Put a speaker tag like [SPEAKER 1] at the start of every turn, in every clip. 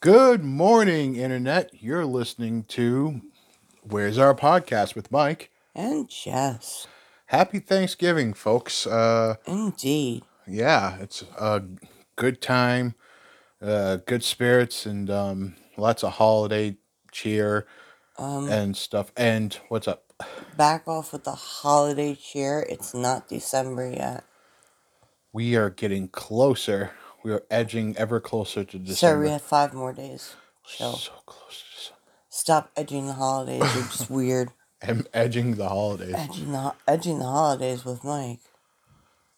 [SPEAKER 1] Good morning, Internet. You're listening to Where's Our Podcast with Mike.
[SPEAKER 2] And Jess.
[SPEAKER 1] Happy Thanksgiving, folks. Uh,
[SPEAKER 2] Indeed.
[SPEAKER 1] yeah, it's a good time, uh, good spirits, and um, lots of holiday cheer
[SPEAKER 2] Um,
[SPEAKER 1] and stuff. And what's up?
[SPEAKER 2] back off with the holiday cheer. It's not December yet.
[SPEAKER 1] We are getting closer. We are edging ever closer to
[SPEAKER 2] So we
[SPEAKER 1] December.
[SPEAKER 2] have five more days. So
[SPEAKER 1] So close to December.
[SPEAKER 2] stop edging the holidays. You're just weird.
[SPEAKER 1] I'm edging the holidays.
[SPEAKER 2] Edging the, edging the holidays with Mike.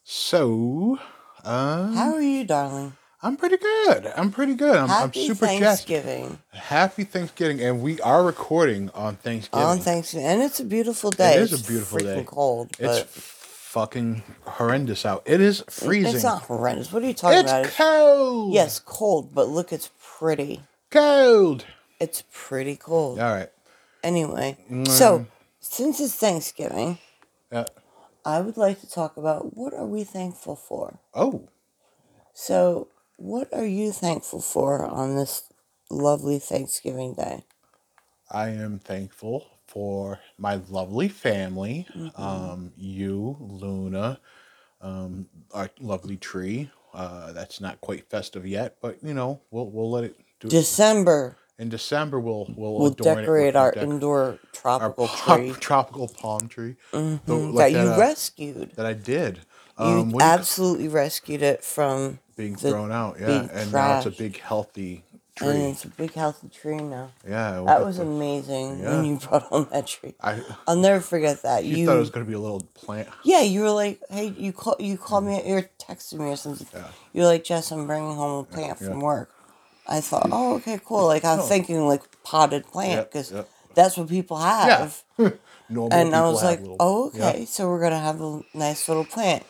[SPEAKER 1] So, um,
[SPEAKER 2] How are you, darling?
[SPEAKER 1] I'm pretty good. I'm pretty good. I'm, I'm
[SPEAKER 2] Happy
[SPEAKER 1] super jacked.
[SPEAKER 2] Thanksgiving.
[SPEAKER 1] Happy Thanksgiving, and we are recording on Thanksgiving.
[SPEAKER 2] On Thanksgiving. And it's a beautiful day.
[SPEAKER 1] is a beautiful
[SPEAKER 2] freaking
[SPEAKER 1] day.
[SPEAKER 2] cold.
[SPEAKER 1] it's
[SPEAKER 2] But
[SPEAKER 1] fucking horrendous out. It is freezing.
[SPEAKER 2] it's not horrendous. What are you talking
[SPEAKER 1] It's
[SPEAKER 2] about?
[SPEAKER 1] cold.
[SPEAKER 2] yes, cold, but look, it's pretty.
[SPEAKER 1] cold.
[SPEAKER 2] It's pretty cold.
[SPEAKER 1] All right.
[SPEAKER 2] Anyway,
[SPEAKER 1] Mm.
[SPEAKER 2] so since it's Thanksgiving,
[SPEAKER 1] Uh,
[SPEAKER 2] I would like to talk about what are we thankful for.
[SPEAKER 1] oh,
[SPEAKER 2] So, what are you thankful for on this lovely Thanksgiving day?
[SPEAKER 1] I am thankful for my lovely family.
[SPEAKER 2] Mm-hmm.
[SPEAKER 1] Um, you, Luna, um, our lovely tree. Uh, that's not quite festive yet, but you know we'll we'll let it do. it.
[SPEAKER 2] December,
[SPEAKER 1] In December, we'll we'll,
[SPEAKER 2] we'll
[SPEAKER 1] adorn it with
[SPEAKER 2] decorate our
[SPEAKER 1] dec-
[SPEAKER 2] indoor
[SPEAKER 1] our
[SPEAKER 2] tropical
[SPEAKER 1] pop-
[SPEAKER 2] tree
[SPEAKER 1] tropical palm tree The-
[SPEAKER 2] Mhm, that
[SPEAKER 1] like
[SPEAKER 2] you
[SPEAKER 1] uh,
[SPEAKER 2] rescued.
[SPEAKER 1] that I did.
[SPEAKER 2] you
[SPEAKER 1] Um, what do you ca-
[SPEAKER 2] absolutely rescued it from,
[SPEAKER 1] being
[SPEAKER 2] the
[SPEAKER 1] thrown out, yeah,
[SPEAKER 2] big
[SPEAKER 1] and now it's a
[SPEAKER 2] trash.
[SPEAKER 1] big healthy
[SPEAKER 2] and
[SPEAKER 1] tree.
[SPEAKER 2] it's a big healthy tree now.
[SPEAKER 1] yeah, with
[SPEAKER 2] That
[SPEAKER 1] the-
[SPEAKER 2] was amazing
[SPEAKER 1] Yeah.
[SPEAKER 2] when you brought home that tree.
[SPEAKER 1] I
[SPEAKER 2] I'll never forget that.
[SPEAKER 1] you, thought it was gonna be a little plant.
[SPEAKER 2] Yeah, you were like, hey, you call, you called me, you were texting me or something. You're like, Jess, I'm bringing home a plant from
[SPEAKER 1] yeah.
[SPEAKER 2] work. I thought, oh, okay, cool. Like I'm thinking like potted plant
[SPEAKER 1] Yeah,
[SPEAKER 2] because
[SPEAKER 1] yeah.
[SPEAKER 2] that's what people have.
[SPEAKER 1] Normal
[SPEAKER 2] And I
[SPEAKER 1] people
[SPEAKER 2] was
[SPEAKER 1] have
[SPEAKER 2] like,
[SPEAKER 1] little-
[SPEAKER 2] oh,
[SPEAKER 1] yeah. Uh.
[SPEAKER 2] okay, so we're gonna have a nice little plant.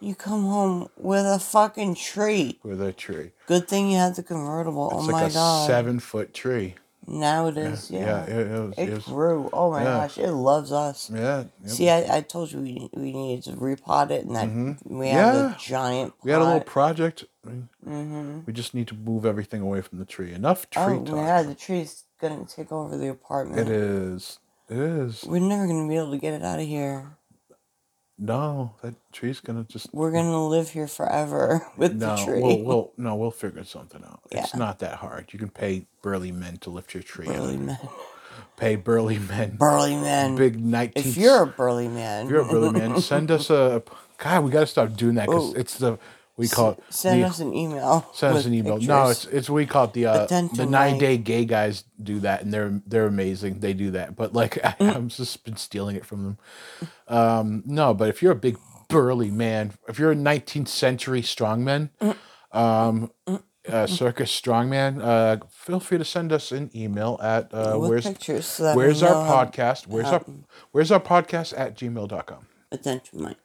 [SPEAKER 2] You come home with a fucking tree.
[SPEAKER 1] with a tree.
[SPEAKER 2] Good thing you had the convertible.
[SPEAKER 1] It's
[SPEAKER 2] oh
[SPEAKER 1] like
[SPEAKER 2] my
[SPEAKER 1] a
[SPEAKER 2] god.
[SPEAKER 1] seven foot tree.
[SPEAKER 2] now it is. Yeah.
[SPEAKER 1] Yeah, it, it was.
[SPEAKER 2] it,
[SPEAKER 1] It was
[SPEAKER 2] grew. Oh my
[SPEAKER 1] yeah.
[SPEAKER 2] gosh, it loves us.
[SPEAKER 1] yeah, it-
[SPEAKER 2] See, I, I told you we, we needed to repot it, and that we had
[SPEAKER 1] Mm-hmm. Yeah.
[SPEAKER 2] a giant.
[SPEAKER 1] we had a little
[SPEAKER 2] pot.
[SPEAKER 1] project. We just need to move everything away from the tree. Enough tree
[SPEAKER 2] Mm-hmm. Oh
[SPEAKER 1] talk.
[SPEAKER 2] yeah, the tree's gonna take over the apartment.
[SPEAKER 1] It is. It is.
[SPEAKER 2] We're never gonna be able to get it out of here.
[SPEAKER 1] No, that tree's gonna just
[SPEAKER 2] We're gonna live here forever with
[SPEAKER 1] no.
[SPEAKER 2] the tree.
[SPEAKER 1] We'll, we'll no. We'll figure something out. It's
[SPEAKER 2] Yeah.
[SPEAKER 1] not that hard. You can pay burly men to lift your tree.
[SPEAKER 2] burly men,
[SPEAKER 1] Up. Pay burly men.
[SPEAKER 2] burly men.
[SPEAKER 1] Big nineteenth.
[SPEAKER 2] if you're a burly man,
[SPEAKER 1] if you're a burly man, send us a. God, we gotta stop doing that because
[SPEAKER 2] Oh.
[SPEAKER 1] it's the we call it
[SPEAKER 2] send
[SPEAKER 1] the,
[SPEAKER 2] us an email.
[SPEAKER 1] send us
[SPEAKER 2] with
[SPEAKER 1] an email. No,
[SPEAKER 2] pictures.
[SPEAKER 1] it's it's we call it the uh,
[SPEAKER 2] Attention,
[SPEAKER 1] the nine
[SPEAKER 2] Mike.
[SPEAKER 1] day gay guys do that, and they're they're amazing. They do that, but like I,
[SPEAKER 2] Mm.
[SPEAKER 1] I'm just been stealing it from them. Um, no, but if you're a big burly man, if you're a 19th century strongman,
[SPEAKER 2] Mm.
[SPEAKER 1] um, uh, circus strongman, uh, feel free to send us an email at uh,
[SPEAKER 2] with
[SPEAKER 1] where's
[SPEAKER 2] pictures. So that we
[SPEAKER 1] where's our
[SPEAKER 2] know Um, how-
[SPEAKER 1] podcast where's our where's our podcast at gmail.com.
[SPEAKER 2] Attention, Mike.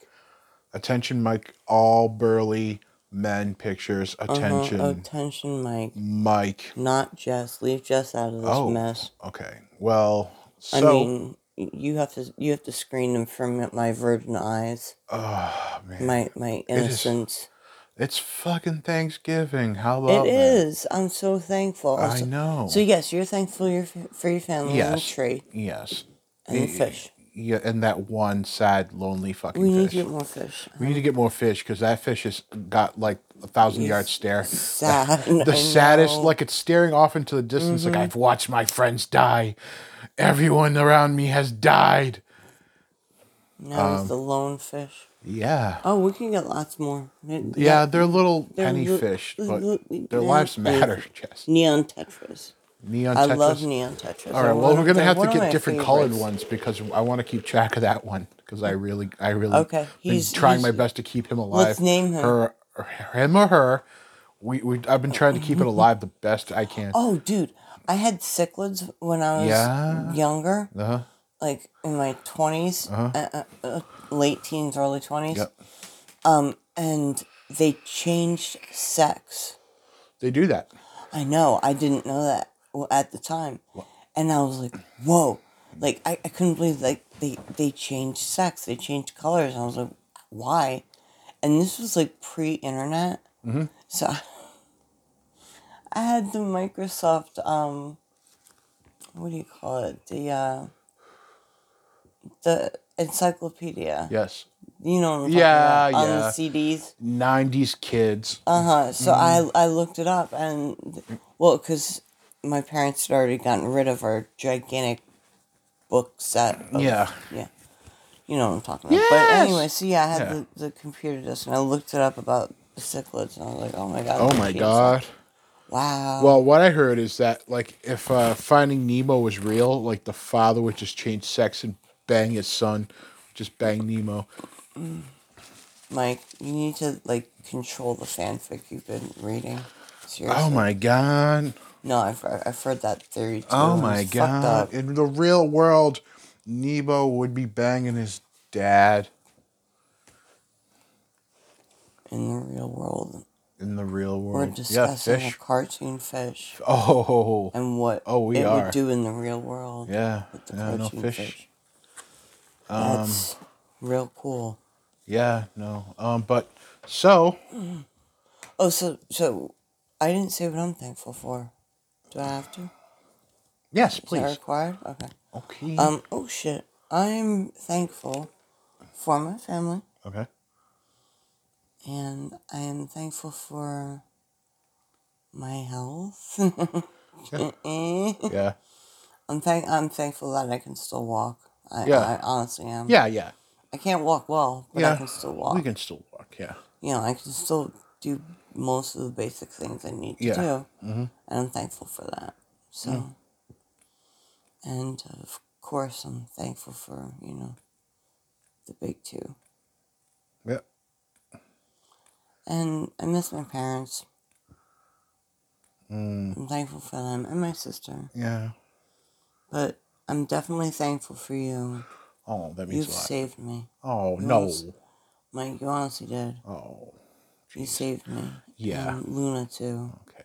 [SPEAKER 1] Attention, Mike, all burly men pictures.
[SPEAKER 2] Uh-huh,
[SPEAKER 1] Attention,
[SPEAKER 2] Attention, Mike.
[SPEAKER 1] Mike.
[SPEAKER 2] Not Jess. Leave Jess out of this
[SPEAKER 1] Oh.
[SPEAKER 2] mess.
[SPEAKER 1] Okay. Well, so
[SPEAKER 2] I mean, you have to you have to screen them from my virgin eyes,
[SPEAKER 1] oh, man,
[SPEAKER 2] my my innocence.
[SPEAKER 1] it's fucking Thanksgiving. How
[SPEAKER 2] It
[SPEAKER 1] about that?
[SPEAKER 2] is. I'm so thankful. I'm
[SPEAKER 1] I
[SPEAKER 2] so,
[SPEAKER 1] know.
[SPEAKER 2] So yes, you're thankful your f- for your family and the
[SPEAKER 1] yes.
[SPEAKER 2] tree
[SPEAKER 1] Yes.
[SPEAKER 2] and the fish.
[SPEAKER 1] Yeah, and that one sad, lonely fucking
[SPEAKER 2] We
[SPEAKER 1] fish.
[SPEAKER 2] need to get more fish.
[SPEAKER 1] we need to get more fish because that fish has got like a thousand yard stare.
[SPEAKER 2] Sad.
[SPEAKER 1] The
[SPEAKER 2] I
[SPEAKER 1] saddest,
[SPEAKER 2] know. Mm-hmm.
[SPEAKER 1] like it's staring off into the distance. Like I've watched my friends die. Everyone around me has died.
[SPEAKER 2] Now
[SPEAKER 1] um
[SPEAKER 2] it's the lone fish.
[SPEAKER 1] Yeah.
[SPEAKER 2] Oh, we can get lots more. Ne-
[SPEAKER 1] Yeah, they're little
[SPEAKER 2] they're
[SPEAKER 1] penny
[SPEAKER 2] li-
[SPEAKER 1] fish, but
[SPEAKER 2] li-
[SPEAKER 1] their
[SPEAKER 2] li-
[SPEAKER 1] lives matter. Jess.
[SPEAKER 2] Neon tetras.
[SPEAKER 1] Neon
[SPEAKER 2] I
[SPEAKER 1] Tetris.
[SPEAKER 2] love neon tetras.
[SPEAKER 1] All right. Well, we're gonna have to get different colored
[SPEAKER 2] ones.
[SPEAKER 1] ones because I want to keep track of that one because I really, I really,
[SPEAKER 2] Okay,
[SPEAKER 1] been
[SPEAKER 2] he's-
[SPEAKER 1] trying my
[SPEAKER 2] he's-
[SPEAKER 1] best to keep him alive.
[SPEAKER 2] name him.
[SPEAKER 1] Her, her- him or her. We, we, I've been trying to keep it alive the best I can.
[SPEAKER 2] Oh, dude, I had cichlids when I was
[SPEAKER 1] Yeah.
[SPEAKER 2] younger,
[SPEAKER 1] Uh-huh.
[SPEAKER 2] like in my 20s uh uh, uh, late teens, early twenties.
[SPEAKER 1] Yep.
[SPEAKER 2] Um, and they changed sex.
[SPEAKER 1] They do that.
[SPEAKER 2] I know, I didn't know that w- at the time, and I was like, whoa, like I, I couldn't believe like they they changed sex, they changed colors, and I was like, why? And this was like pre-internet, mm-hmm. so. I- I had the Microsoft um what do you call it? The uh the encyclopedia.
[SPEAKER 1] Yes.
[SPEAKER 2] You know what I'm talking
[SPEAKER 1] Yeah,
[SPEAKER 2] about, on
[SPEAKER 1] yeah.
[SPEAKER 2] the CDs.
[SPEAKER 1] 90s kids.
[SPEAKER 2] Uh-huh. So
[SPEAKER 1] Mm-hmm.
[SPEAKER 2] I I looked it up and well cuz my parents had already gotten rid of our gigantic book set. Of,
[SPEAKER 1] Yeah.
[SPEAKER 2] Yeah. You know what I'm talking about.
[SPEAKER 1] Yes!
[SPEAKER 2] But anyway, so yeah, I had
[SPEAKER 1] Yeah.
[SPEAKER 2] the, the computer disk and I looked it up about the cichlids and I was like, "Oh my god."
[SPEAKER 1] Oh
[SPEAKER 2] the
[SPEAKER 1] my
[SPEAKER 2] kids. Oh.
[SPEAKER 1] god.
[SPEAKER 2] Wow.
[SPEAKER 1] Well, what I heard is that like if uh, Finding Nemo was real, like the father would just change sex and bang his son, just bang Nemo.
[SPEAKER 2] Mike, you need to like control the fanfic you've been reading. Seriously.
[SPEAKER 1] Oh my god.
[SPEAKER 2] No, I've, I've heard that theory too.
[SPEAKER 1] Oh
[SPEAKER 2] and
[SPEAKER 1] my
[SPEAKER 2] it's fucked
[SPEAKER 1] god.
[SPEAKER 2] up.
[SPEAKER 1] In the real world, Nebo would be banging his dad
[SPEAKER 2] In the real world,
[SPEAKER 1] in the real
[SPEAKER 2] we're
[SPEAKER 1] world. Mm, Yeah,
[SPEAKER 2] discussing
[SPEAKER 1] fish.
[SPEAKER 2] a cartoon fish
[SPEAKER 1] Oh.
[SPEAKER 2] and what
[SPEAKER 1] Oh, we
[SPEAKER 2] it
[SPEAKER 1] are.
[SPEAKER 2] would do in the real world.
[SPEAKER 1] Yeah.
[SPEAKER 2] with the
[SPEAKER 1] Yeah,
[SPEAKER 2] cartoon
[SPEAKER 1] no
[SPEAKER 2] fish.
[SPEAKER 1] fish. Um,
[SPEAKER 2] That's real cool.
[SPEAKER 1] Yeah, no. Um but so
[SPEAKER 2] Oh, so so I didn't say what I'm thankful for. Do I have to?
[SPEAKER 1] yes,
[SPEAKER 2] Is that
[SPEAKER 1] please. Mm-hmm.
[SPEAKER 2] required? Okay.
[SPEAKER 1] Okay.
[SPEAKER 2] Um. Oh shit. I'm thankful for my family.
[SPEAKER 1] okay.
[SPEAKER 2] and I am thankful for my health.
[SPEAKER 1] Yeah.
[SPEAKER 2] I'm thank I'm thankful that I can still walk. I,
[SPEAKER 1] Yeah.
[SPEAKER 2] I honestly am.
[SPEAKER 1] Yeah, yeah.
[SPEAKER 2] I can't walk well, but
[SPEAKER 1] Yeah.
[SPEAKER 2] I can still walk.
[SPEAKER 1] We can still walk, yeah.
[SPEAKER 2] You know, I can still do most of the basic things I need to
[SPEAKER 1] Yeah.
[SPEAKER 2] do, mm-hmm. and I'm thankful for that. So,
[SPEAKER 1] Mm-hmm.
[SPEAKER 2] and uh, of course, I'm thankful for you know the big two.
[SPEAKER 1] Yeah.
[SPEAKER 2] And I miss my parents. I'm thankful for them and my sister.
[SPEAKER 1] Mm, Yeah.
[SPEAKER 2] But I'm definitely thankful for you.
[SPEAKER 1] Oh, that means
[SPEAKER 2] You've
[SPEAKER 1] a lot.
[SPEAKER 2] saved me.
[SPEAKER 1] Oh no.
[SPEAKER 2] Yes. Mike, you honestly did.
[SPEAKER 1] Oh.
[SPEAKER 2] You saved me.
[SPEAKER 1] Yeah.
[SPEAKER 2] And Luna, too.
[SPEAKER 1] Okay.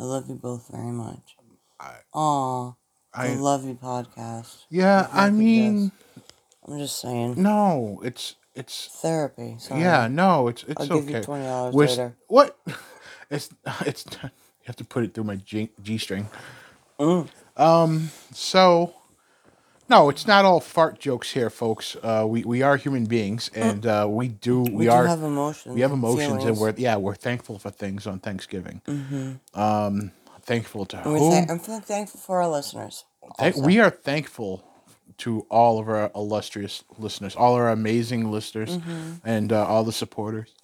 [SPEAKER 2] I love you both very much.
[SPEAKER 1] I-
[SPEAKER 2] Aw. I,
[SPEAKER 1] I-
[SPEAKER 2] love you, podcast.
[SPEAKER 1] Yeah, I
[SPEAKER 2] Nothing
[SPEAKER 1] mean,
[SPEAKER 2] does. I'm just saying.
[SPEAKER 1] no, it's it's
[SPEAKER 2] Therapy. Sorry.
[SPEAKER 1] Mm. Yeah, no, it's it's
[SPEAKER 2] Um, I'll
[SPEAKER 1] okay.
[SPEAKER 2] give you $20
[SPEAKER 1] We're s-
[SPEAKER 2] later.
[SPEAKER 1] What? It's it's you have to put it through my G, G string. Um.
[SPEAKER 2] Mm.
[SPEAKER 1] So, no, it's not all fart jokes here, folks. Uh, we we are human beings, and uh, we do we,
[SPEAKER 2] Mm. We, do
[SPEAKER 1] are
[SPEAKER 2] have emotions.
[SPEAKER 1] we have emotions, and
[SPEAKER 2] feelings.
[SPEAKER 1] we're yeah we're thankful for things on Thanksgiving. Mm-hmm. Um, thankful to
[SPEAKER 2] And we're
[SPEAKER 1] who?
[SPEAKER 2] thank- I'm feeling thankful for our listeners.
[SPEAKER 1] Thank-
[SPEAKER 2] also.
[SPEAKER 1] we are thankful to all of our illustrious listeners, all our amazing listeners, and uh, all the supporters.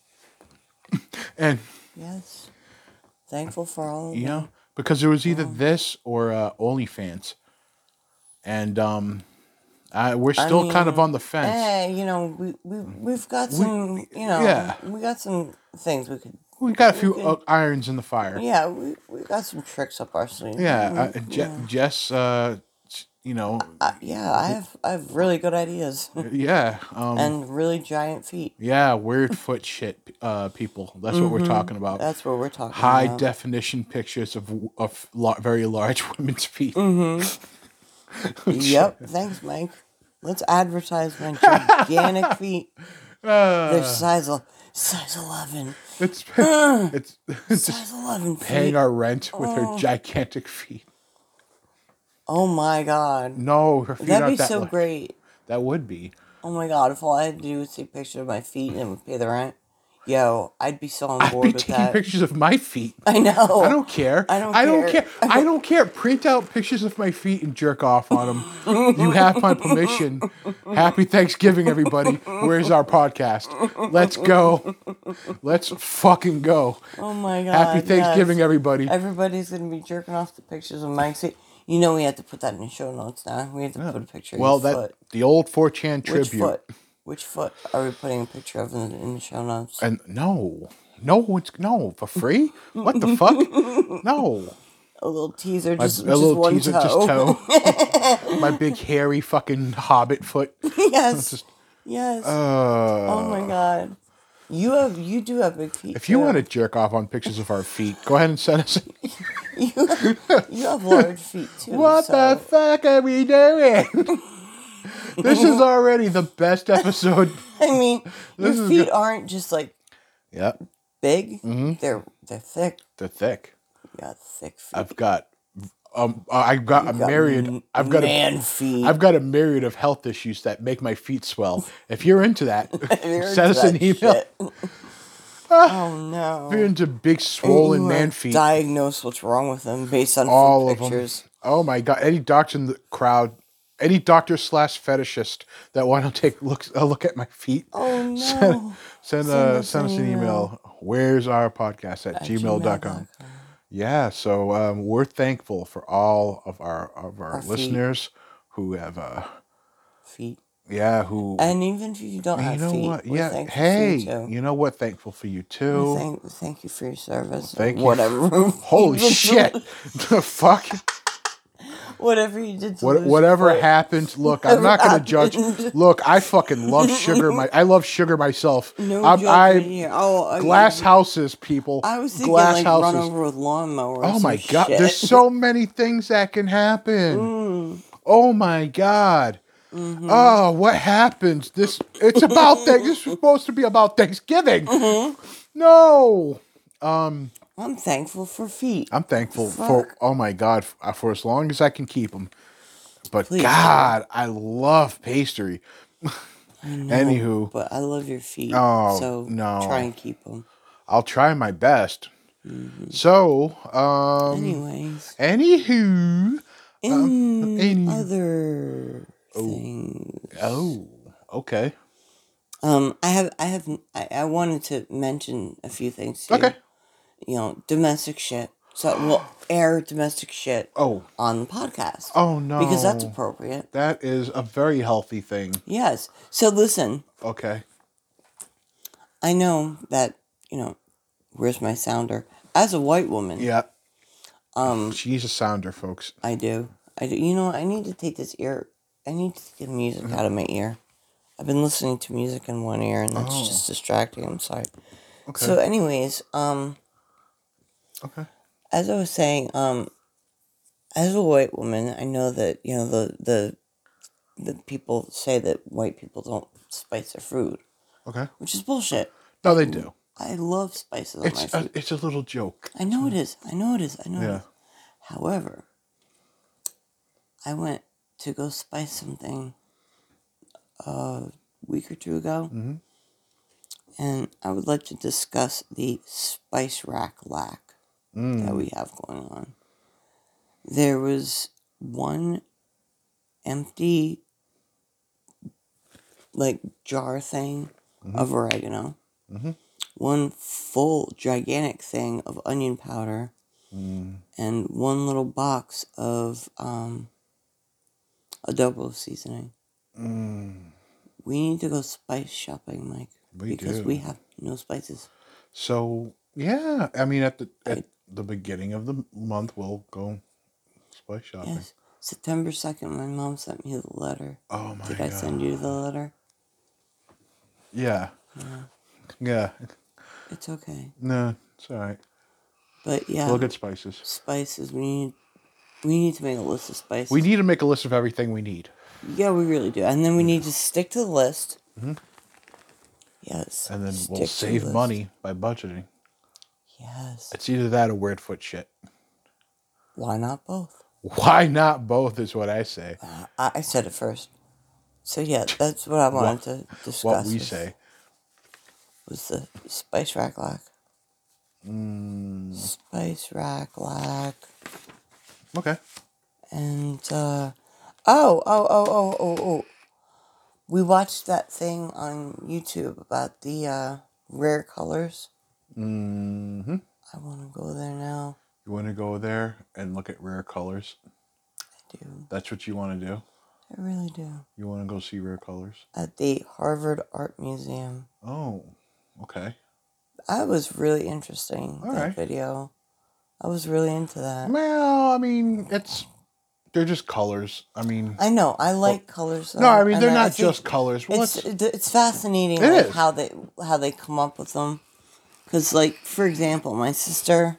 [SPEAKER 1] and
[SPEAKER 2] Yes. Thankful for all of
[SPEAKER 1] you
[SPEAKER 2] them.
[SPEAKER 1] know, because it was either this or uh, OnlyFans, and um, I, we're still kind of
[SPEAKER 2] mean, eh,
[SPEAKER 1] on the fence.
[SPEAKER 2] Hey, you know, we, we, we've got some, you know,
[SPEAKER 1] yeah.
[SPEAKER 2] we got some things we could,
[SPEAKER 1] we got a few uh, irons in the fire.
[SPEAKER 2] yeah, we, we got some tricks up our sleeve.
[SPEAKER 1] Yeah, uh, Je- Jess, uh, s- you know,
[SPEAKER 2] I, yeah, I have, I have really good ideas
[SPEAKER 1] yeah, um,
[SPEAKER 2] and really giant feet.
[SPEAKER 1] yeah, weird foot shit, uh, people. That's what we're talking about.
[SPEAKER 2] That's what we're talking
[SPEAKER 1] High
[SPEAKER 2] about.
[SPEAKER 1] definition pictures of w- of la- very large women's feet.
[SPEAKER 2] Mm-hmm. Yep. Thanks, Mike. Let's advertise my gigantic feet.
[SPEAKER 1] Ah.
[SPEAKER 2] They're size, el- size 11.
[SPEAKER 1] It's it's, it's just
[SPEAKER 2] Size 11 feet.
[SPEAKER 1] paying our rent with her gigantic feet.
[SPEAKER 2] Oh my God.
[SPEAKER 1] No, her feet
[SPEAKER 2] That'd
[SPEAKER 1] aren't
[SPEAKER 2] be
[SPEAKER 1] that
[SPEAKER 2] so
[SPEAKER 1] large.
[SPEAKER 2] great.
[SPEAKER 1] That would be.
[SPEAKER 2] Oh my god, if all I had to do was take pictures of my feet and pay the rent, yo, I'd be so on
[SPEAKER 1] I'd
[SPEAKER 2] board
[SPEAKER 1] be
[SPEAKER 2] with
[SPEAKER 1] taking
[SPEAKER 2] that.
[SPEAKER 1] pictures of my feet.
[SPEAKER 2] I know.
[SPEAKER 1] I don't care.
[SPEAKER 2] I don't
[SPEAKER 1] I don't
[SPEAKER 2] care.
[SPEAKER 1] care. I don't care. Print out pictures of my feet and jerk off on them. you have my permission. Happy Thanksgiving, everybody. Where's our podcast? Let's go. Let's fucking go.
[SPEAKER 2] Oh my god.
[SPEAKER 1] Happy Thanksgiving,
[SPEAKER 2] yes.
[SPEAKER 1] everybody.
[SPEAKER 2] Everybody's gonna be jerking off the pictures of Mike's feet. You know we have to put that in the show notes now. We have to put a picture
[SPEAKER 1] Well,
[SPEAKER 2] of his
[SPEAKER 1] that
[SPEAKER 2] foot.
[SPEAKER 1] the old 4chan
[SPEAKER 2] Which
[SPEAKER 1] tribute.
[SPEAKER 2] foot? Which foot are we putting a picture of in, in the show notes?
[SPEAKER 1] And no, no, it's no for free. What the fuck? No.
[SPEAKER 2] A little teaser, just,
[SPEAKER 1] a
[SPEAKER 2] just
[SPEAKER 1] little
[SPEAKER 2] one
[SPEAKER 1] teaser,
[SPEAKER 2] toe.
[SPEAKER 1] just toe. my big hairy fucking hobbit foot.
[SPEAKER 2] yes. yes.
[SPEAKER 1] Ah.
[SPEAKER 2] oh my god. You have you do have big feet.
[SPEAKER 1] If you want to jerk off on pictures of our feet, go ahead and send us.
[SPEAKER 2] you have large feet too.
[SPEAKER 1] What
[SPEAKER 2] so.
[SPEAKER 1] the fuck are we doing? this is already the best episode.
[SPEAKER 2] I mean, your
[SPEAKER 1] is
[SPEAKER 2] feet aren't just like
[SPEAKER 1] Yep, Mm-hmm.
[SPEAKER 2] big; they're they're thick.
[SPEAKER 1] they're thick.
[SPEAKER 2] got thick feet.
[SPEAKER 1] I've got um I've got a
[SPEAKER 2] got
[SPEAKER 1] myriad
[SPEAKER 2] m-
[SPEAKER 1] I've got a
[SPEAKER 2] man feet.
[SPEAKER 1] I've got a myriad of health issues that make my feet swell. If you're into that,
[SPEAKER 2] You're
[SPEAKER 1] send us
[SPEAKER 2] that
[SPEAKER 1] an email. Ah.
[SPEAKER 2] shit. oh
[SPEAKER 1] If you're
[SPEAKER 2] no.
[SPEAKER 1] into big swollen
[SPEAKER 2] You are
[SPEAKER 1] man feet,
[SPEAKER 2] Diagnose what's wrong with them based on
[SPEAKER 1] all of them.
[SPEAKER 2] pictures.
[SPEAKER 1] Oh my god! Any doctor in the crowd, any doctor slash fetishist that want to take look a look at my feet,
[SPEAKER 2] Oh no.
[SPEAKER 1] send send, uh, send us an email. Where's our podcast at, gmail.com.
[SPEAKER 2] gmail.com.
[SPEAKER 1] Yeah, so um, we're thankful for all of our of our,
[SPEAKER 2] feet.
[SPEAKER 1] listeners who have uh
[SPEAKER 2] Feet.
[SPEAKER 1] yeah who
[SPEAKER 2] And even if you don't have
[SPEAKER 1] you know
[SPEAKER 2] feet,
[SPEAKER 1] what
[SPEAKER 2] we're
[SPEAKER 1] yeah
[SPEAKER 2] thankful for you
[SPEAKER 1] hey
[SPEAKER 2] too.
[SPEAKER 1] you know what thankful for you too
[SPEAKER 2] Thank, thank you for your service.
[SPEAKER 1] Thank you.
[SPEAKER 2] whatever.
[SPEAKER 1] holy shit the fuck
[SPEAKER 2] Whatever you did. To
[SPEAKER 1] What,
[SPEAKER 2] lose
[SPEAKER 1] whatever
[SPEAKER 2] weight.
[SPEAKER 1] happens, look, I'm not going to judge.
[SPEAKER 2] happened.
[SPEAKER 1] Look, I fucking love sugar. My, I love sugar myself.
[SPEAKER 2] No
[SPEAKER 1] I'm,
[SPEAKER 2] judgment
[SPEAKER 1] I'm
[SPEAKER 2] here. Oh, I mean,
[SPEAKER 1] glass houses, people.
[SPEAKER 2] I was thinking
[SPEAKER 1] glass
[SPEAKER 2] like
[SPEAKER 1] houses.
[SPEAKER 2] run over with lawnmower. or
[SPEAKER 1] oh
[SPEAKER 2] some
[SPEAKER 1] my god,
[SPEAKER 2] shit. Mm.
[SPEAKER 1] there's so many things that can happen. Oh my god.
[SPEAKER 2] Mm-hmm.
[SPEAKER 1] Oh, what happens? This it's about that. This was supposed to be about Thanksgiving.
[SPEAKER 2] Mm-hmm.
[SPEAKER 1] No.
[SPEAKER 2] I'm thankful for feet.
[SPEAKER 1] I'm thankful for
[SPEAKER 2] Fuck.
[SPEAKER 1] oh my god f- uh, for as long as I can keep them. But
[SPEAKER 2] Please do.
[SPEAKER 1] God, I love pastry. Anywho,
[SPEAKER 2] but I love your feet.
[SPEAKER 1] Oh,
[SPEAKER 2] so
[SPEAKER 1] no.
[SPEAKER 2] try and keep them.
[SPEAKER 1] I'll try my best.
[SPEAKER 2] Mm-hmm.
[SPEAKER 1] So, um,
[SPEAKER 2] Anyways,
[SPEAKER 1] anywho,
[SPEAKER 2] in
[SPEAKER 1] any-
[SPEAKER 2] other things,
[SPEAKER 1] oh, okay,
[SPEAKER 2] um, I have, I have, I, I wanted to mention a few things. Too.
[SPEAKER 1] okay.
[SPEAKER 2] you know, domestic shit. So we'll air domestic shit
[SPEAKER 1] Oh,
[SPEAKER 2] on the podcast.
[SPEAKER 1] oh no,
[SPEAKER 2] Because that's appropriate.
[SPEAKER 1] that is a very healthy thing.
[SPEAKER 2] Yes. So listen,
[SPEAKER 1] Okay,
[SPEAKER 2] I know that, you know, where's my sounder? As a white woman,
[SPEAKER 1] yeah,
[SPEAKER 2] um,
[SPEAKER 1] she's a sounder, folks.
[SPEAKER 2] I do. I do. You know, what? I need to take this ear. I need to get music
[SPEAKER 1] Mm-hmm.
[SPEAKER 2] out of my ear. I've been listening to music in one ear, and that's just distracting. I'm sorry.
[SPEAKER 1] Oh. Okay,
[SPEAKER 2] So, anyways, um,
[SPEAKER 1] okay,
[SPEAKER 2] as I was saying, um, as a white woman, I know that you know the the the people say that white people don't spice their food,
[SPEAKER 1] okay.
[SPEAKER 2] which is bullshit.
[SPEAKER 1] No, they do.
[SPEAKER 2] I love spices on my
[SPEAKER 1] It's
[SPEAKER 2] food.
[SPEAKER 1] a, it's a little joke.
[SPEAKER 2] I know it is. I know it is. I know it
[SPEAKER 1] Yeah.
[SPEAKER 2] is. However, I went to go spice something uh, a week or two ago,
[SPEAKER 1] Mm-hmm.
[SPEAKER 2] and I would like to discuss the spice rack lack
[SPEAKER 1] Mm-hmm.
[SPEAKER 2] that
[SPEAKER 1] Mm.
[SPEAKER 2] we have going on. There was one empty, like jar thing
[SPEAKER 1] Mm-hmm.
[SPEAKER 2] of oregano one full gigantic thing of onion powder and one little box of um, adobo seasoning.
[SPEAKER 1] Mm-hmm.
[SPEAKER 2] We need to go spice shopping, Mike,
[SPEAKER 1] We
[SPEAKER 2] because
[SPEAKER 1] do.
[SPEAKER 2] we have no spices.
[SPEAKER 1] So yeah, I mean at the at the beginning of the month we'll go spice shopping.
[SPEAKER 2] Yes. September 2nd, my mom sent me the letter.
[SPEAKER 1] Oh my
[SPEAKER 2] Did I
[SPEAKER 1] god.
[SPEAKER 2] send you the letter?
[SPEAKER 1] Yeah. Yeah.
[SPEAKER 2] It's okay.
[SPEAKER 1] No, it's all right.
[SPEAKER 2] But yeah,
[SPEAKER 1] We'll get spices.
[SPEAKER 2] spices. We need we need to make a list of spices.
[SPEAKER 1] We need to make a list of everything we need. Mm-hmm.
[SPEAKER 2] Yeah, we really do. And then we need to stick to the list. Yes.
[SPEAKER 1] And then
[SPEAKER 2] stick
[SPEAKER 1] we'll
[SPEAKER 2] to
[SPEAKER 1] save
[SPEAKER 2] the list.
[SPEAKER 1] money by budgeting.
[SPEAKER 2] Yes.
[SPEAKER 1] It's either that or weird foot shit.
[SPEAKER 2] Why not both?
[SPEAKER 1] Why not both is what I say.
[SPEAKER 2] I, I said it first. So yeah, that's what I wanted to discuss.
[SPEAKER 1] What we
[SPEAKER 2] was-
[SPEAKER 1] say.
[SPEAKER 2] was the spice rack lack. Mm. Spice rack lack,
[SPEAKER 1] Okay.
[SPEAKER 2] and uh, oh, oh, oh, oh, oh, oh. We watched that thing on YouTube about the uh, rare colors.
[SPEAKER 1] Mhm.
[SPEAKER 2] I want to go there now.
[SPEAKER 1] You want to go there and look at rare colors?
[SPEAKER 2] I do.
[SPEAKER 1] That's what you want to do.
[SPEAKER 2] I really do.
[SPEAKER 1] You want to go see rare colors?
[SPEAKER 2] At the Harvard Art Museum.
[SPEAKER 1] Oh. Okay.
[SPEAKER 2] That was really interesting.
[SPEAKER 1] All
[SPEAKER 2] that
[SPEAKER 1] right.
[SPEAKER 2] video. I was really into that.
[SPEAKER 1] Well, I mean, it's they're just colors. I mean,
[SPEAKER 2] I know. I like colors. Though,
[SPEAKER 1] no, I mean
[SPEAKER 2] and
[SPEAKER 1] they're not
[SPEAKER 2] think
[SPEAKER 1] just colors. Well,
[SPEAKER 2] It's
[SPEAKER 1] it's,
[SPEAKER 2] it's fascinating
[SPEAKER 1] It
[SPEAKER 2] like,
[SPEAKER 1] is.
[SPEAKER 2] how they how they come up with them. Cause like for example, my sister,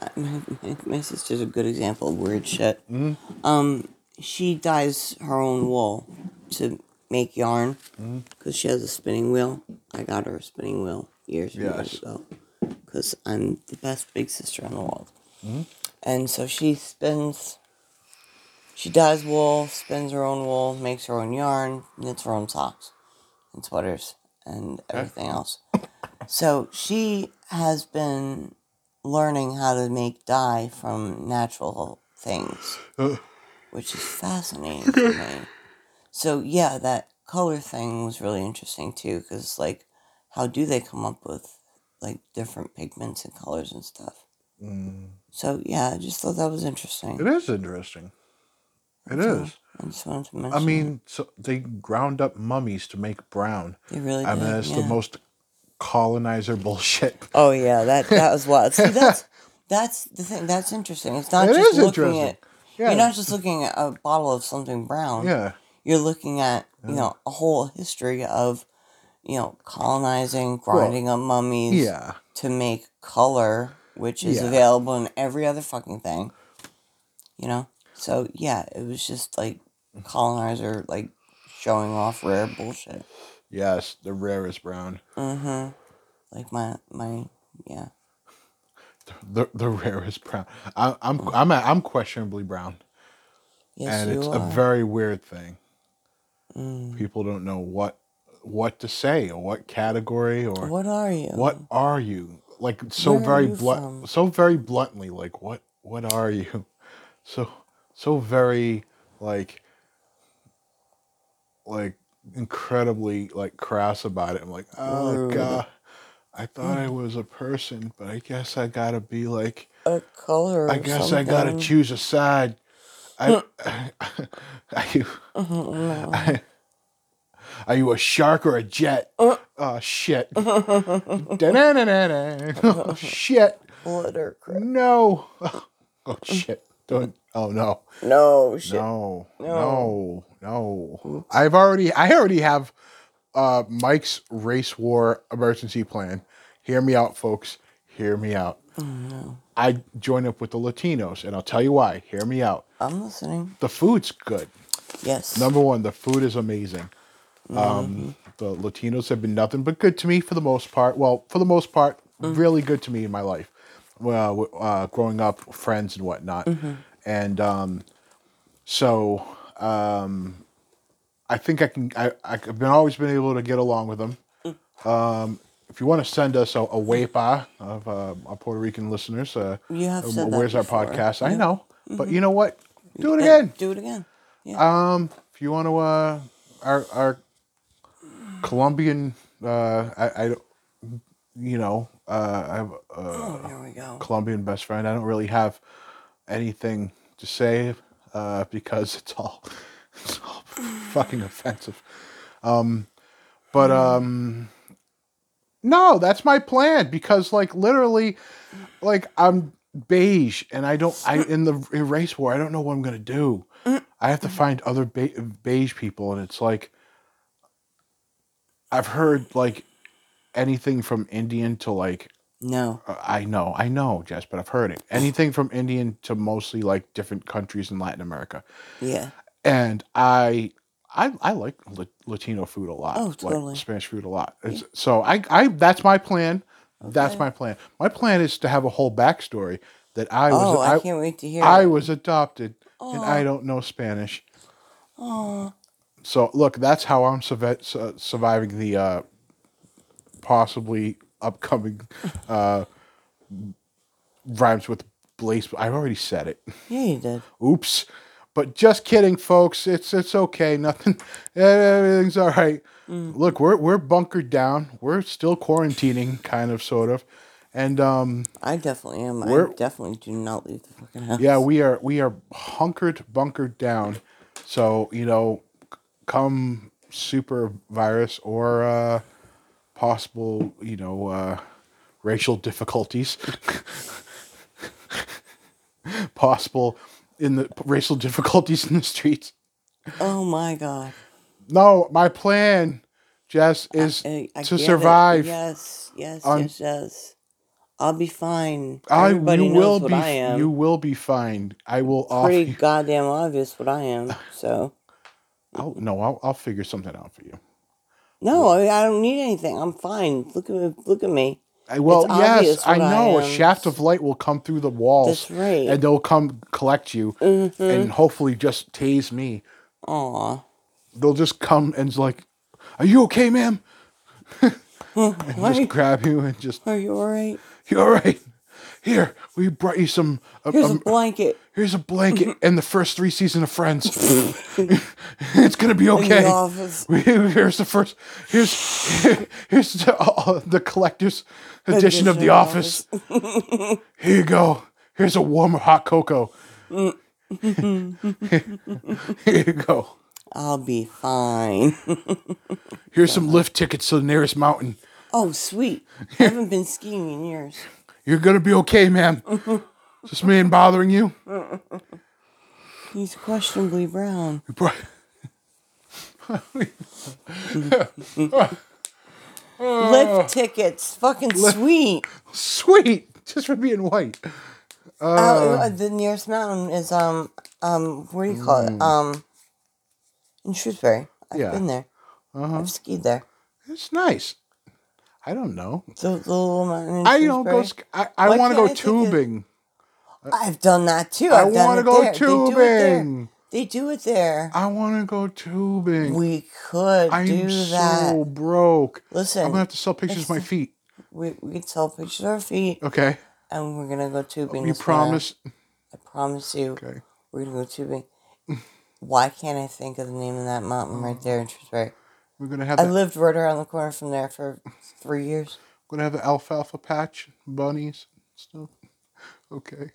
[SPEAKER 2] I- my, my, my sister's a good example of weird shit. Um, she dyes her own wool to make yarn because she has a spinning wheel. I got her a spinning wheel years and years
[SPEAKER 1] Yes.
[SPEAKER 2] ago because I'm the best big sister in the world. And so she spins, she dyes wool, spins her own wool, makes her own yarn, knits her own socks and sweaters and everything else. So she has been learning how to make dye from natural things,
[SPEAKER 1] Uh.
[SPEAKER 2] which is fascinating to me. So yeah, that color thing was really interesting too, because like, how do they come up with like different pigments and colors and stuff? So yeah, I just thought that was interesting.
[SPEAKER 1] Mm. It is interesting. It is.
[SPEAKER 2] So, I just wanted to mention.
[SPEAKER 1] I mean, so they ground up mummies to make brown.
[SPEAKER 2] it. they really.
[SPEAKER 1] I mean,
[SPEAKER 2] did,
[SPEAKER 1] that's the
[SPEAKER 2] yeah.
[SPEAKER 1] most colonizer bullshit.
[SPEAKER 2] Oh yeah, that that was wild. See, that's that's the thing. That's interesting. It's not
[SPEAKER 1] It is
[SPEAKER 2] just looking
[SPEAKER 1] interesting.
[SPEAKER 2] at.
[SPEAKER 1] Yeah.
[SPEAKER 2] You're not just looking at a bottle of something brown.
[SPEAKER 1] Yeah.
[SPEAKER 2] You're looking at you know a whole history of, you know, colonizing, grinding up mummies.
[SPEAKER 1] Yeah.
[SPEAKER 2] To make color, which is
[SPEAKER 1] Yeah.
[SPEAKER 2] available in every other fucking thing. You know. So yeah, it was just like colonizer like showing off rare bullshit.
[SPEAKER 1] Yes, the rarest brown.
[SPEAKER 2] Mm-hmm. Like my my yeah.
[SPEAKER 1] The the rarest brown. I, I'm I'm I'm questionably brown,
[SPEAKER 2] Yes,
[SPEAKER 1] and
[SPEAKER 2] you
[SPEAKER 1] it's
[SPEAKER 2] are.
[SPEAKER 1] a very weird thing. People don't know what what to say or what category or
[SPEAKER 2] What are you?
[SPEAKER 1] what are you like so
[SPEAKER 2] Where are
[SPEAKER 1] very
[SPEAKER 2] you
[SPEAKER 1] blunt
[SPEAKER 2] from?
[SPEAKER 1] so very bluntly like what what are you so so very like like incredibly like crass about it i'm like oh
[SPEAKER 2] Rude.
[SPEAKER 1] god i thought i was a person but i guess i gotta be like
[SPEAKER 2] A color. or
[SPEAKER 1] i guess i gotta
[SPEAKER 2] something.
[SPEAKER 1] choose a side I, are you
[SPEAKER 2] Mm-hmm,
[SPEAKER 1] are you a shark or a jet
[SPEAKER 2] Uh.
[SPEAKER 1] oh shit Da-na-na-na-na. oh shit
[SPEAKER 2] Glitter crap.
[SPEAKER 1] No. Oh, shit. Don't. Oh no.
[SPEAKER 2] No shit.
[SPEAKER 1] No. No. No. I've already. I already have. Uh, Mike's race war emergency plan. Hear me out, folks. Hear me out. I join up with the Latinos, and I'll tell you why. Hear me out.
[SPEAKER 2] I'm listening.
[SPEAKER 1] The food's good.
[SPEAKER 2] Yes. Mm-hmm.
[SPEAKER 1] Number one, the food is amazing. Um, the Latinos have been nothing but good to me for the most part. Well, for the most part,
[SPEAKER 2] Mm.
[SPEAKER 1] really good to me in my life. Well, w- uh, growing up, friends and whatnot,
[SPEAKER 2] Mm-hmm.
[SPEAKER 1] and um, so um, I think I can. I, I've been always been able to get along with them.
[SPEAKER 2] Mm.
[SPEAKER 1] Um, if you want to send us a, a WEPA of uh, our Puerto Rican listeners, uh,
[SPEAKER 2] You have
[SPEAKER 1] um,
[SPEAKER 2] said that
[SPEAKER 1] where's
[SPEAKER 2] before. Mm-hmm.
[SPEAKER 1] our podcast? I know, but you know what? Do it
[SPEAKER 2] Yeah,
[SPEAKER 1] again.
[SPEAKER 2] Do it again. Yeah.
[SPEAKER 1] Um, if you want to, uh, our our Colombian, uh, I, I don't, you know, uh, I have a
[SPEAKER 2] oh, here we go.
[SPEAKER 1] Colombian best friend. I don't really have anything to say, uh, because it's all, it's all fucking offensive. Um, but um, no, that's my plan because, like, literally, like I'm beige and I don't I in the race war I don't know what I'm gonna do. I have to find other be- beige people and it's like I've heard like anything from Indian to like
[SPEAKER 2] No.
[SPEAKER 1] uh, I know I know Jess but I've heard it anything from Indian to mostly like different countries in Latin America
[SPEAKER 2] Yeah.
[SPEAKER 1] and I I, I like La- Latino food a lot.
[SPEAKER 2] Oh,
[SPEAKER 1] Like
[SPEAKER 2] totally.
[SPEAKER 1] Spanish food a lot. It's, so I, I that's my plan. That's
[SPEAKER 2] Okay.
[SPEAKER 1] my plan. My plan is to have a whole backstory that I was
[SPEAKER 2] Oh, I,
[SPEAKER 1] I,
[SPEAKER 2] can't wait to hear.
[SPEAKER 1] I
[SPEAKER 2] it.
[SPEAKER 1] was adopted and I don't know Spanish. So look, that's how I'm survi- su- surviving the uh, possibly upcoming uh, rhymes with Blaze. I've already said it.
[SPEAKER 2] Yeah, you did.
[SPEAKER 1] Oops. But just kidding, folks. It's it's okay. Nothing. Everything's all right. Look, we're we're bunkered down. We're still quarantining, kind of, sort of, and um,
[SPEAKER 2] I definitely am.
[SPEAKER 1] We're-
[SPEAKER 2] I definitely do not leave the fucking house.
[SPEAKER 1] yeah, we are we are hunkered, bunkered down. So you know, c- come super virus or uh, possible you know uh, racial difficulties, possible in the racial difficulties in the streets.
[SPEAKER 2] Oh my god.
[SPEAKER 1] No, my plan, Jess, is
[SPEAKER 2] I, I
[SPEAKER 1] to
[SPEAKER 2] get it.
[SPEAKER 1] survive.
[SPEAKER 2] Yes. Yes.
[SPEAKER 1] on-
[SPEAKER 2] yes. Yes. I'll be fine.
[SPEAKER 1] I
[SPEAKER 2] Everybody
[SPEAKER 1] you
[SPEAKER 2] knows
[SPEAKER 1] will
[SPEAKER 2] what
[SPEAKER 1] be
[SPEAKER 2] I am.
[SPEAKER 1] you will be fine. I will offer
[SPEAKER 2] Pretty
[SPEAKER 1] you.
[SPEAKER 2] goddamn obvious what I am. So.
[SPEAKER 1] I'll, no, I'll, I'll figure something out for you.
[SPEAKER 2] No, I, I don't need anything. I'm fine. Look at me. Look at me.
[SPEAKER 1] I- well,
[SPEAKER 2] It's
[SPEAKER 1] yes,
[SPEAKER 2] obvious
[SPEAKER 1] I
[SPEAKER 2] what I
[SPEAKER 1] know. a
[SPEAKER 2] am.
[SPEAKER 1] shaft of light will come through the walls.
[SPEAKER 2] That's right. Mm-hmm.
[SPEAKER 1] And they'll come collect you and hopefully just tase me.
[SPEAKER 2] Aw.
[SPEAKER 1] They'll just come and it's like, Are you okay, ma'am? and
[SPEAKER 2] Why-
[SPEAKER 1] just grab you and just,
[SPEAKER 2] Are you alright?
[SPEAKER 1] You're all right. Here, we brought you some. a-
[SPEAKER 2] Here's
[SPEAKER 1] a-
[SPEAKER 2] a blanket.
[SPEAKER 1] here's a blanket and the first three season of Friends. it's gonna be
[SPEAKER 2] the
[SPEAKER 1] okay.
[SPEAKER 2] office.
[SPEAKER 1] We- here's the first. Here's here's the, uh, the collector's edition of
[SPEAKER 2] Edition
[SPEAKER 1] The
[SPEAKER 2] of
[SPEAKER 1] Office. Here you go. Here's a warm hot cocoa. Here you go.
[SPEAKER 2] I'll be fine.
[SPEAKER 1] Here's some lift tickets to the nearest mountain.
[SPEAKER 2] oh, sweet. I haven't been skiing in years.
[SPEAKER 1] You're gonna be okay, ma'am. Is this man bothering you?
[SPEAKER 2] He's questionably brown.
[SPEAKER 1] We brought. Uh,
[SPEAKER 2] Lift tickets. Fucking sweet.
[SPEAKER 1] Sweet, just for being white.
[SPEAKER 2] Out- uh, the nearest mountain is um um what do you call it um in Shrewsbury.
[SPEAKER 1] Hmm.
[SPEAKER 2] I've
[SPEAKER 1] Yeah. Uh-huh.
[SPEAKER 2] been there. I've skied there.
[SPEAKER 1] It's nice. I don't know.
[SPEAKER 2] The, the little mountain. In
[SPEAKER 1] I don't go.
[SPEAKER 2] Shrewsbury.
[SPEAKER 1] sk- I, I
[SPEAKER 2] Why
[SPEAKER 1] want to go
[SPEAKER 2] can't I think of-
[SPEAKER 1] tubing.
[SPEAKER 2] I've done that too.
[SPEAKER 1] I
[SPEAKER 2] I've done
[SPEAKER 1] wanna
[SPEAKER 2] it
[SPEAKER 1] go
[SPEAKER 2] there. They do it there.
[SPEAKER 1] tubing.
[SPEAKER 2] They do it there.
[SPEAKER 1] I want to go tubing.
[SPEAKER 2] We could do
[SPEAKER 1] I'm
[SPEAKER 2] that.
[SPEAKER 1] so broke.
[SPEAKER 2] Listen,
[SPEAKER 1] I'm gonna have to sell pictures of my feet.
[SPEAKER 2] we we can sell pictures of our feet,
[SPEAKER 1] Okay,
[SPEAKER 2] and we're gonna go tubing.
[SPEAKER 1] you
[SPEAKER 2] this winter.
[SPEAKER 1] promise?
[SPEAKER 2] I promise you,
[SPEAKER 1] Okay,
[SPEAKER 2] we're gonna go tubing. Why can't I think of the name of that mountain right there in Shrewsbury?
[SPEAKER 1] we're gonna have
[SPEAKER 2] I
[SPEAKER 1] the,
[SPEAKER 2] lived right around the corner from there for three years.
[SPEAKER 1] gonna have the alfalfa patch bunnies and stuff. Okay.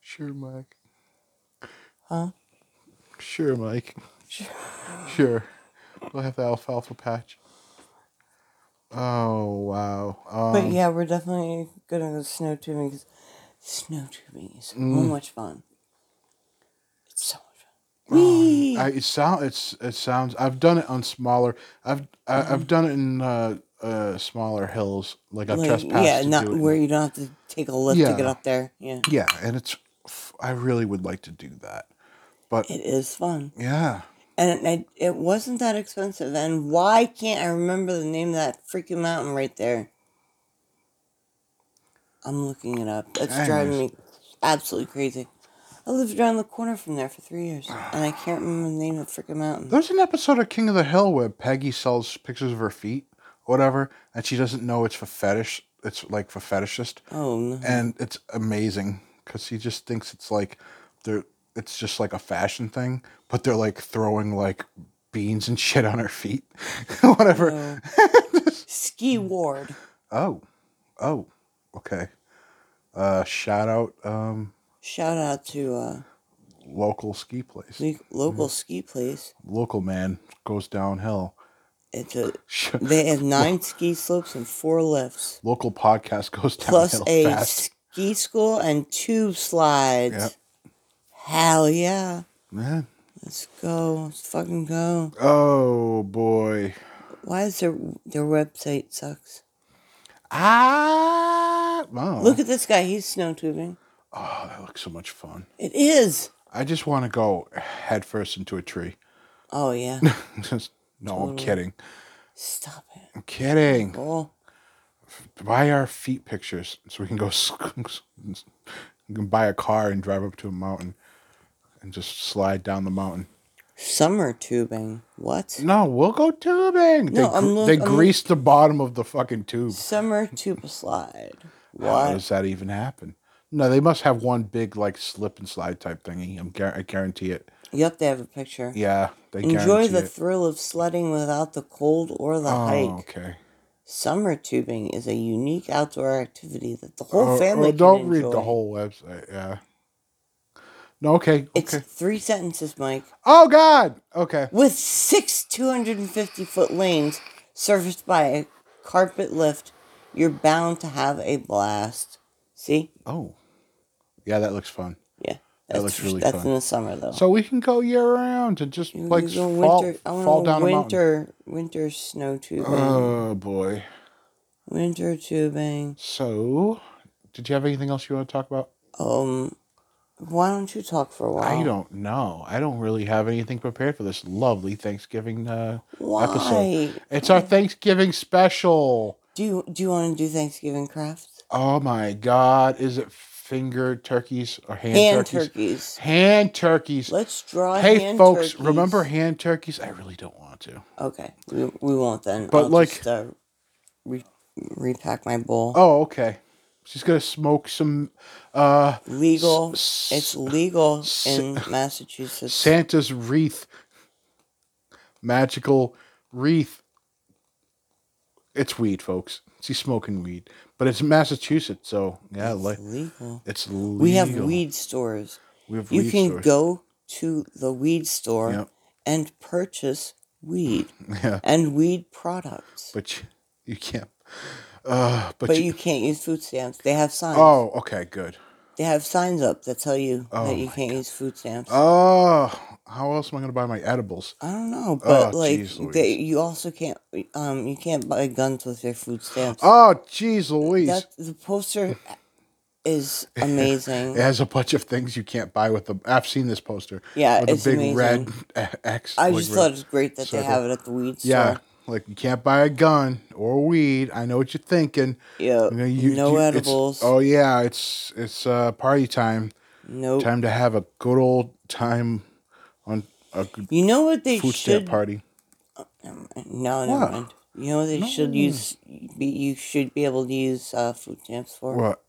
[SPEAKER 1] Sure, Mike.
[SPEAKER 2] Mm-hmm. Huh?
[SPEAKER 1] Sure, Mike. Sure. We'll have the alfalfa patch. Oh wow. Um,
[SPEAKER 2] But yeah, we're definitely gonna go snow tubing because snow tubing is so
[SPEAKER 1] Mm.
[SPEAKER 2] much fun. It's so much fun. Whee!
[SPEAKER 1] Um, I, it sound it's it sounds I've done it on smaller I've I,
[SPEAKER 2] Mm-hmm.
[SPEAKER 1] I've done it in uh, uh smaller hills like I've
[SPEAKER 2] Like,
[SPEAKER 1] trespassed
[SPEAKER 2] yeah,
[SPEAKER 1] to
[SPEAKER 2] not
[SPEAKER 1] do it.
[SPEAKER 2] where you don't have to take a lift
[SPEAKER 1] Yeah.
[SPEAKER 2] to get up there. Yeah,
[SPEAKER 1] yeah and it's f- I really would like to do that but
[SPEAKER 2] it is fun,
[SPEAKER 1] yeah
[SPEAKER 2] and it, it wasn't that expensive. And why can't I remember the name of that freaking mountain right there? I'm looking it up. That's driving me absolutely crazy. I lived around the corner from there for three years, and I can't remember the name of the freaking mountain.
[SPEAKER 1] there's an episode of King of the Hill where Peggy sells pictures of her feet whatever and she doesn't know it's for fetish it's like for fetishist
[SPEAKER 2] Oh no!
[SPEAKER 1] and it's amazing because he just thinks it's like they're it's just like a fashion thing but they're like throwing like beans and shit on her feet whatever
[SPEAKER 2] Oh. Ski Ward.
[SPEAKER 1] Oh, oh, okay. Uh, shout out um,
[SPEAKER 2] Shout out to uh,
[SPEAKER 1] local ski place.
[SPEAKER 2] the local ski place.
[SPEAKER 1] Local man goes downhill.
[SPEAKER 2] It's a They have nine ski slopes and four lifts,
[SPEAKER 1] local podcast goes downhill
[SPEAKER 2] plus a
[SPEAKER 1] fast.
[SPEAKER 2] ski school and tube slides.
[SPEAKER 1] Yep.
[SPEAKER 2] Hell yeah.
[SPEAKER 1] Man.
[SPEAKER 2] Let's go. Let's fucking go.
[SPEAKER 1] Oh boy.
[SPEAKER 2] Why is their their website sucks?
[SPEAKER 1] Ah. Wow.
[SPEAKER 2] Look at this guy. He's snow tubing.
[SPEAKER 1] Oh, that looks so much fun.
[SPEAKER 2] It is.
[SPEAKER 1] I just want to go headfirst into a tree.
[SPEAKER 2] Oh yeah.
[SPEAKER 1] just no, I'm kidding.
[SPEAKER 2] Stop it.
[SPEAKER 1] I'm kidding.
[SPEAKER 2] Oh,
[SPEAKER 1] Buy our feet pictures so we can go. s- You can buy a car and drive up to a mountain, and just slide down the mountain.
[SPEAKER 2] summer tubing. What?
[SPEAKER 1] No, we'll go tubing. they
[SPEAKER 2] No, I'm
[SPEAKER 1] gre-
[SPEAKER 2] look-
[SPEAKER 1] they
[SPEAKER 2] I'm look-
[SPEAKER 1] greased the bottom of the fucking tube.
[SPEAKER 2] Summer tube slide.
[SPEAKER 1] How
[SPEAKER 2] What?
[SPEAKER 1] does that even happen? No, they must have one big like slip and slide type thingy. I'm guar I guarantee it.
[SPEAKER 2] Yep, they have a picture.
[SPEAKER 1] Yeah, they
[SPEAKER 2] Enjoy
[SPEAKER 1] guarantee
[SPEAKER 2] the
[SPEAKER 1] it.
[SPEAKER 2] thrill of sledding without the cold or the hike.
[SPEAKER 1] Oh, okay.
[SPEAKER 2] Summer tubing is a unique outdoor activity that the whole
[SPEAKER 1] Oh,
[SPEAKER 2] family
[SPEAKER 1] oh,
[SPEAKER 2] can
[SPEAKER 1] don't read the
[SPEAKER 2] enjoy.
[SPEAKER 1] whole website. Yeah. No. Okay.
[SPEAKER 2] It's
[SPEAKER 1] Okay.
[SPEAKER 2] three sentences, Mike,
[SPEAKER 1] oh God. Okay.
[SPEAKER 2] with six 250 foot lanes serviced by a carpet lift. You're bound to have a blast. See?
[SPEAKER 1] Oh. Yeah, that looks fun.
[SPEAKER 2] Yeah.
[SPEAKER 1] That
[SPEAKER 2] That's,
[SPEAKER 1] looks really
[SPEAKER 2] that's
[SPEAKER 1] fun.
[SPEAKER 2] in the summer, though.
[SPEAKER 1] So we can go year round and just
[SPEAKER 2] You
[SPEAKER 1] like
[SPEAKER 2] go
[SPEAKER 1] fall,
[SPEAKER 2] winter, I wanna
[SPEAKER 1] fall
[SPEAKER 2] go
[SPEAKER 1] down a mountain.
[SPEAKER 2] winter, winter snow tubing.
[SPEAKER 1] Oh boy.
[SPEAKER 2] winter tubing.
[SPEAKER 1] So, did you have anything else you want to talk about?
[SPEAKER 2] Um, why don't you talk for a while?
[SPEAKER 1] I don't know. I don't really have anything prepared for this lovely Thanksgiving uh,
[SPEAKER 2] Why?
[SPEAKER 1] episode. It's our Thanksgiving special.
[SPEAKER 2] Do you do you want to do Thanksgiving crafts?
[SPEAKER 1] Oh my God! Is it finger turkeys or hand,
[SPEAKER 2] Hand
[SPEAKER 1] turkeys?
[SPEAKER 2] turkeys.
[SPEAKER 1] Hand turkeys.
[SPEAKER 2] Let's draw.
[SPEAKER 1] hey,
[SPEAKER 2] hand
[SPEAKER 1] folks!
[SPEAKER 2] turkeys.
[SPEAKER 1] Remember hand turkeys? I really don't want to.
[SPEAKER 2] Okay, we, we won't then.
[SPEAKER 1] But,
[SPEAKER 2] I'll
[SPEAKER 1] like-
[SPEAKER 2] just, uh, re- repack my bowl.
[SPEAKER 1] Oh, okay. She's gonna smoke some. Uh,
[SPEAKER 2] legal.
[SPEAKER 1] s- uh,
[SPEAKER 2] it's legal in Massachusetts.
[SPEAKER 1] Santa's wreath. Magical wreath. It's weed, folks. She's smoking weed, but it's Massachusetts, so yeah,
[SPEAKER 2] It's
[SPEAKER 1] like
[SPEAKER 2] legal.
[SPEAKER 1] it's legal.
[SPEAKER 2] We have weed stores.
[SPEAKER 1] We have
[SPEAKER 2] You
[SPEAKER 1] weed
[SPEAKER 2] can
[SPEAKER 1] stores.
[SPEAKER 2] go to the weed store
[SPEAKER 1] Yep.
[SPEAKER 2] and purchase weed
[SPEAKER 1] Yeah,
[SPEAKER 2] and weed products.
[SPEAKER 1] but you, you can't. Uh, but,
[SPEAKER 2] But
[SPEAKER 1] you,
[SPEAKER 2] you can't use food stamps. They have signs.
[SPEAKER 1] Oh, okay, good.
[SPEAKER 2] They have signs up that tell you
[SPEAKER 1] Oh
[SPEAKER 2] that you can't use food stamps.
[SPEAKER 1] Oh, how else am I gonna buy my edibles?
[SPEAKER 2] I don't know, but
[SPEAKER 1] Oh,
[SPEAKER 2] like
[SPEAKER 1] geez, Louise.
[SPEAKER 2] they, you also can't um you can't buy guns with your food stamps.
[SPEAKER 1] Oh, geez, Louise.
[SPEAKER 2] That the poster is amazing.
[SPEAKER 1] It has a bunch of things you can't buy with the. I've seen this poster.
[SPEAKER 2] Yeah,
[SPEAKER 1] with
[SPEAKER 2] it's
[SPEAKER 1] a big
[SPEAKER 2] amazing.
[SPEAKER 1] red a- X.
[SPEAKER 2] I
[SPEAKER 1] like
[SPEAKER 2] just
[SPEAKER 1] red-
[SPEAKER 2] thought it was great that they
[SPEAKER 1] circle.
[SPEAKER 2] have it at the weed store.
[SPEAKER 1] Yeah, like you can't buy a gun or weed. I know what you're thinking.
[SPEAKER 2] Yeah,
[SPEAKER 1] You know, you-
[SPEAKER 2] no
[SPEAKER 1] you- it's-
[SPEAKER 2] edibles.
[SPEAKER 1] Oh yeah, it's it's uh, party time.
[SPEAKER 2] no.
[SPEAKER 1] Time to have a good old time on a good
[SPEAKER 2] You know what they
[SPEAKER 1] food
[SPEAKER 2] should?
[SPEAKER 1] stamp party.
[SPEAKER 2] Never mind. No, never
[SPEAKER 1] What?
[SPEAKER 2] mind. You know what they should use? Be you should be able to use uh, food stamps for
[SPEAKER 1] What?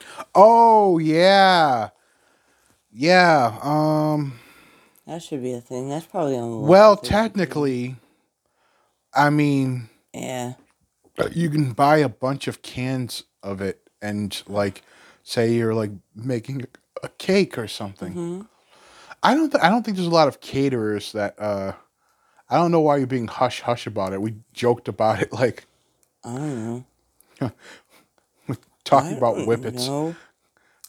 [SPEAKER 1] Hmm. Oh yeah, yeah. Um.
[SPEAKER 2] that should be a thing. That's probably on the list
[SPEAKER 1] Well,
[SPEAKER 2] of things.
[SPEAKER 1] technically, I mean,
[SPEAKER 2] yeah,
[SPEAKER 1] you can buy a bunch of cans of it and like say you're like making a cake or something.
[SPEAKER 2] Mm-hmm.
[SPEAKER 1] I don't th- I don't think there's a lot of caterers that uh I don't know why you're being hush hush about it. We joked about it like
[SPEAKER 2] I don't know.
[SPEAKER 1] talking
[SPEAKER 2] I
[SPEAKER 1] about
[SPEAKER 2] don't
[SPEAKER 1] whippets.
[SPEAKER 2] know.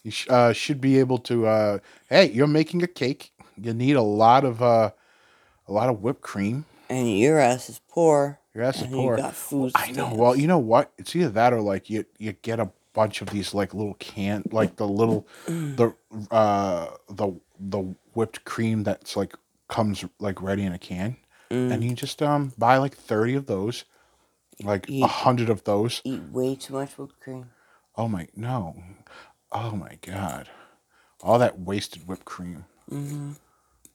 [SPEAKER 1] You sh- uh, should be able to uh hey, you're making a cake. You need a lot of uh a lot of whipped cream.
[SPEAKER 2] And your ass is poor.
[SPEAKER 1] Your ass is
[SPEAKER 2] and
[SPEAKER 1] poor.
[SPEAKER 2] You got food
[SPEAKER 1] I know. Well, you know what? It's either that or like you you get a bunch of these like little can like the little the uh the the whipped cream that's like comes like ready in a can,
[SPEAKER 2] Mm.
[SPEAKER 1] and you just um buy like thirty of those, like a
[SPEAKER 2] Eat.
[SPEAKER 1] hundred of those.
[SPEAKER 2] stamps. Eat way too much whipped cream.
[SPEAKER 1] Oh my no, oh my god, all that wasted whipped cream.
[SPEAKER 2] Mm-hmm.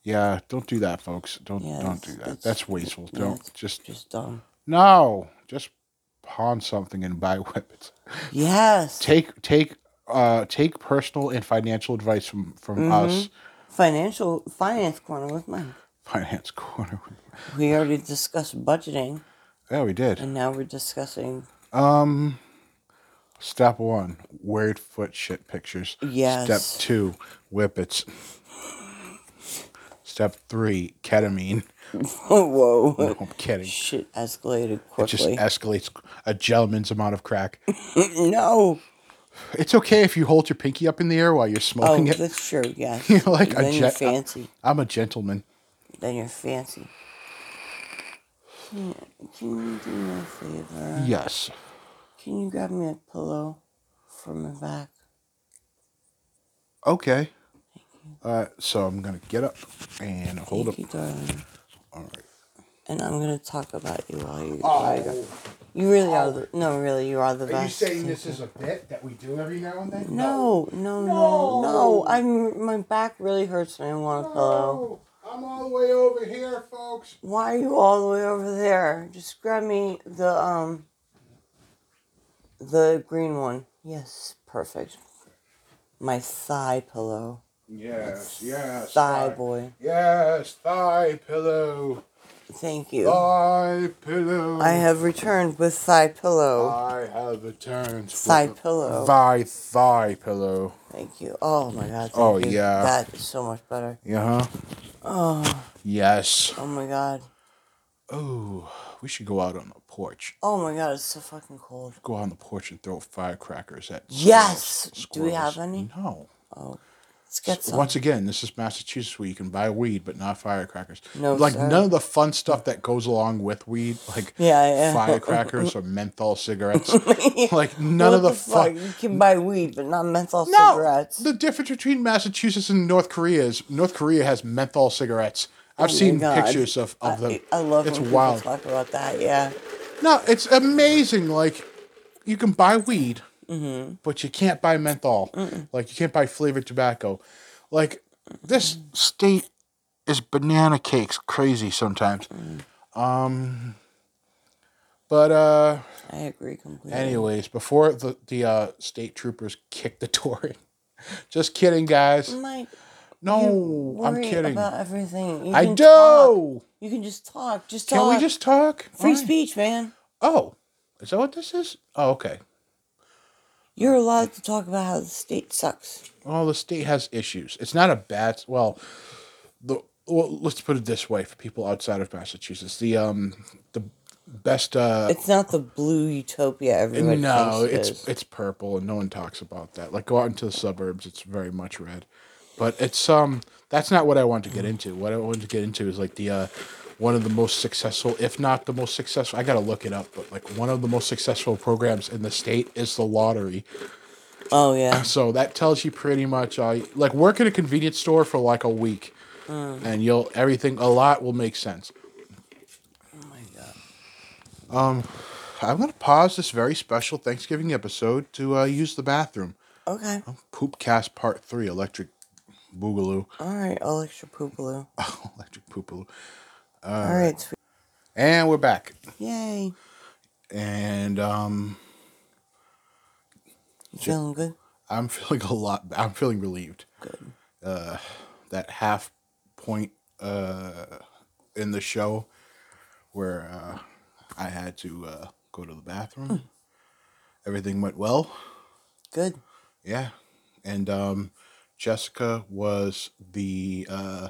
[SPEAKER 1] Yeah, don't do that, folks. Don't
[SPEAKER 2] Yeah,
[SPEAKER 1] don't
[SPEAKER 2] that's-
[SPEAKER 1] do that.
[SPEAKER 2] that's-
[SPEAKER 1] That's wasteful.
[SPEAKER 2] yeah,
[SPEAKER 1] don't
[SPEAKER 2] it's
[SPEAKER 1] just
[SPEAKER 2] Just um, dumb.
[SPEAKER 1] no, just pawn something and buy whippets.
[SPEAKER 2] Yes.
[SPEAKER 1] Take take uh take personal and financial advice from from
[SPEAKER 2] Mm-hmm.
[SPEAKER 1] us,
[SPEAKER 2] Financial finance corner with Mike.
[SPEAKER 1] Finance Corner.
[SPEAKER 2] We already discussed budgeting,
[SPEAKER 1] Yeah, we did. Um,
[SPEAKER 2] and now we're discussing
[SPEAKER 1] Step one, weird foot shit pictures.
[SPEAKER 2] Yes.
[SPEAKER 1] Step two, whippets. Step three, ketamine.
[SPEAKER 2] whoa,
[SPEAKER 1] No, I'm kidding.
[SPEAKER 2] shit escalated
[SPEAKER 1] It just
[SPEAKER 2] quickly.
[SPEAKER 1] escalates a gentleman's amount of crack.
[SPEAKER 2] no,
[SPEAKER 1] It's okay if you hold your pinky up in the air while you're
[SPEAKER 2] oh,
[SPEAKER 1] smoking it.
[SPEAKER 2] that's true. Yes,
[SPEAKER 1] You're like a
[SPEAKER 2] then you're
[SPEAKER 1] jet-
[SPEAKER 2] fancy.
[SPEAKER 1] I'm a gentleman.
[SPEAKER 2] Then you're fancy. Can you, can you do me a favor?
[SPEAKER 1] Yes.
[SPEAKER 2] Can you grab me a pillow from my back?
[SPEAKER 1] Okay. Uh, so I'm gonna get up and hold up.
[SPEAKER 2] Thank you, darling.
[SPEAKER 1] All right.
[SPEAKER 2] And I'm gonna talk about you while you.
[SPEAKER 1] Oh.
[SPEAKER 2] while you go. You really are the no, really, you are the best.
[SPEAKER 1] this is a bit that we do every now and then?
[SPEAKER 2] No, no, no, no. I'm my back really hurts and I want a pillow.
[SPEAKER 1] I'm all the way over here, folks.
[SPEAKER 2] Why are you all the way over there? Just grab me the um the green one. Yes, perfect. My thigh pillow.
[SPEAKER 1] Yes, yes.
[SPEAKER 2] Thigh boy.
[SPEAKER 1] Yes, thigh pillow.
[SPEAKER 2] Thank
[SPEAKER 1] Oh.
[SPEAKER 2] you.
[SPEAKER 1] Thigh pillow.
[SPEAKER 2] I have returned with thigh pillow.
[SPEAKER 1] I have returned. for
[SPEAKER 2] Thigh pillow.
[SPEAKER 1] Thy thigh pillow.
[SPEAKER 2] Thank you. Oh my god. Thank
[SPEAKER 1] Oh,
[SPEAKER 2] you.
[SPEAKER 1] yeah.
[SPEAKER 2] That is so much better.
[SPEAKER 1] Yeah. huh?
[SPEAKER 2] Oh,
[SPEAKER 1] Uh-huh. Yes.
[SPEAKER 2] oh my god.
[SPEAKER 1] Oh, we should go out on the porch.
[SPEAKER 2] Oh my god, it's so fucking cold.
[SPEAKER 1] Go out on the porch and throw firecrackers at squirrels.
[SPEAKER 2] Yes! Do we have any?
[SPEAKER 1] No.
[SPEAKER 2] Let's get some.
[SPEAKER 1] Once again, this is Massachusetts where you can buy weed but not firecrackers.
[SPEAKER 2] No,
[SPEAKER 1] like
[SPEAKER 2] sir.
[SPEAKER 1] none of the fun stuff that goes along with weed, like
[SPEAKER 2] Yeah, yeah.
[SPEAKER 1] firecrackers or menthol cigarettes. Like none
[SPEAKER 2] What
[SPEAKER 1] of the,
[SPEAKER 2] fuck?
[SPEAKER 1] fun.
[SPEAKER 2] You can buy weed, but not menthol
[SPEAKER 1] No,
[SPEAKER 2] cigarettes.
[SPEAKER 1] the difference between Massachusetts and North Korea is North Korea has menthol cigarettes I've
[SPEAKER 2] Oh my
[SPEAKER 1] seen
[SPEAKER 2] God.
[SPEAKER 1] pictures of, of them.
[SPEAKER 2] I, I love
[SPEAKER 1] it's
[SPEAKER 2] when
[SPEAKER 1] wild.
[SPEAKER 2] people talk about that. Yeah,
[SPEAKER 1] No, it's amazing. Like you can buy weed,
[SPEAKER 2] Mm-hmm.
[SPEAKER 1] but you can't buy menthol. Like you can't buy flavored tobacco. Like this state is banana cakes crazy sometimes.
[SPEAKER 2] Mm.
[SPEAKER 1] Um, but uh,
[SPEAKER 2] I agree completely.
[SPEAKER 1] anyways, before the the uh, state troopers kicked the door in. Just kidding, guys.
[SPEAKER 2] Mike,
[SPEAKER 1] No, I'm
[SPEAKER 2] worry
[SPEAKER 1] kidding.
[SPEAKER 2] Mm, about everything. You
[SPEAKER 1] I
[SPEAKER 2] can
[SPEAKER 1] do.
[SPEAKER 2] talk. You can just talk. Just talk.
[SPEAKER 1] Can we just talk?
[SPEAKER 2] free
[SPEAKER 1] Fine.
[SPEAKER 2] speech, man?
[SPEAKER 1] Oh, is that what this is? Oh, okay.
[SPEAKER 2] You're allowed to talk about how the state sucks.
[SPEAKER 1] well, the state has issues. It's not a bad. Well, the well, let's put it this way for people outside of Massachusetts, the um the best uh
[SPEAKER 2] It's not the blue utopia everybody
[SPEAKER 1] no,
[SPEAKER 2] thinks it
[SPEAKER 1] it's
[SPEAKER 2] is.
[SPEAKER 1] it's purple and no one talks about that. Like go out into the suburbs, it's very much red. But it's um that's not what I want to get into. What I want to get into is like the uh one of the most successful, if not the most successful, I gotta look it up, but like one of the most successful programs in the state is the lottery.
[SPEAKER 2] oh yeah,
[SPEAKER 1] So that tells you pretty much, uh, like work at a convenience store for like a week, and you'll everything a lot will make sense. Oh my god. Um, I'm gonna pause this very special Thanksgiving episode to uh, use the bathroom.
[SPEAKER 2] okay.
[SPEAKER 1] Oh. Poopcast Part Three: Electric Boogaloo,
[SPEAKER 2] All right, Alexa Poopaloo.
[SPEAKER 1] Electric Poopaloo,
[SPEAKER 2] All right, sweet.
[SPEAKER 1] and we're back.
[SPEAKER 2] yay.
[SPEAKER 1] And um,
[SPEAKER 2] You feeling good?
[SPEAKER 1] I'm feeling a lot. I'm feeling relieved. Uh,
[SPEAKER 2] Good.
[SPEAKER 1] that half point uh, in the show where uh, I had to uh, go to the bathroom.
[SPEAKER 2] Hmm.
[SPEAKER 1] Everything went well.
[SPEAKER 2] Good.
[SPEAKER 1] Yeah. And um, Jessica was the uh,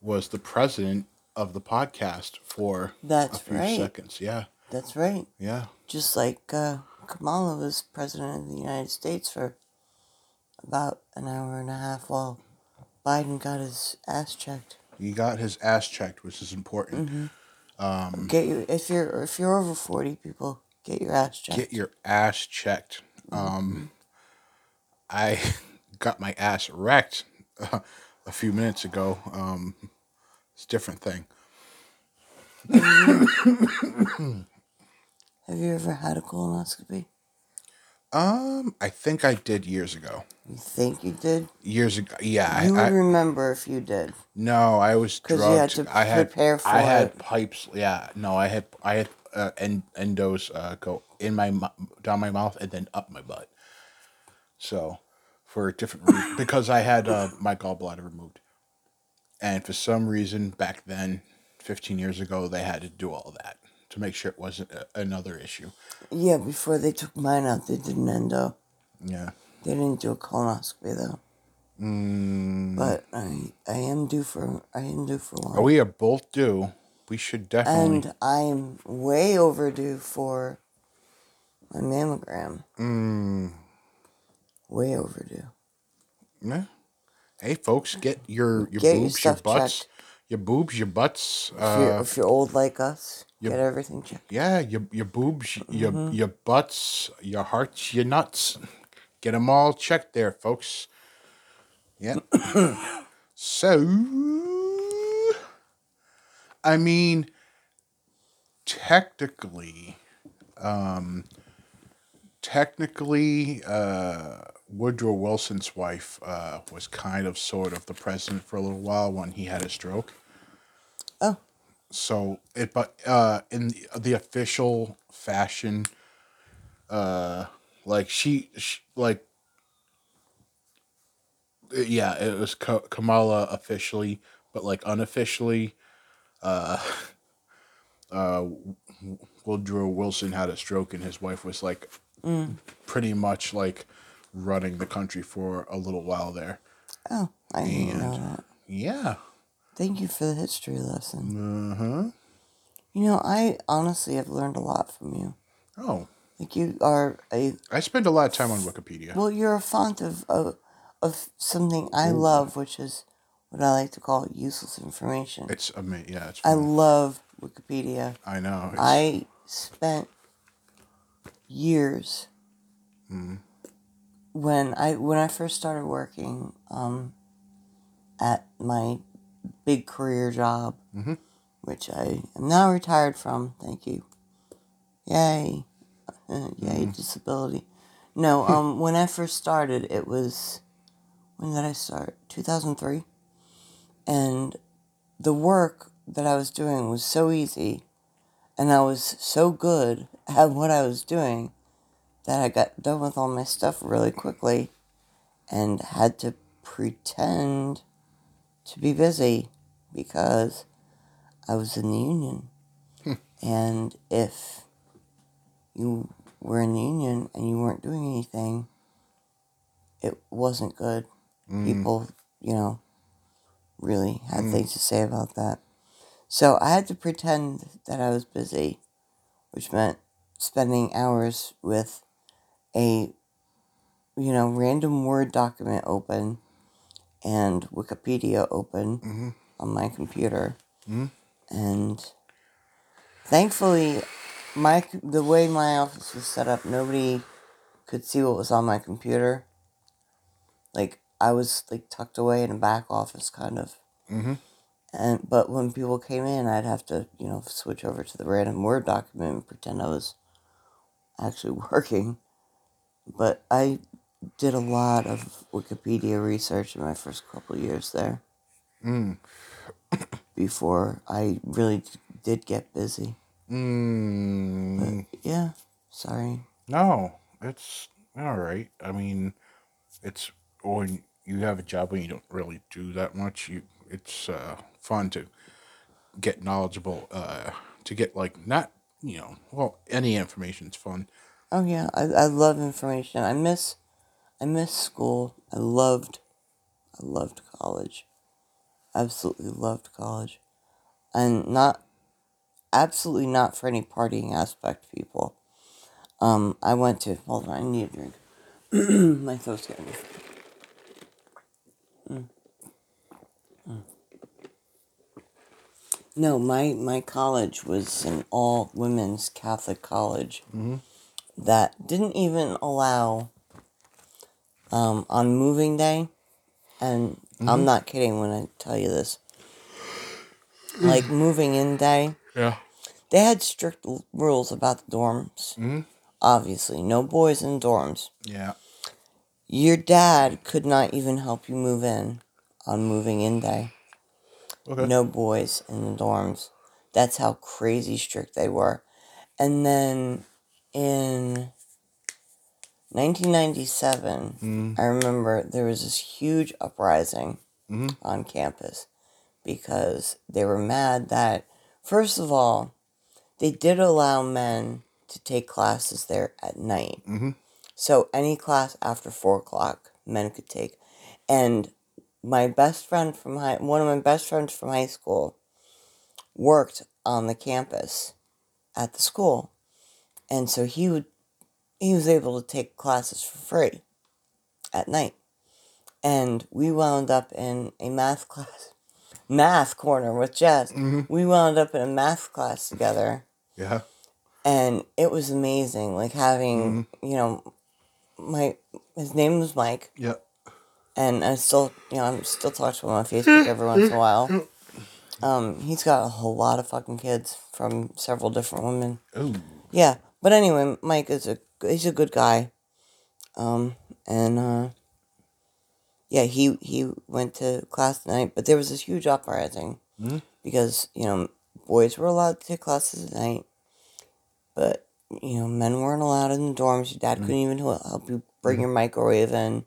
[SPEAKER 1] was the president of the podcast for
[SPEAKER 2] That's
[SPEAKER 1] a few
[SPEAKER 2] right.
[SPEAKER 1] seconds. Yeah.
[SPEAKER 2] That's right.
[SPEAKER 1] Yeah.
[SPEAKER 2] Just like uh, Kamala was president of the United States for about an hour and a half while Biden got his ass checked.
[SPEAKER 1] He got his ass checked, which is important.
[SPEAKER 2] Mm-hmm.
[SPEAKER 1] Mm.
[SPEAKER 2] Get your if you're if you're over forty people, get your ass checked.
[SPEAKER 1] Get your ass checked. Um, I got my ass wrecked uh, a few minutes ago. Um, it's a different thing.
[SPEAKER 2] Have you ever had a colonoscopy?
[SPEAKER 1] Um, I think I did years ago.
[SPEAKER 2] You think you did?
[SPEAKER 1] Years ago, yeah. I,
[SPEAKER 2] You would
[SPEAKER 1] I-
[SPEAKER 2] remember if you did.
[SPEAKER 1] no, I was
[SPEAKER 2] 'Cause
[SPEAKER 1] drugged.
[SPEAKER 2] you had to
[SPEAKER 1] I had
[SPEAKER 2] prepare for
[SPEAKER 1] I had
[SPEAKER 2] it.
[SPEAKER 1] pipes. Yeah, no, I had I had uh, en- endos uh, go in my mu- down my mouth and then up my butt. So, for a different reason, because I had uh, my gallbladder removed, and for some reason back then, fifteen years ago, they had to do all that to make sure it wasn't a- another issue.
[SPEAKER 2] Yeah, before they took mine out, they did an endo.
[SPEAKER 1] Yeah.
[SPEAKER 2] They didn't do a colonoscopy though. Mm. But I I am due for I am due for one.
[SPEAKER 1] We are both due. We should definitely.
[SPEAKER 2] And I'm way overdue for my mammogram. Mm. Way overdue.
[SPEAKER 1] Yeah. Hey, folks, get your your
[SPEAKER 2] Get your
[SPEAKER 1] boobs, your,
[SPEAKER 2] stuff
[SPEAKER 1] butts,
[SPEAKER 2] checked.
[SPEAKER 1] your boobs, your butts.
[SPEAKER 2] If you're,
[SPEAKER 1] Uh,
[SPEAKER 2] if you're old like us,
[SPEAKER 1] yep.
[SPEAKER 2] get everything checked.
[SPEAKER 1] yeah, your your boobs, your your butts, your hearts, your nuts. Get them all checked there, folks. Yeah. so, I mean, technically, um, technically, uh, Woodrow Wilson's wife uh, was kind of sort of the president for a little while when he had a stroke.
[SPEAKER 2] Oh,
[SPEAKER 1] So it, but uh, in the, the official fashion, uh, like she, she like, uh, yeah, it was Ka- Kamala officially, but like unofficially, uh, uh, Woodrow Wilson had a stroke, and his wife was like, pretty much like, running the country for a little while there.
[SPEAKER 2] oh, I didn't know that.
[SPEAKER 1] Yeah.
[SPEAKER 2] Thank you for the history lesson. Uh-huh. You know, I honestly have learned a lot from you.
[SPEAKER 1] Oh,
[SPEAKER 2] Like you are a
[SPEAKER 1] I spend a lot of time on Wikipedia.
[SPEAKER 2] well, you're a font of of, of something I love, which is what I like to call useless information.
[SPEAKER 1] It's amazing. Yeah, it's.
[SPEAKER 2] I
[SPEAKER 1] fun.
[SPEAKER 2] love Wikipedia.
[SPEAKER 1] I know. It's,
[SPEAKER 2] I spent years when I when I first started working um, at my big career job, which I am now retired from. Thank you. Yay. Uh, yay, disability. No, um, when I first started, it was, when did I start? 2003. And the work that I was doing was so easy and I was so good at what I was doing that I got done with all my stuff really quickly and had to pretend to be busy because I was in the union. and if you were in the union and you weren't doing anything, it wasn't good.
[SPEAKER 1] Mm.
[SPEAKER 2] People, you know, really had things to say about that. So I had to pretend that I was busy, which meant spending hours with a, you know, random Word document open and Wikipedia open on my computer. And thankfully, my c- the way my office was set up, nobody could see what was on my computer. Like I was like tucked away in a back office kind of and but when people came in i'd have to you know switch over to the random word document and pretend i was actually working but i did a lot of wikipedia research in my first couple years there
[SPEAKER 1] mm,
[SPEAKER 2] before i really d- did get busy
[SPEAKER 1] Mm,
[SPEAKER 2] yeah sorry
[SPEAKER 1] no, it's all right. I mean, it's when you have a job when you don't really do that much. You, it's uh, fun to get knowledgeable. Uh, to get like not you know, well, any information's fun.
[SPEAKER 2] oh yeah i, I love information i miss i miss school i loved i loved college absolutely loved college and not absolutely not for any partying aspect people Um, I went to hold on. I need a drink. My throat's getting. Mm. No, my my college was an all women's Catholic college that didn't even allow um, on moving day, and I'm not kidding when I tell you this. Like moving in day,
[SPEAKER 1] Yeah.
[SPEAKER 2] they had strict l- rules about the dorms. Obviously, no boys in dorms.
[SPEAKER 1] Yeah.
[SPEAKER 2] Your dad could not even help you move in on moving in day.
[SPEAKER 1] Okay.
[SPEAKER 2] no boys in the dorms. That's how crazy strict they were. And then in 1997,
[SPEAKER 1] Mm,
[SPEAKER 2] I remember there was this huge uprising on campus because they were mad that, first of all, they did allow men to take classes there at night.
[SPEAKER 1] mm-hmm,
[SPEAKER 2] So any class after four o'clock, men could take. And my best friend from high, one of my best friends from high school, worked on the campus at the school, and so he would he was able to take classes for free at night, and we wound up in a math class, math corner with Jess.
[SPEAKER 1] Mm-hmm.
[SPEAKER 2] We wound up in a math class together,
[SPEAKER 1] Yeah.
[SPEAKER 2] and it was amazing. Like having you know, my his name was Mike,
[SPEAKER 1] Yeah.
[SPEAKER 2] and I still, you know, I'm still talking to him on Facebook every once in a while. Um, he's got a whole lot of fucking kids from several different women.
[SPEAKER 1] Ooh.
[SPEAKER 2] Yeah, but anyway, Mike is a he's a good guy. Um, and uh, yeah, he he went to class tonight, but there was this huge uprising because you know boys were allowed to take classes at night, but you know men weren't allowed in the dorms. Your dad couldn't even hel- help you bring your microwave in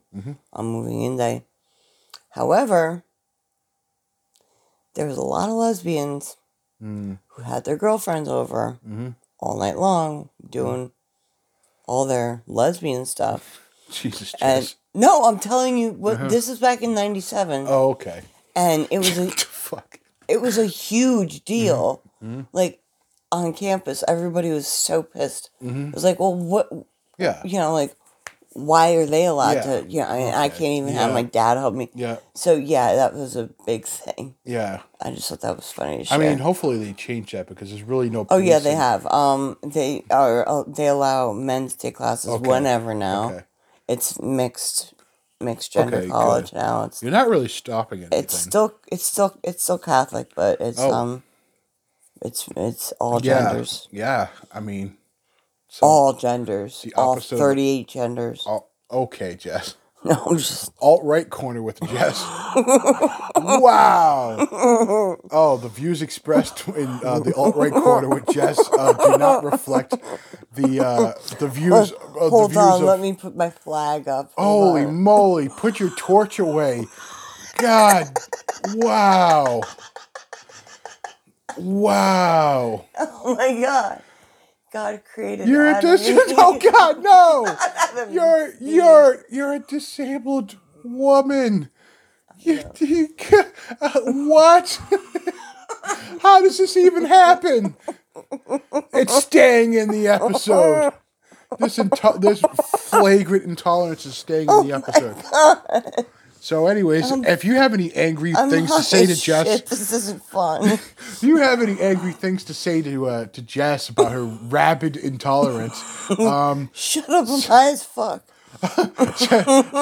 [SPEAKER 2] on moving in day. However, there was a lot of lesbians
[SPEAKER 1] Mm.
[SPEAKER 2] who had their girlfriends over
[SPEAKER 1] Mhm.
[SPEAKER 2] all night long doing all their lesbian stuff.
[SPEAKER 1] Jesus.
[SPEAKER 2] And
[SPEAKER 1] Jess.
[SPEAKER 2] no, I'm telling you what
[SPEAKER 1] Uh-huh.
[SPEAKER 2] this is back in 97
[SPEAKER 1] Oh, okay.
[SPEAKER 2] and it was a
[SPEAKER 1] Fuck.
[SPEAKER 2] it was a
[SPEAKER 1] Mm-hmm.
[SPEAKER 2] huge deal. Like on campus everybody was so pissed.
[SPEAKER 1] Mm-hmm.
[SPEAKER 2] It was like, "Well, what
[SPEAKER 1] Yeah.
[SPEAKER 2] you know, like why are they allowed
[SPEAKER 1] Yeah.
[SPEAKER 2] to, you know, I, I
[SPEAKER 1] Okay.
[SPEAKER 2] can't even
[SPEAKER 1] Yeah.
[SPEAKER 2] have my dad help me."
[SPEAKER 1] Yeah.
[SPEAKER 2] So yeah, that was a big thing.
[SPEAKER 1] Yeah.
[SPEAKER 2] I just thought that was funny to share.
[SPEAKER 1] I mean, hopefully they change that because there's really no.
[SPEAKER 2] Oh yeah, they
[SPEAKER 1] policing.
[SPEAKER 2] have. Um, they are. oh, They allow men to take classes
[SPEAKER 1] Okay.
[SPEAKER 2] whenever now.
[SPEAKER 1] Okay.
[SPEAKER 2] It's mixed. mixed gender
[SPEAKER 1] Okay,
[SPEAKER 2] college
[SPEAKER 1] good.
[SPEAKER 2] now. It's
[SPEAKER 1] You're not really stopping anything.
[SPEAKER 2] it's still it's still it's still Catholic, but it's
[SPEAKER 1] Oh.
[SPEAKER 2] um, it's it's all
[SPEAKER 1] yeah,
[SPEAKER 2] genders,
[SPEAKER 1] yeah. I mean, so,
[SPEAKER 2] all genders,
[SPEAKER 1] The
[SPEAKER 2] all
[SPEAKER 1] opposite of-
[SPEAKER 2] thirty eight genders.
[SPEAKER 1] al- okay, Jess.
[SPEAKER 2] No, I'm just
[SPEAKER 1] Alt right corner with Jess. wow. Oh, the views expressed in uh, the alt right corner with Jess uh, do not reflect the uh, the views. Uh, the
[SPEAKER 2] hold
[SPEAKER 1] views
[SPEAKER 2] on.
[SPEAKER 1] of, Oh.
[SPEAKER 2] let me put my flag up. Hold
[SPEAKER 1] Holy
[SPEAKER 2] on.
[SPEAKER 1] moly, put your torch away. God. Wow. Wow.
[SPEAKER 2] oh my god! God created
[SPEAKER 1] You're a
[SPEAKER 2] Adam and
[SPEAKER 1] dis-
[SPEAKER 2] Eve.
[SPEAKER 1] Oh god, no.
[SPEAKER 2] Adam and
[SPEAKER 1] You're
[SPEAKER 2] Eve.
[SPEAKER 1] you're you're a disabled woman. You, you, ca- uh, what? How does this even happen? It's staying in the episode. This into- this flagrant intolerance is staying
[SPEAKER 2] Oh
[SPEAKER 1] in the episode. So, anyways, if you have any angry
[SPEAKER 2] Um, I'm
[SPEAKER 1] things to
[SPEAKER 2] high
[SPEAKER 1] say to
[SPEAKER 2] as
[SPEAKER 1] Jess,
[SPEAKER 2] shit. This isn't fun.
[SPEAKER 1] if you have any angry things to say to uh, to Jess about her rabid intolerance,
[SPEAKER 2] Shut up! I'm high as fuck.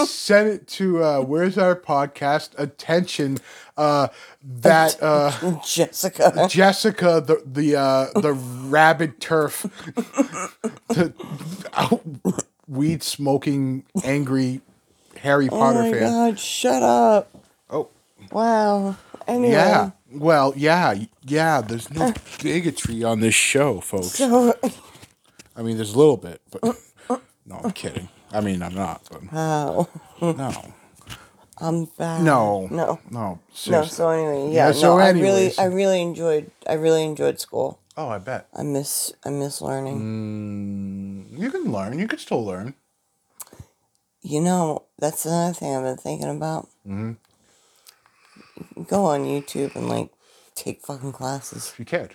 [SPEAKER 1] send it to uh, where's our podcast attention uh, that uh,
[SPEAKER 2] Jessica.
[SPEAKER 1] Jessica the the uh, the rabid turf the out weed smoking angry Harry
[SPEAKER 2] Oh
[SPEAKER 1] Potter
[SPEAKER 2] my
[SPEAKER 1] fan.
[SPEAKER 2] god! Shut up.
[SPEAKER 1] Oh
[SPEAKER 2] Wow. Anyway.
[SPEAKER 1] yeah. Well, yeah, yeah. There's no bigotry on this show, folks.
[SPEAKER 2] So,
[SPEAKER 1] I mean, there's a little bit, but no, I'm kidding. I mean, I'm not. But
[SPEAKER 2] wow.
[SPEAKER 1] no,
[SPEAKER 2] I'm back.
[SPEAKER 1] no,
[SPEAKER 2] No.
[SPEAKER 1] no.
[SPEAKER 2] No,
[SPEAKER 1] Seriously.
[SPEAKER 2] so anyway, yeah.
[SPEAKER 1] Yeah, so
[SPEAKER 2] no,
[SPEAKER 1] anyways.
[SPEAKER 2] I really I really enjoyed I really enjoyed school.
[SPEAKER 1] Oh, I bet.
[SPEAKER 2] I miss I miss
[SPEAKER 1] Mm-hmm.
[SPEAKER 2] learning.
[SPEAKER 1] Mm, You can learn. You can still learn.
[SPEAKER 2] You know, that's another thing I've been thinking about. Mm-hmm. Go on YouTube and like take fucking classes.
[SPEAKER 1] if you cared.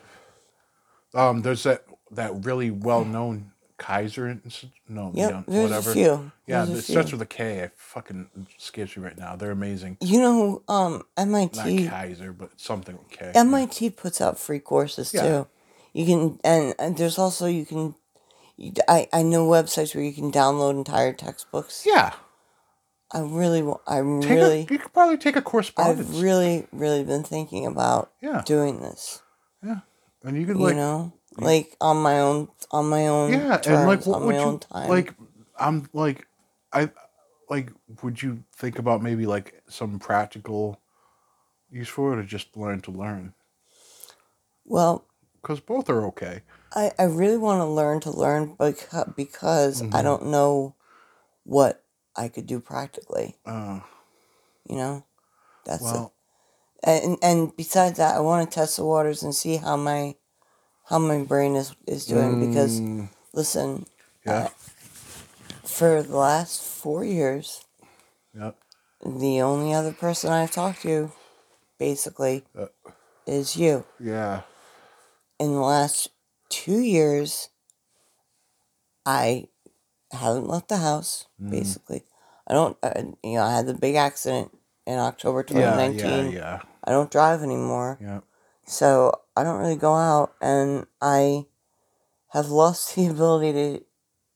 [SPEAKER 1] Um, there's that that really well known Kaiser Institute. No,
[SPEAKER 2] Yep,
[SPEAKER 1] yeah,
[SPEAKER 2] there's a
[SPEAKER 1] whatever.
[SPEAKER 2] few.
[SPEAKER 1] Yeah,
[SPEAKER 2] There's a
[SPEAKER 1] it starts
[SPEAKER 2] few.
[SPEAKER 1] with a K. It fucking escapes me right now. They're amazing.
[SPEAKER 2] You know, um
[SPEAKER 1] Not
[SPEAKER 2] MIT
[SPEAKER 1] Kaiser, but something with K.
[SPEAKER 2] MIT puts out free courses
[SPEAKER 1] Yeah.
[SPEAKER 2] too. You can and, and there's also you can you- I, I know websites where you can download entire textbooks.
[SPEAKER 1] yeah,
[SPEAKER 2] I really wa- I'm
[SPEAKER 1] take
[SPEAKER 2] really
[SPEAKER 1] A, you could probably take a correspondence.
[SPEAKER 2] I've really, really been thinking about
[SPEAKER 1] Yeah.
[SPEAKER 2] doing this.
[SPEAKER 1] yeah, and you could
[SPEAKER 2] You
[SPEAKER 1] like
[SPEAKER 2] know, like on my own, on my own
[SPEAKER 1] yeah,
[SPEAKER 2] terms,
[SPEAKER 1] and like what
[SPEAKER 2] on my
[SPEAKER 1] would
[SPEAKER 2] own
[SPEAKER 1] you
[SPEAKER 2] time.
[SPEAKER 1] like? I'm like, I like. Would you think about maybe like some practical use for it, or just learn to learn?
[SPEAKER 2] well,
[SPEAKER 1] Because both are okay.
[SPEAKER 2] I, I really want to learn to learn because because
[SPEAKER 1] Mm-hmm.
[SPEAKER 2] I don't know what I could do practically.
[SPEAKER 1] Uh,
[SPEAKER 2] You know, that's it.
[SPEAKER 1] well,
[SPEAKER 2] and and besides that, I want to test the waters and see how my how my brain is is doing because
[SPEAKER 1] Mm.
[SPEAKER 2] listen,
[SPEAKER 1] yeah,
[SPEAKER 2] for the last four years,
[SPEAKER 1] yeah.
[SPEAKER 2] the only other person I've talked to, basically,
[SPEAKER 1] Uh.
[SPEAKER 2] is you.
[SPEAKER 1] Yeah.
[SPEAKER 2] In the last two years, I haven't left the house.
[SPEAKER 1] Mm.
[SPEAKER 2] Basically, I don't. Uh, you know, I had the big accident in October
[SPEAKER 1] Yeah,
[SPEAKER 2] 2019.
[SPEAKER 1] yeah, yeah,
[SPEAKER 2] I don't drive anymore,
[SPEAKER 1] yeah.
[SPEAKER 2] so I don't really go out, and I have lost the ability to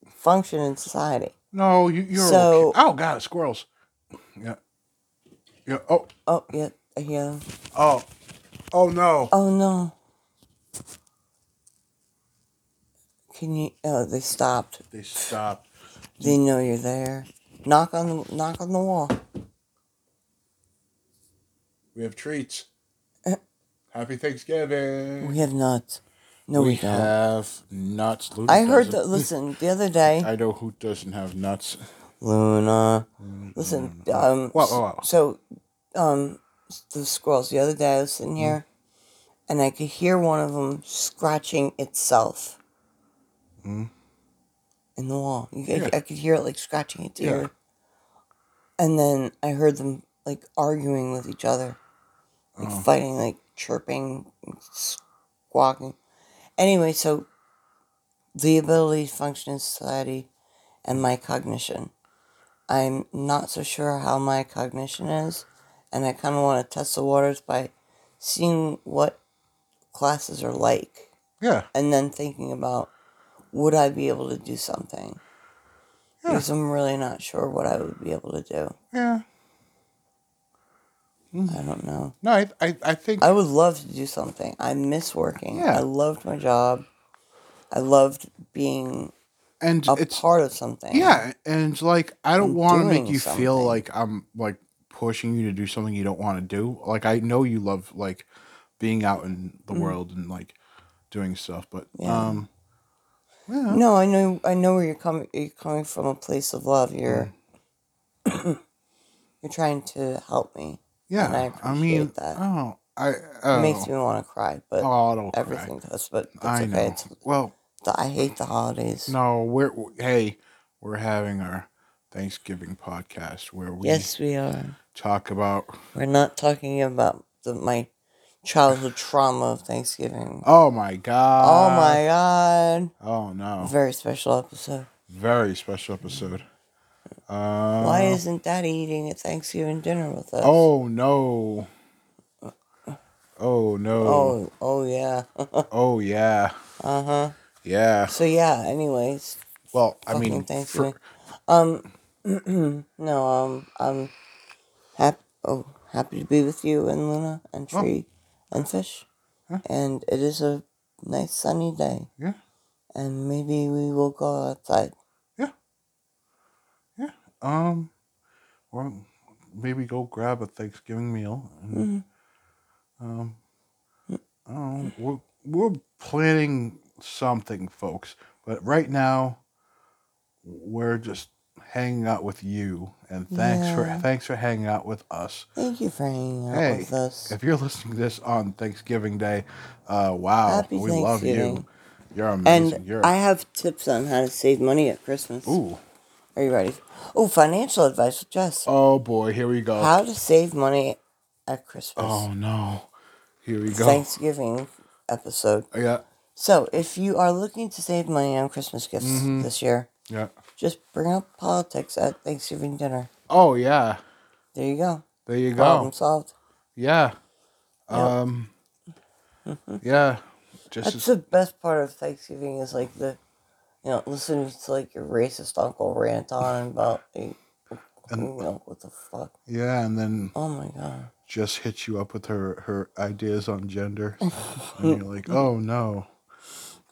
[SPEAKER 2] function in society.
[SPEAKER 1] No, you, you're
[SPEAKER 2] So-
[SPEAKER 1] okay. Oh God, squirrels. Yeah. Yeah. Oh.
[SPEAKER 2] Oh yeah, yeah.
[SPEAKER 1] Oh. Oh no.
[SPEAKER 2] Oh no. Can you? Oh, they stopped.
[SPEAKER 1] They stopped. Mm.
[SPEAKER 2] They know you're there. Knock on the knock on the wall.
[SPEAKER 1] We have treats. Happy Thanksgiving.
[SPEAKER 2] We have nuts. No, we, don't.
[SPEAKER 1] Mm. have nuts. Luna
[SPEAKER 2] I heard that.
[SPEAKER 1] doesn't-
[SPEAKER 2] Listen, the other day,
[SPEAKER 1] I know who doesn't have nuts.
[SPEAKER 2] Luna. Listen, um,
[SPEAKER 1] Mm, Whoa, whoa, whoa.
[SPEAKER 2] so, um, the squirrels. The other day, I was
[SPEAKER 1] Mm.
[SPEAKER 2] sitting here, and I could hear one of them scratching itself. In the wall, you, I, I could hear it like scratching its
[SPEAKER 1] Yeah.
[SPEAKER 2] ear. And then I heard them like arguing with each other, like fighting, like chirping, squawking. Anyway, so the ability to function in society and my cognition. I'm not so sure how my cognition is, and I kind of want to test the waters by seeing what classes are like
[SPEAKER 1] Yeah.
[SPEAKER 2] and then thinking about would I be able to do something? because I'm really not sure what I would be able to do.
[SPEAKER 1] Yeah. Mm-hmm.
[SPEAKER 2] I don't know.
[SPEAKER 1] No, I I, I think
[SPEAKER 2] I would love to do something. I miss working.
[SPEAKER 1] Yeah.
[SPEAKER 2] I loved my job. I loved being
[SPEAKER 1] and
[SPEAKER 2] a
[SPEAKER 1] it's
[SPEAKER 2] part of something.
[SPEAKER 1] yeah, and like I don't want to make
[SPEAKER 2] doing
[SPEAKER 1] you feel
[SPEAKER 2] something.
[SPEAKER 1] like I'm like pushing you to do something you don't want to do. Like I know you love like being out in the world and like doing stuff, but
[SPEAKER 2] Mm. Yeah.
[SPEAKER 1] um yeah.
[SPEAKER 2] No, I know. I know where you're coming. You're coming from a place of love. You're.
[SPEAKER 1] Mm-hmm.
[SPEAKER 2] you're trying to help me.
[SPEAKER 1] Yeah,
[SPEAKER 2] and I
[SPEAKER 1] mean,
[SPEAKER 2] appreciate that.
[SPEAKER 1] oh, I
[SPEAKER 2] It
[SPEAKER 1] oh,
[SPEAKER 2] makes me want to cry, but
[SPEAKER 1] oh, don't cry.
[SPEAKER 2] everything does. But it's
[SPEAKER 1] I
[SPEAKER 2] okay.
[SPEAKER 1] know.
[SPEAKER 2] It's,
[SPEAKER 1] well,
[SPEAKER 2] the, I hate the holidays.
[SPEAKER 1] no, we're hey, we're having our Thanksgiving podcast where we
[SPEAKER 2] Yes, we are.
[SPEAKER 1] talk about.
[SPEAKER 2] We're not talking about the, my childhood trauma of Thanksgiving.
[SPEAKER 1] Oh my god!
[SPEAKER 2] oh my god!
[SPEAKER 1] Oh no!
[SPEAKER 2] Very special episode.
[SPEAKER 1] Very special episode. Uh,
[SPEAKER 2] Why isn't Daddy eating a Thanksgiving dinner with us?
[SPEAKER 1] Oh no! Oh no!
[SPEAKER 2] oh, oh yeah. uh
[SPEAKER 1] Oh, yeah!
[SPEAKER 2] huh.
[SPEAKER 1] Yeah.
[SPEAKER 2] So yeah. Anyways,
[SPEAKER 1] Well, I
[SPEAKER 2] fucking
[SPEAKER 1] mean,
[SPEAKER 2] Thanksgiving.
[SPEAKER 1] for,
[SPEAKER 2] um, no, um, I'm happy. Oh, happy to be with you and Luna and
[SPEAKER 1] Oh.
[SPEAKER 2] Tree and Fish. And it is a nice sunny day,
[SPEAKER 1] yeah,
[SPEAKER 2] and maybe we will go outside.
[SPEAKER 1] um, or maybe go grab a Thanksgiving meal. And,
[SPEAKER 2] Mm-hmm.
[SPEAKER 1] um, I don't know, we're we're planning something, folks. But right now, we're just hanging out with you, and thanks
[SPEAKER 2] Yeah.
[SPEAKER 1] for thanks for hanging out with us.
[SPEAKER 2] Thank you for hanging out
[SPEAKER 1] Hey,
[SPEAKER 2] with us.
[SPEAKER 1] If you're listening to this on Thanksgiving Day, uh, wow,
[SPEAKER 2] Happy
[SPEAKER 1] we love you.
[SPEAKER 2] Thanksgiving.
[SPEAKER 1] You're amazing.
[SPEAKER 2] And
[SPEAKER 1] you're
[SPEAKER 2] I have tips on how to save money at Christmas.
[SPEAKER 1] ooh,
[SPEAKER 2] Are you ready? Oh, financial advice with Jess.
[SPEAKER 1] oh boy, here we go.
[SPEAKER 2] How to save money at Christmas.
[SPEAKER 1] Oh no, here we go.
[SPEAKER 2] Thanksgiving episode.
[SPEAKER 1] Yeah,
[SPEAKER 2] So, if you are looking to save money on Christmas gifts
[SPEAKER 1] Mm-hmm.
[SPEAKER 2] this year,
[SPEAKER 1] yeah.
[SPEAKER 2] just bring up politics at Thanksgiving dinner.
[SPEAKER 1] Oh yeah,
[SPEAKER 2] There you go.
[SPEAKER 1] there you go.
[SPEAKER 2] Problem solved.
[SPEAKER 1] Yeah. Um. yeah. Just
[SPEAKER 2] Mm-hmm. That's the best part of Thanksgiving is like the, you know, listening to like your racist uncle rant on about, you know, what the fuck.
[SPEAKER 1] yeah, and then
[SPEAKER 2] Oh my god.
[SPEAKER 1] just hits you up with her her ideas on gender, and you're like, oh no,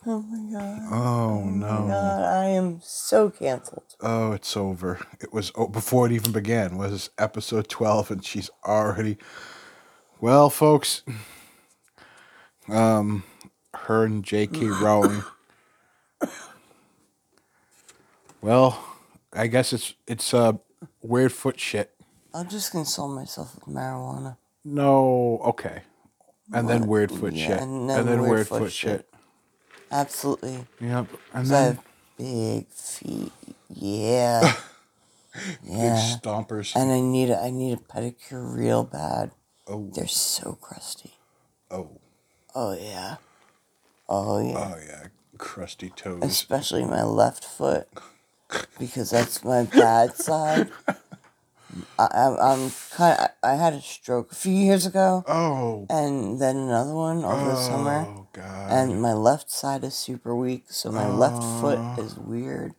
[SPEAKER 2] Oh my god.
[SPEAKER 1] oh
[SPEAKER 2] Oh my
[SPEAKER 1] no,
[SPEAKER 2] god. I am so canceled.
[SPEAKER 1] oh it's over. It was oh, before it even began was episode twelve, and she's already. Well, folks. Um, her and J.K. Rowling. well, I guess it's it's uh weird foot shit.
[SPEAKER 2] I'll just console myself with marijuana.
[SPEAKER 1] No, okay. And then weird foot
[SPEAKER 2] yeah,
[SPEAKER 1] shit. And then, weird, foot, shit.
[SPEAKER 2] Absolutely.
[SPEAKER 1] Yep. And
[SPEAKER 2] 'Cause I
[SPEAKER 1] then
[SPEAKER 2] have big feet. Yeah. yeah.
[SPEAKER 1] big stompers.
[SPEAKER 2] And I need a, I need a pedicure real bad.
[SPEAKER 1] oh,
[SPEAKER 2] They're so crusty.
[SPEAKER 1] oh,
[SPEAKER 2] Oh yeah. Oh yeah.
[SPEAKER 1] oh yeah. Crusty toes.
[SPEAKER 2] especially my left foot because that's my bad side. I, I'm, I'm kind of, I had a stroke a few years ago
[SPEAKER 1] Oh,
[SPEAKER 2] and then another one over the summer.
[SPEAKER 1] oh god.
[SPEAKER 2] And my left side is super weak, so my left foot is weird.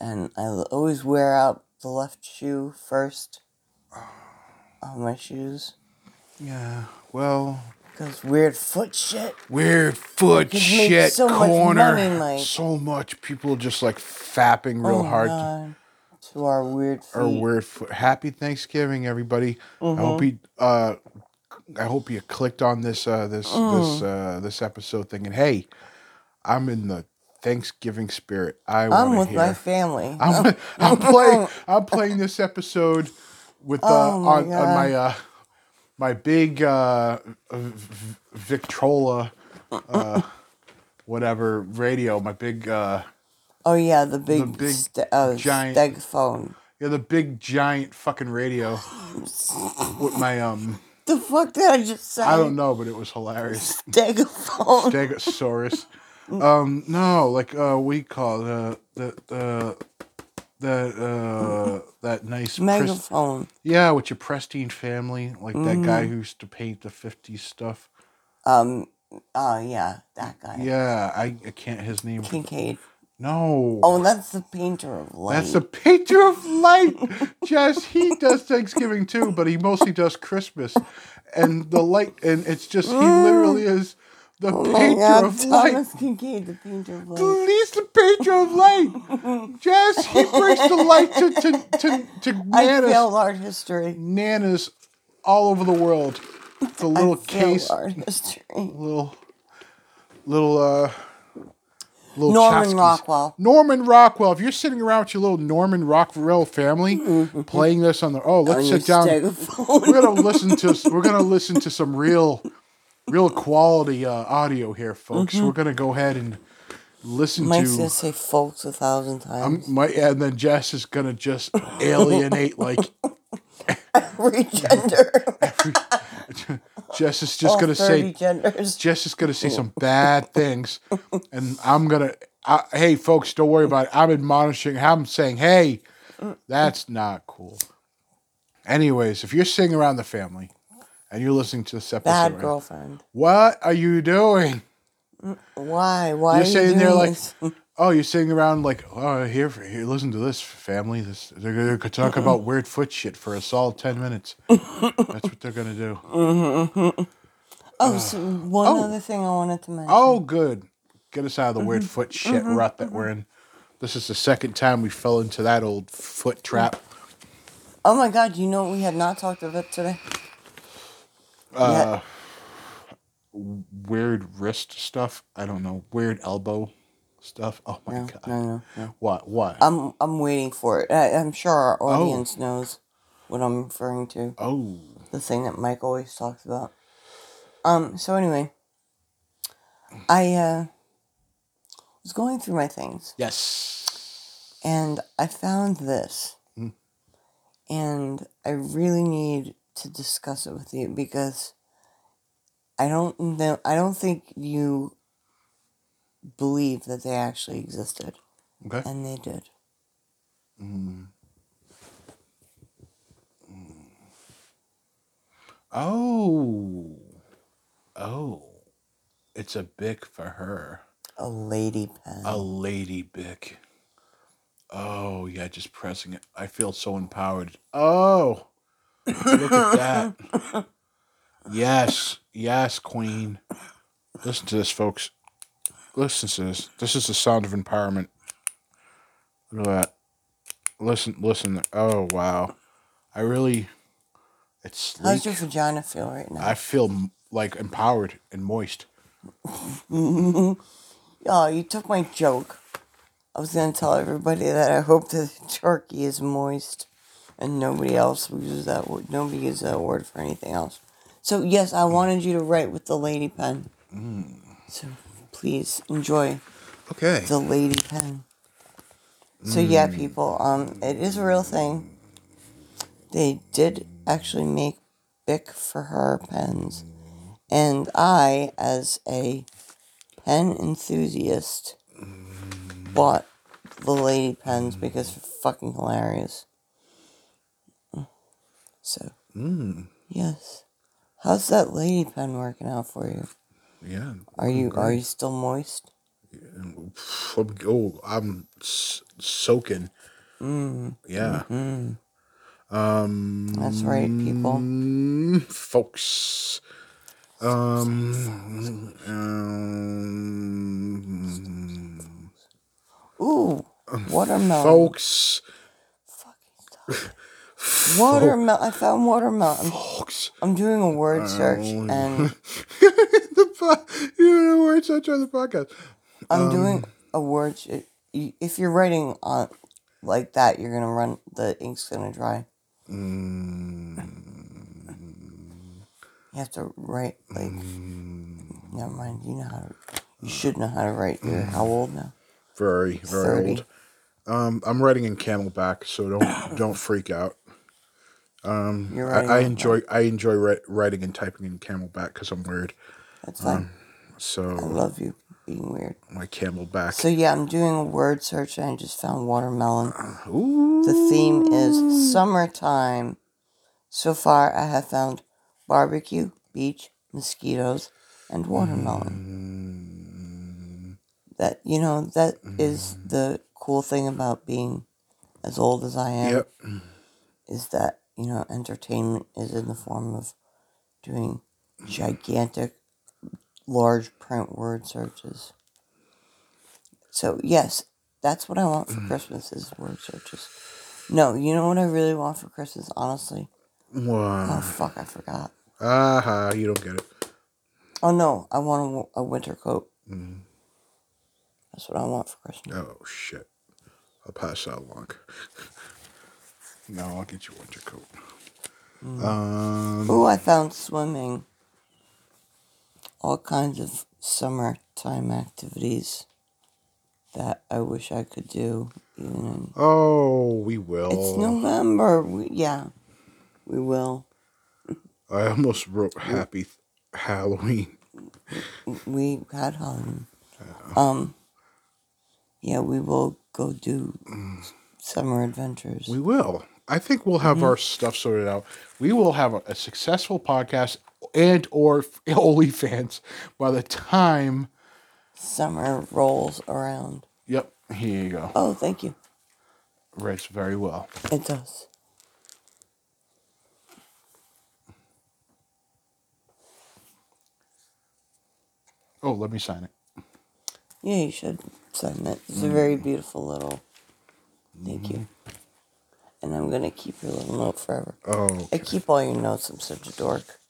[SPEAKER 2] And I l- always wear out the left shoe first on my shoes
[SPEAKER 1] yeah. Well,
[SPEAKER 2] because weird foot shit.
[SPEAKER 1] weird foot
[SPEAKER 2] could make
[SPEAKER 1] shit
[SPEAKER 2] so much
[SPEAKER 1] corner.
[SPEAKER 2] money, Mike.
[SPEAKER 1] So much people just like fapping real
[SPEAKER 2] Oh,
[SPEAKER 1] hard.
[SPEAKER 2] God. To our weird feet.
[SPEAKER 1] or weird foot. Happy Thanksgiving, everybody.
[SPEAKER 2] Mm-hmm.
[SPEAKER 1] I hope you uh, I hope you clicked on this uh, this
[SPEAKER 2] Mm.
[SPEAKER 1] this uh, this episode thinking, hey, I'm in the Thanksgiving spirit. I
[SPEAKER 2] I'm
[SPEAKER 1] wanna
[SPEAKER 2] with
[SPEAKER 1] hear.
[SPEAKER 2] my family.
[SPEAKER 1] I'm, I'm playing I'm playing this episode with uh,
[SPEAKER 2] Oh my
[SPEAKER 1] on, on
[SPEAKER 2] God.
[SPEAKER 1] my uh, my big uh, v- v- Victrola uh, whatever radio. My big uh,
[SPEAKER 2] Oh yeah, the big,
[SPEAKER 1] big
[SPEAKER 2] st- uh,
[SPEAKER 1] giant-
[SPEAKER 2] steg phone.
[SPEAKER 1] yeah, the big giant fucking radio with my um.
[SPEAKER 2] The fuck did I just say?
[SPEAKER 1] I don't know, but it was hilarious.
[SPEAKER 2] Stegophone.
[SPEAKER 1] Stegosaurus. Um, no, like uh, we call it, uh, the the the uh, that nice pres-
[SPEAKER 2] Megaphone.
[SPEAKER 1] yeah, with your Prestine family, like that guy
[SPEAKER 2] Mm.
[SPEAKER 1] who used to paint the '50s stuff.
[SPEAKER 2] Um. Oh yeah, that guy.
[SPEAKER 1] Yeah, I, I can't his name.
[SPEAKER 2] Kincaid.
[SPEAKER 1] No.
[SPEAKER 2] Oh, that's the painter of light.
[SPEAKER 1] That's a picture of light. Jess, he does Thanksgiving too, but he mostly does Christmas. And the light, and it's just, he literally is the
[SPEAKER 2] oh my
[SPEAKER 1] painter
[SPEAKER 2] God,
[SPEAKER 1] of light.
[SPEAKER 2] Thomas Kincaid, the painter of light.
[SPEAKER 1] He's the painter of light. Jess, he brings the light to, to, to, to
[SPEAKER 2] I
[SPEAKER 1] nanas,
[SPEAKER 2] failed art history.
[SPEAKER 1] nanas all over the world. It's a little
[SPEAKER 2] Failed
[SPEAKER 1] case,
[SPEAKER 2] art history.
[SPEAKER 1] little, little, uh, little
[SPEAKER 2] Norman
[SPEAKER 1] Chotskys.
[SPEAKER 2] Rockwell.
[SPEAKER 1] Norman Rockwell. If you're sitting around with your little Norman Rockwell family
[SPEAKER 2] Mm-hmm.
[SPEAKER 1] playing this on the oh,
[SPEAKER 2] On
[SPEAKER 1] let's
[SPEAKER 2] your
[SPEAKER 1] sit down.
[SPEAKER 2] stegophone.
[SPEAKER 1] We're gonna listen to we're gonna listen to some real, real quality uh, audio here, folks.
[SPEAKER 2] Mm-hmm.
[SPEAKER 1] We're gonna go ahead and listen
[SPEAKER 2] Mike's
[SPEAKER 1] to.
[SPEAKER 2] gonna say folks a thousand times.
[SPEAKER 1] My, and then Jess is gonna just alienate like
[SPEAKER 2] Every gender.
[SPEAKER 1] Jess is just
[SPEAKER 2] All
[SPEAKER 1] gonna
[SPEAKER 2] 30
[SPEAKER 1] say
[SPEAKER 2] genders.
[SPEAKER 1] Jess is gonna
[SPEAKER 2] Oh.
[SPEAKER 1] say some bad things, and I'm gonna. I, hey, folks, don't worry about it. I'm admonishing. I'm saying, hey, that's not cool. Anyways, if you're sitting around the family and you're listening to this episode,
[SPEAKER 2] Bad
[SPEAKER 1] right,
[SPEAKER 2] girlfriend.
[SPEAKER 1] what are you doing?
[SPEAKER 2] Why? Why
[SPEAKER 1] You're
[SPEAKER 2] are you
[SPEAKER 1] sitting
[SPEAKER 2] doing
[SPEAKER 1] there like,
[SPEAKER 2] this?
[SPEAKER 1] oh, you're sitting around like, oh, here, for, here, listen to this family. This they're gonna talk about weird foot shit for a solid ten minutes. That's what they're gonna do.
[SPEAKER 2] Oh, so one
[SPEAKER 1] oh.
[SPEAKER 2] other thing I wanted to mention.
[SPEAKER 1] Oh, good. Get us out of the weird
[SPEAKER 2] Mm-hmm.
[SPEAKER 1] foot shit rut that we're in. This is the second time we fell into that old
[SPEAKER 2] Mm.
[SPEAKER 1] foot trap.
[SPEAKER 2] Oh my God! You know we had not talked of it today.
[SPEAKER 1] Oh
[SPEAKER 2] Uh,
[SPEAKER 1] Weird wrist stuff. I don't know. Weird elbow stuff. Oh my
[SPEAKER 2] no,
[SPEAKER 1] god.
[SPEAKER 2] no, no, no. Uh,
[SPEAKER 1] What? What?
[SPEAKER 2] I'm I'm waiting for it. I, I'm sure our audience knows what I'm referring to.
[SPEAKER 1] oh.
[SPEAKER 2] The thing that Mike always talks about. Um. So anyway, I uh, was going through my things
[SPEAKER 1] Yes.
[SPEAKER 2] and I found this, and I really need to discuss it with you because I don't know. I don't think you believe that they actually existed,
[SPEAKER 1] Okay.
[SPEAKER 2] and they did.
[SPEAKER 1] Oh. Oh. It's a bick for her.
[SPEAKER 2] A lady pen.
[SPEAKER 1] A lady bick. Oh yeah, just pressing it. I feel so empowered. Oh, look at that. Yes, yes, queen. Listen to this, folks. Listen to this. This is the sound of empowerment. Look at that. Listen, listen. Oh wow, I really. It's
[SPEAKER 2] How's
[SPEAKER 1] sleek.
[SPEAKER 2] your vagina feel right now?
[SPEAKER 1] I feel m- like empowered and moist.
[SPEAKER 2] oh, you took my joke. I was gonna tell everybody that I hope that the turkey is moist, and nobody else uses that word. Nobody uses that word for anything else. So yes, I wanted you to write with the lady pen. So please enjoy
[SPEAKER 1] Okay.
[SPEAKER 2] the lady pen. So yeah, people, um, it is a real thing. They did actually make Bic for her pens, and I, as a pen enthusiast, bought the lady pens because they're fucking hilarious. So
[SPEAKER 1] Mm,
[SPEAKER 2] yes, how's that lady pen working out for you?
[SPEAKER 1] Yeah.
[SPEAKER 2] Are you are you still moist?
[SPEAKER 1] I'm, oh, I'm s- soaking. Yeah.
[SPEAKER 2] Mm-hmm. That's right, people.
[SPEAKER 1] Mm, folks. Um, um,
[SPEAKER 2] Ooh, watermelon.
[SPEAKER 1] folks,
[SPEAKER 2] Fucking stop. Watermelon. I found watermelon. I'm,
[SPEAKER 1] folks. Um,
[SPEAKER 2] I'm doing a word search and
[SPEAKER 1] the po- you know, we're such on the podcast.
[SPEAKER 2] I'm
[SPEAKER 1] um,
[SPEAKER 2] doing a word. se- you- If you're writing on like that, you're gonna run. The ink's gonna dry.
[SPEAKER 1] Mm,
[SPEAKER 2] You have to write like.
[SPEAKER 1] Mm.
[SPEAKER 2] Never mind. You know how. To, you should know how to write. You're how old now?
[SPEAKER 1] Very, very
[SPEAKER 2] Thirty.
[SPEAKER 1] old. Um, I'm writing in Camelback, so don't don't freak out.
[SPEAKER 2] You're
[SPEAKER 1] Mm. I,
[SPEAKER 2] writing.
[SPEAKER 1] I
[SPEAKER 2] like
[SPEAKER 1] enjoy I enjoy ri- writing and typing in Camelback because I'm weird.
[SPEAKER 2] that. That's fine. I
[SPEAKER 1] So
[SPEAKER 2] love you being weird.
[SPEAKER 1] my Camelback.
[SPEAKER 2] So yeah, I'm doing a word search and I just found watermelon.
[SPEAKER 1] Ooh.
[SPEAKER 2] The theme
[SPEAKER 1] Mm.
[SPEAKER 2] is summertime. So far, I have found
[SPEAKER 1] Mm,
[SPEAKER 2] barbecue, beach, mosquitoes, and watermelon. that you know that is the cool thing about being as old as I am
[SPEAKER 1] Yep.
[SPEAKER 2] is that you know entertainment is in the form of doing gigantic large print word searches so yes that's what i want for christmas is word searches no you know what i really want for christmas honestly oh
[SPEAKER 1] Wow.
[SPEAKER 2] fuck i forgot
[SPEAKER 1] Aha, you don't get it.
[SPEAKER 2] oh no i want a w- a, winter coat that's what i want for christmas
[SPEAKER 1] Mm, Oh shit. I'll pass that along. no, I'll get you a winter coat. Um
[SPEAKER 2] Mm. oh i found swimming all kinds of summertime activities that i wish i could do even in
[SPEAKER 1] Oh, we
[SPEAKER 2] It's
[SPEAKER 1] will.
[SPEAKER 2] November. We, yeah, we will.
[SPEAKER 1] I almost wrote happy Th- Halloween.
[SPEAKER 2] We had Halloween. Um, yeah, we will go do s- summer adventures.
[SPEAKER 1] Mm. We will. I think we'll have our stuff sorted out. We will have a, a successful podcast and or f- OnlyFans by the time.
[SPEAKER 2] summer rolls around.
[SPEAKER 1] Yep, here you go.
[SPEAKER 2] Oh, thank you.
[SPEAKER 1] Writes very well.
[SPEAKER 2] It does.
[SPEAKER 1] Oh, let me sign it.
[SPEAKER 2] Yeah, you should sign it. It's a very beautiful little. Thank you. And I'm gonna keep your little note forever.
[SPEAKER 1] Oh,
[SPEAKER 2] I keep all your notes. I'm such a dork.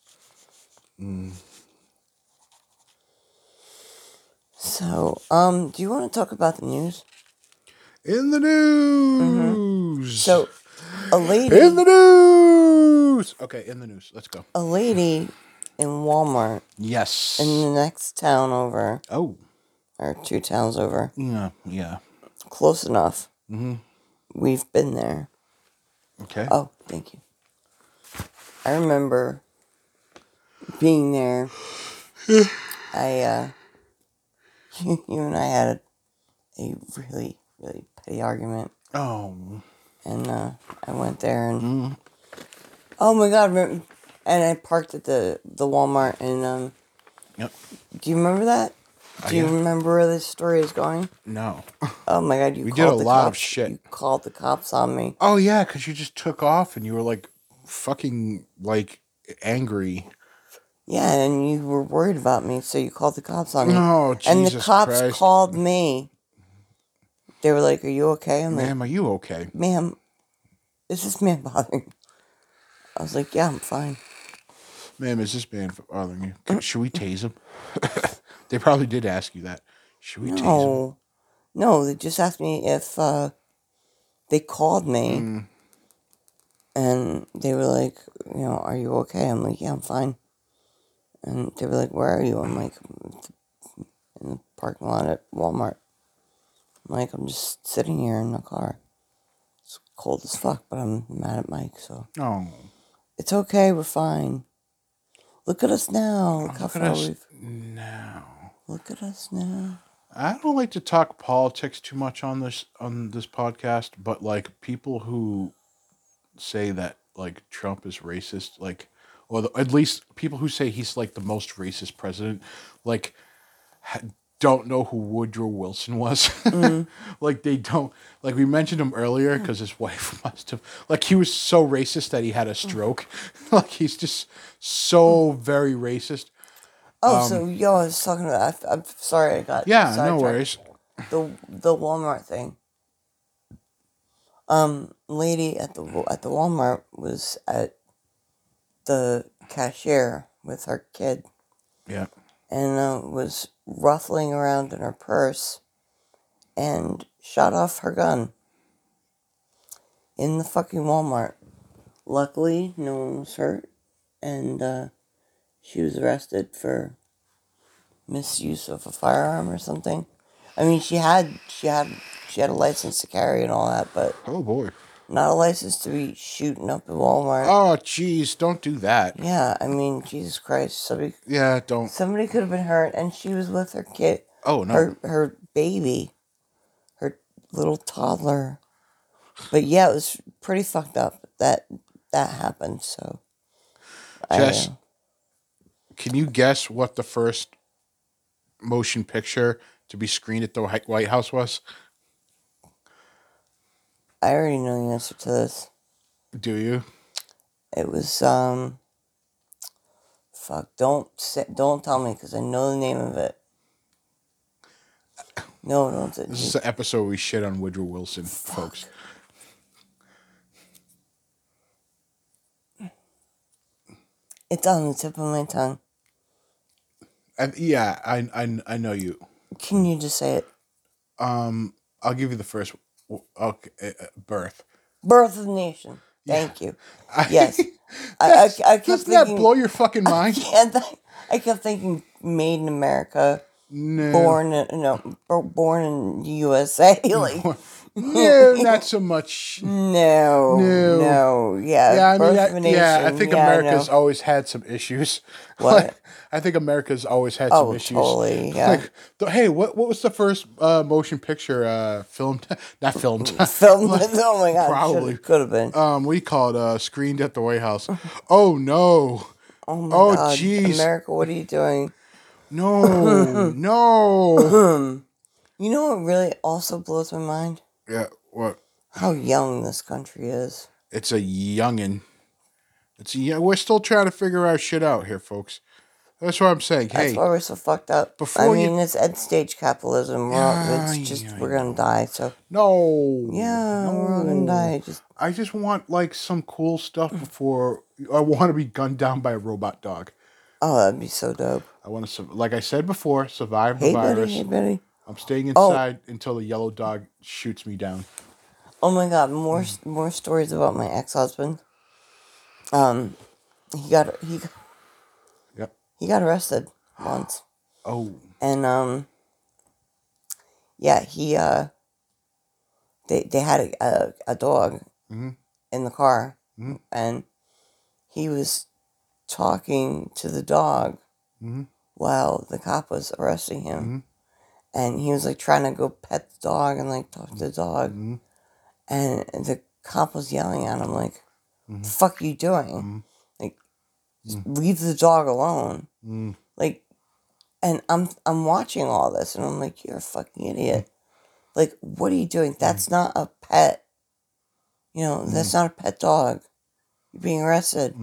[SPEAKER 2] So, um, do you want to talk about the news?
[SPEAKER 1] in the news.
[SPEAKER 2] So, a lady.
[SPEAKER 1] in the news. Okay, in the news. Let's go.
[SPEAKER 2] a lady in Walmart
[SPEAKER 1] Yes.
[SPEAKER 2] in the next town over,
[SPEAKER 1] oh,
[SPEAKER 2] or two towns over,
[SPEAKER 1] yeah, yeah.
[SPEAKER 2] close enough. Mm-hmm. We've been there.
[SPEAKER 1] Okay.
[SPEAKER 2] Oh, thank you. I remember being there. I, uh, you and I had a, a really, really petty argument.
[SPEAKER 1] oh,
[SPEAKER 2] and uh, I went there and
[SPEAKER 1] Mm.
[SPEAKER 2] oh my god, rem- and I parked at the the Walmart and um,
[SPEAKER 1] Yep.
[SPEAKER 2] do you remember that? Do you
[SPEAKER 1] Uh, yeah.
[SPEAKER 2] remember where this story is going?
[SPEAKER 1] no.
[SPEAKER 2] Oh my god, you
[SPEAKER 1] We did
[SPEAKER 2] called
[SPEAKER 1] a
[SPEAKER 2] the
[SPEAKER 1] lot of
[SPEAKER 2] cops.
[SPEAKER 1] shit.
[SPEAKER 2] You called the cops on me.
[SPEAKER 1] Oh yeah, because you just took off and you were like fucking like angry.
[SPEAKER 2] Yeah, and you were worried about me, so you called the cops on me.
[SPEAKER 1] No,
[SPEAKER 2] and the
[SPEAKER 1] Jesus
[SPEAKER 2] cops
[SPEAKER 1] Christ.
[SPEAKER 2] called me. They were like, "Are you okay?" I'm like,
[SPEAKER 1] Ma'am, are you okay?
[SPEAKER 2] "Ma'am, is this man bothering?" you?" I was like, "Yeah, I'm fine."
[SPEAKER 1] Ma'am, is this man bothering you? Can- Should we tase him? they probably did ask you that. Should we tase him?
[SPEAKER 2] No, no. They just asked me if uh, they called me,
[SPEAKER 1] Hmm.
[SPEAKER 2] and they were like, you know, are you okay? I'm like, yeah, I'm fine. And they were like, where are you? I'm like, in the parking lot at Walmart. I'm like, I'm just sitting here in the car. It's cold as fuck, but I'm mad at Mike, so
[SPEAKER 1] No.
[SPEAKER 2] it's okay. We're fine. Look at us now. Look how
[SPEAKER 1] Oh, Look at
[SPEAKER 2] far
[SPEAKER 1] us
[SPEAKER 2] we've.
[SPEAKER 1] now.
[SPEAKER 2] Look at us now.
[SPEAKER 1] I don't like to talk politics too much on this on this podcast, but like people who say that like Trump is racist, like or the, at least people who say he's like the most racist president, like ha- don't know who Woodrow Wilson was. like they don't like we mentioned him earlier because his wife must have like he was so racist that he had a stroke. like he's just so very racist.
[SPEAKER 2] Oh, so yo, I was talking about. I, I'm sorry, I got
[SPEAKER 1] Um, Yeah, no
[SPEAKER 2] sidetracked.
[SPEAKER 1] worries.
[SPEAKER 2] the the Walmart thing. Um, lady at the Wa- at the Walmart was at the cashier with her kid
[SPEAKER 1] Yeah.
[SPEAKER 2] and uh, was ruffling around in her purse and shot off her gun in the fucking Walmart. Luckily, no one was hurt, and uh, she was arrested for misuse of a firearm or something. I mean, she had she had she had a license to carry and all that, but
[SPEAKER 1] Oh boy.
[SPEAKER 2] not a license to be shooting up at Walmart.
[SPEAKER 1] Oh jeez, don't do that.
[SPEAKER 2] Yeah, I mean, Jesus Christ, somebody
[SPEAKER 1] Yeah, don't.
[SPEAKER 2] somebody could have been hurt, and she was with her kid,
[SPEAKER 1] Oh no.
[SPEAKER 2] her her baby, her little toddler. But yeah, it was pretty fucked up that that happened. So, I,
[SPEAKER 1] Just
[SPEAKER 2] uh,
[SPEAKER 1] can you guess what the first motion picture to be screened at the White White House was?
[SPEAKER 2] I already know the answer to this.
[SPEAKER 1] Do you?
[SPEAKER 2] It was um. Fuck! Don't say, don't tell me because I know the name of it. No, don't. say-
[SPEAKER 1] This is the episode we shit on Woodrow Wilson, folks.
[SPEAKER 2] It's on the tip of my tongue.
[SPEAKER 1] And yeah, I, I I know you.
[SPEAKER 2] Can you just say it?
[SPEAKER 1] Um, I'll give you the first. w- Okay, uh, uh, birth.
[SPEAKER 2] Birth of a Nation. Thank you.
[SPEAKER 1] I-
[SPEAKER 2] Yes. I, I, I
[SPEAKER 1] That's-
[SPEAKER 2] kept
[SPEAKER 1] Doesn't that
[SPEAKER 2] thinking.
[SPEAKER 1] blow your fucking mind?
[SPEAKER 2] yeah, that- I kept thinking Made in America,
[SPEAKER 1] No.
[SPEAKER 2] born in, no, bor- born in USA. Like,
[SPEAKER 1] No, not so much.
[SPEAKER 2] no,
[SPEAKER 1] No.
[SPEAKER 2] no, yeah,
[SPEAKER 1] Yeah, I
[SPEAKER 2] Birth
[SPEAKER 1] mean,
[SPEAKER 2] of a
[SPEAKER 1] I, yeah, I
[SPEAKER 2] Nation,
[SPEAKER 1] think
[SPEAKER 2] yeah,
[SPEAKER 1] America's
[SPEAKER 2] no.
[SPEAKER 1] always had some issues.
[SPEAKER 2] What?
[SPEAKER 1] Like, I think America's always had
[SPEAKER 2] Oh,
[SPEAKER 1] some issues.
[SPEAKER 2] totally, yeah.
[SPEAKER 1] Like, th- hey, what what was the first uh, motion picture uh, filmed? Not filmed.
[SPEAKER 2] filmed. oh my god,
[SPEAKER 1] Probably.
[SPEAKER 2] probably could have been.
[SPEAKER 1] um, we call it uh, screened at the White House. Oh no,
[SPEAKER 2] Oh my
[SPEAKER 1] oh,
[SPEAKER 2] god,
[SPEAKER 1] jeez.
[SPEAKER 2] America, what are you doing?
[SPEAKER 1] no, no.
[SPEAKER 2] You know what really also blows my mind?
[SPEAKER 1] yeah, what?
[SPEAKER 2] How young this country is.
[SPEAKER 1] It's a youngin. It's a, yeah. We're still trying to figure our shit out here, folks. That's what I'm saying.
[SPEAKER 2] That's
[SPEAKER 1] Hey,
[SPEAKER 2] why we're so fucked up.
[SPEAKER 1] before
[SPEAKER 2] I
[SPEAKER 1] you-
[SPEAKER 2] mean, it's end stage capitalism. We're all,
[SPEAKER 1] Yeah,
[SPEAKER 2] it's just
[SPEAKER 1] yeah,
[SPEAKER 2] we're gonna die. So
[SPEAKER 1] no.
[SPEAKER 2] yeah, we're all gonna
[SPEAKER 1] no.
[SPEAKER 2] die. Just
[SPEAKER 1] I just want like some cool stuff
[SPEAKER 2] Mm.
[SPEAKER 1] before I want to be gunned down by a robot dog.
[SPEAKER 2] oh, that'd be so dope.
[SPEAKER 1] I want to, su- like I said before, survive the
[SPEAKER 2] Hey buddy, Oh.
[SPEAKER 1] virus.
[SPEAKER 2] hey buddy.
[SPEAKER 1] I'm staying inside until the yellow dog shoots me down.
[SPEAKER 2] Oh my god, more
[SPEAKER 1] Mm.
[SPEAKER 2] s- more stories about my ex husband. Um, he got he got-
[SPEAKER 1] Yep.
[SPEAKER 2] he got arrested once,
[SPEAKER 1] Oh,
[SPEAKER 2] and um, yeah, he uh, they they had a a, a dog
[SPEAKER 1] Mm-hmm.
[SPEAKER 2] in the car, and he was talking to the dog
[SPEAKER 1] Mm-hmm.
[SPEAKER 2] while the cop was arresting him. And he was like trying to go pet the dog and like talk to the dog.
[SPEAKER 1] mm,
[SPEAKER 2] And the cop was yelling at him, like,
[SPEAKER 1] Mm-hmm.
[SPEAKER 2] the fuck you doing?
[SPEAKER 1] mm,
[SPEAKER 2] Like, just leave the dog alone.
[SPEAKER 1] mm,
[SPEAKER 2] Like, and I'm I'm watching all this and I'm like, you're a fucking idiot.
[SPEAKER 1] Mm-hmm.
[SPEAKER 2] Like, what are you doing? That's not a pet. You know,
[SPEAKER 1] Mm-hmm.
[SPEAKER 2] that's not a pet dog. You're being arrested.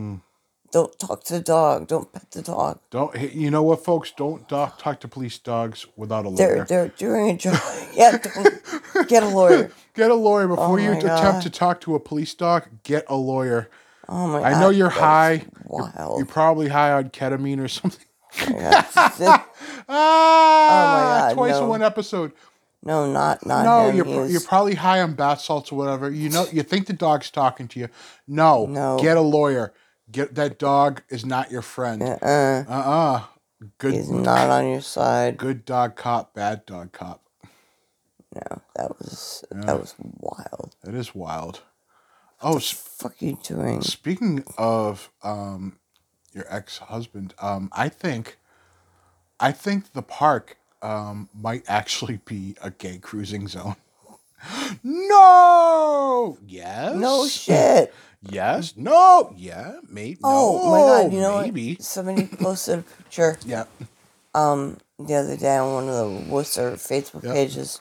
[SPEAKER 2] Don't talk to the dog. Don't pet the dog.
[SPEAKER 1] mm. don't, hey, you know what, folks? Don't dog, talk to police dogs without a
[SPEAKER 2] They're
[SPEAKER 1] lawyer.
[SPEAKER 2] they're doing a job. yeah, don't- get a lawyer.
[SPEAKER 1] Get a lawyer before
[SPEAKER 2] Oh
[SPEAKER 1] you
[SPEAKER 2] my
[SPEAKER 1] attempt
[SPEAKER 2] God.
[SPEAKER 1] to talk to a police dog. Get a lawyer.
[SPEAKER 2] Oh my!
[SPEAKER 1] I know
[SPEAKER 2] God,
[SPEAKER 1] you're
[SPEAKER 2] that's
[SPEAKER 1] high. You're
[SPEAKER 2] Wild.
[SPEAKER 1] probably high on ketamine or something.
[SPEAKER 2] Yeah.
[SPEAKER 1] Ah,
[SPEAKER 2] Oh God,
[SPEAKER 1] twice in
[SPEAKER 2] no.
[SPEAKER 1] one episode.
[SPEAKER 2] no, not not
[SPEAKER 1] No,
[SPEAKER 2] him.
[SPEAKER 1] you're,
[SPEAKER 2] He
[SPEAKER 1] pr-
[SPEAKER 2] was-
[SPEAKER 1] you're probably high on bath salts or whatever. You know, you think the dog's talking to you. No,
[SPEAKER 2] No.
[SPEAKER 1] get a lawyer. Get that dog is not your friend. Uh
[SPEAKER 2] uh,
[SPEAKER 1] uh Good
[SPEAKER 2] he's not on your side.
[SPEAKER 1] good dog cop, bad dog cop.
[SPEAKER 2] No, that was that was wild.
[SPEAKER 1] That is wild. Oh, sp-
[SPEAKER 2] Fuck you doing?
[SPEAKER 1] speaking of um, your ex husband, um, I think, I think the park um, might actually be a gay cruising zone. no. Yes.
[SPEAKER 2] No shit.
[SPEAKER 1] Yes. No. Yeah. Maybe.
[SPEAKER 2] Oh
[SPEAKER 1] no,
[SPEAKER 2] my god! You know
[SPEAKER 1] maybe.
[SPEAKER 2] what? Somebody posted a picture
[SPEAKER 1] Yeah.
[SPEAKER 2] um the other day on one of the Worcester Facebook pages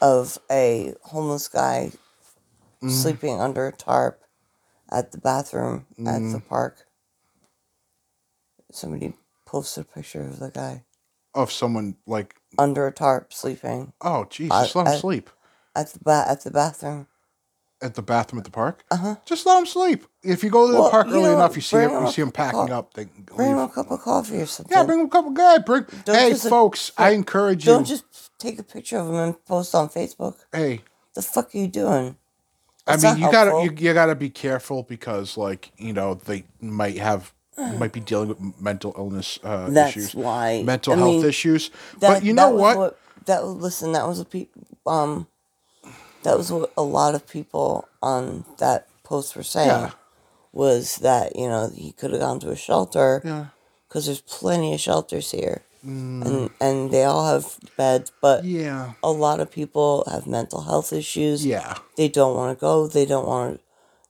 [SPEAKER 2] of a homeless guy
[SPEAKER 1] Mm-hmm.
[SPEAKER 2] sleeping under a tarp at the bathroom at the
[SPEAKER 1] Mm-hmm.
[SPEAKER 2] park. Somebody posted a picture of the guy
[SPEAKER 1] Of someone like.
[SPEAKER 2] under a tarp sleeping
[SPEAKER 1] Oh, jeez. Just let him
[SPEAKER 2] I-
[SPEAKER 1] sleep
[SPEAKER 2] at the ba- at the bathroom.
[SPEAKER 1] at the bathroom at the park. Uh huh. Just let him sleep. If you go to the
[SPEAKER 2] Uh-huh. Well,
[SPEAKER 1] park
[SPEAKER 2] you
[SPEAKER 1] early
[SPEAKER 2] know,
[SPEAKER 1] enough, you see
[SPEAKER 2] bring
[SPEAKER 1] him.
[SPEAKER 2] him
[SPEAKER 1] You
[SPEAKER 2] a
[SPEAKER 1] see him packing
[SPEAKER 2] cup.
[SPEAKER 1] up. They can
[SPEAKER 2] Bring him
[SPEAKER 1] leave.
[SPEAKER 2] a cup of coffee or something.
[SPEAKER 1] Yeah, bring him a couple. Yeah, bring.
[SPEAKER 2] Don't
[SPEAKER 1] hey,
[SPEAKER 2] just, like,
[SPEAKER 1] folks, I encourage you.
[SPEAKER 2] Don't just take a picture of him and post on Facebook.
[SPEAKER 1] hey,
[SPEAKER 2] The fuck are you doing?
[SPEAKER 1] I
[SPEAKER 2] It's
[SPEAKER 1] mean,
[SPEAKER 2] not
[SPEAKER 1] you gotta you,
[SPEAKER 2] helpful.
[SPEAKER 1] you gotta be careful because, like, you know, they might have might be dealing with mental illness uh,
[SPEAKER 2] That's
[SPEAKER 1] issues,
[SPEAKER 2] why-
[SPEAKER 1] mental
[SPEAKER 2] I
[SPEAKER 1] health
[SPEAKER 2] mean,
[SPEAKER 1] issues.
[SPEAKER 2] That,
[SPEAKER 1] but you know
[SPEAKER 2] that was
[SPEAKER 1] what?
[SPEAKER 2] That was- listen. That was a pe- um, that was what a lot of people on that post were saying
[SPEAKER 1] Yeah.
[SPEAKER 2] was that you know he could have gone to a shelter
[SPEAKER 1] Yeah. Mm.
[SPEAKER 2] because there's plenty of shelters here, and and they all have beds, but
[SPEAKER 1] Yeah.
[SPEAKER 2] a lot of people have mental health issues.
[SPEAKER 1] Yeah.
[SPEAKER 2] they don't want to go. They don't want to.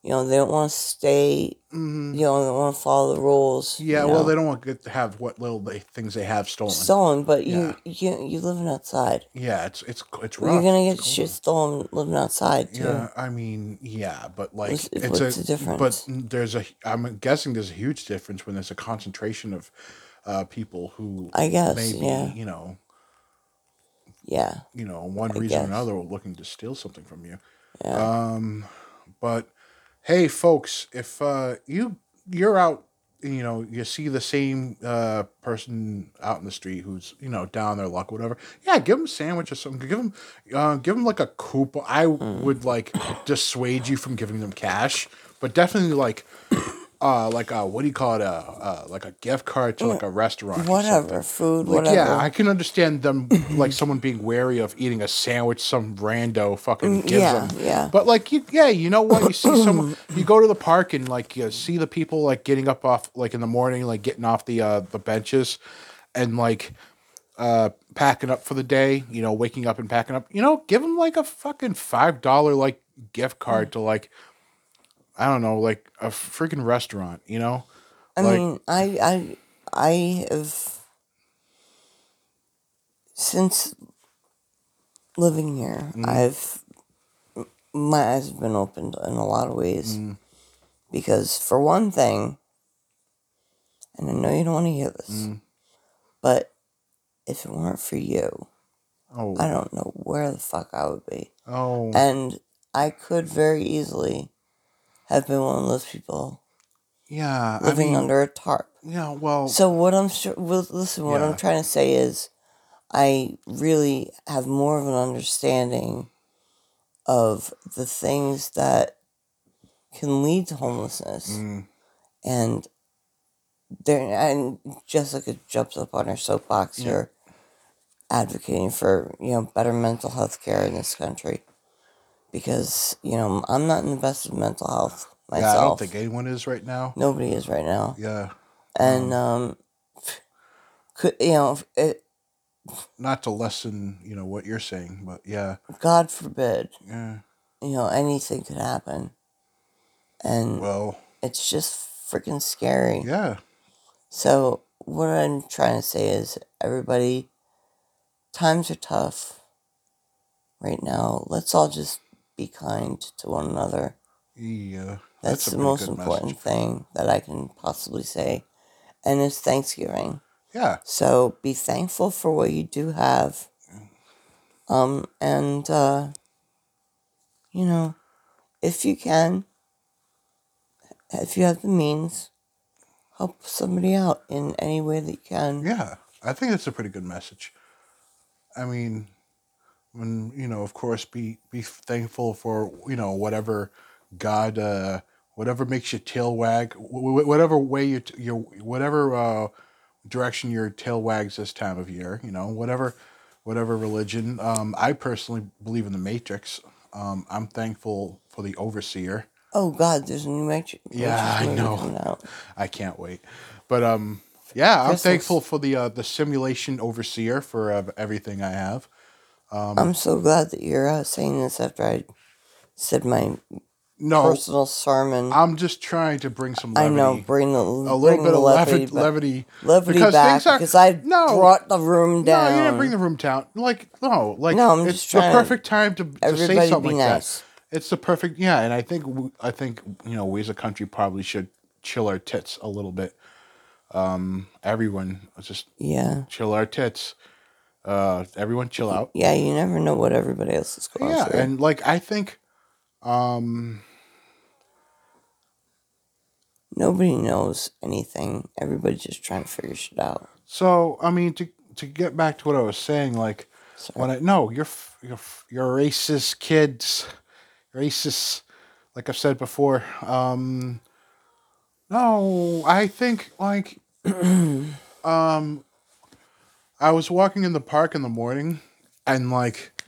[SPEAKER 2] You know, they don't want to stay,
[SPEAKER 1] Mhm.
[SPEAKER 2] you know, they don't want to follow the rules. you
[SPEAKER 1] Yeah, well,
[SPEAKER 2] know.
[SPEAKER 1] they don't want to get to have what little they, things they have stolen.
[SPEAKER 2] stolen, but
[SPEAKER 1] Yeah.
[SPEAKER 2] you, you you living outside.
[SPEAKER 1] yeah, it's it's it's rough.
[SPEAKER 2] You're gonna get
[SPEAKER 1] It's cold.
[SPEAKER 2] shit stolen living outside too.
[SPEAKER 1] Yeah, I mean, yeah, but like
[SPEAKER 2] What's-
[SPEAKER 1] it's
[SPEAKER 2] what's
[SPEAKER 1] a
[SPEAKER 2] the difference?
[SPEAKER 1] But there's a I'm guessing there's a huge difference when there's a concentration of uh, people who
[SPEAKER 2] I guess,
[SPEAKER 1] maybe
[SPEAKER 2] yeah.
[SPEAKER 1] you know
[SPEAKER 2] Yeah.
[SPEAKER 1] you know one reason or
[SPEAKER 2] guess.
[SPEAKER 1] another are looking to steal something from you.
[SPEAKER 2] Yeah.
[SPEAKER 1] Um, but hey, folks, if uh, you you're out, you know, you see the same uh, person out in the street who's you know down their luck, whatever. Yeah, give them a sandwich or something. Give them, uh, give them like a coupon. I
[SPEAKER 2] Hmm.
[SPEAKER 1] would like dissuade you from giving them cash, but definitely like. Uh, like a what do you call it? A uh, like a gift card to like a restaurant. or something.
[SPEAKER 2] whatever. Food,
[SPEAKER 1] Like,
[SPEAKER 2] whatever.
[SPEAKER 1] yeah, I can understand them like someone being wary of eating a sandwich some rando fucking gives
[SPEAKER 2] Mm, yeah,
[SPEAKER 1] them.
[SPEAKER 2] yeah.
[SPEAKER 1] But like, you, yeah, you know what? You see someone, you go to the park and like you see the people like getting up off like in the morning, like getting off the uh, the benches, and like uh packing up for the day. You know, waking up and packing up. You know, give them like a fucking five dollar like gift card to like I don't know, like a freaking restaurant. You know,
[SPEAKER 2] I
[SPEAKER 1] like
[SPEAKER 2] mean, I I I have since living here,
[SPEAKER 1] Mm-hmm.
[SPEAKER 2] I've m- my eyes have been opened in a lot of ways
[SPEAKER 1] Mm-hmm.
[SPEAKER 2] because for one thing, and I know you don't want to hear this,
[SPEAKER 1] Mm-hmm.
[SPEAKER 2] but if it weren't for you,
[SPEAKER 1] oh
[SPEAKER 2] I don't know where the fuck I would be.
[SPEAKER 1] oh
[SPEAKER 2] And I could very easily have been one of those people
[SPEAKER 1] yeah, I
[SPEAKER 2] living
[SPEAKER 1] mean
[SPEAKER 2] under a tarp.
[SPEAKER 1] yeah, well.
[SPEAKER 2] So what I'm sure, well, listen, what
[SPEAKER 1] Oh. Yeah.
[SPEAKER 2] I'm trying to say is, I really have more of an understanding of the things that can lead to homelessness,
[SPEAKER 1] Mm.
[SPEAKER 2] and there, and Jessica jumps up on her soapbox here, advocating for you know better mental health care in this country, because you know I'm not in the best of mental health myself.
[SPEAKER 1] Yeah, I don't think anyone is right now.
[SPEAKER 2] Nobody is right now
[SPEAKER 1] Yeah, Mm.
[SPEAKER 2] and um, could you know, if it,
[SPEAKER 1] not to lessen, you know, what you're saying, but yeah,
[SPEAKER 2] God forbid,
[SPEAKER 1] yeah.
[SPEAKER 2] you know, anything could happen, and
[SPEAKER 1] Well,
[SPEAKER 2] it's just freaking scary.
[SPEAKER 1] yeah,
[SPEAKER 2] So what I'm trying to say is, everybody, times are tough right now. Let's all just be kind to one another.
[SPEAKER 1] yeah.
[SPEAKER 2] That's,
[SPEAKER 1] a
[SPEAKER 2] the
[SPEAKER 1] pretty
[SPEAKER 2] most
[SPEAKER 1] good message.
[SPEAKER 2] important thing that I can possibly say, and it's Thanksgiving.
[SPEAKER 1] Yeah,
[SPEAKER 2] So be thankful for what you do have. Um, and, uh, you know, if you can, if you have the means, help somebody out in any way that you can.
[SPEAKER 1] yeah. I think that's a pretty good message. I mean, when you know, of course, be be thankful for you know whatever God, uh, whatever makes your tail wag, wh- wh- whatever way your t- your whatever uh, direction your tail wags this time of year. You know, whatever whatever religion. Um, I personally believe in the Matrix. Um, I'm thankful for the Overseer.
[SPEAKER 2] Oh, God, there's a new Matrix.
[SPEAKER 1] Yeah,
[SPEAKER 2] Matrix
[SPEAKER 1] I
[SPEAKER 2] movie
[SPEAKER 1] know.
[SPEAKER 2] coming out.
[SPEAKER 1] I can't wait. But um, yeah, I'm
[SPEAKER 2] Christmas.
[SPEAKER 1] thankful for the uh, the simulation Overseer for uh, everything I have. Um,
[SPEAKER 2] I'm so glad that you're uh, saying this after I said my
[SPEAKER 1] No,
[SPEAKER 2] personal sermon.
[SPEAKER 1] I'm just trying to bring some
[SPEAKER 2] I
[SPEAKER 1] levity.
[SPEAKER 2] know, bring the
[SPEAKER 1] a little bit of levity,
[SPEAKER 2] ba-
[SPEAKER 1] levity,
[SPEAKER 2] levity
[SPEAKER 1] because
[SPEAKER 2] back
[SPEAKER 1] things are-
[SPEAKER 2] because I
[SPEAKER 1] no,
[SPEAKER 2] brought the room down.
[SPEAKER 1] No, you didn't bring the room down. Like no, like
[SPEAKER 2] No, I'm
[SPEAKER 1] it's
[SPEAKER 2] just
[SPEAKER 1] the
[SPEAKER 2] trying to-
[SPEAKER 1] perfect time to, to say
[SPEAKER 2] Everybody
[SPEAKER 1] something
[SPEAKER 2] be
[SPEAKER 1] like
[SPEAKER 2] nice.
[SPEAKER 1] that. It's the perfect yeah, and I think w- I think you know we as a country probably should chill our tits a little bit. Um, everyone just
[SPEAKER 2] Yeah.
[SPEAKER 1] chill our tits. Uh, everyone chill out.
[SPEAKER 2] Yeah, you never know what everybody else is going
[SPEAKER 1] Yeah,
[SPEAKER 2] through.
[SPEAKER 1] and like I think, um,
[SPEAKER 2] Nobody knows anything. Everybody's just trying to figure shit out.
[SPEAKER 1] So I mean, to to get back to what I was saying, like when I no, you're f- you're f- you're racist kids, racist. Like I've said before, um, no, I think like um, I was walking in the park in the morning, and like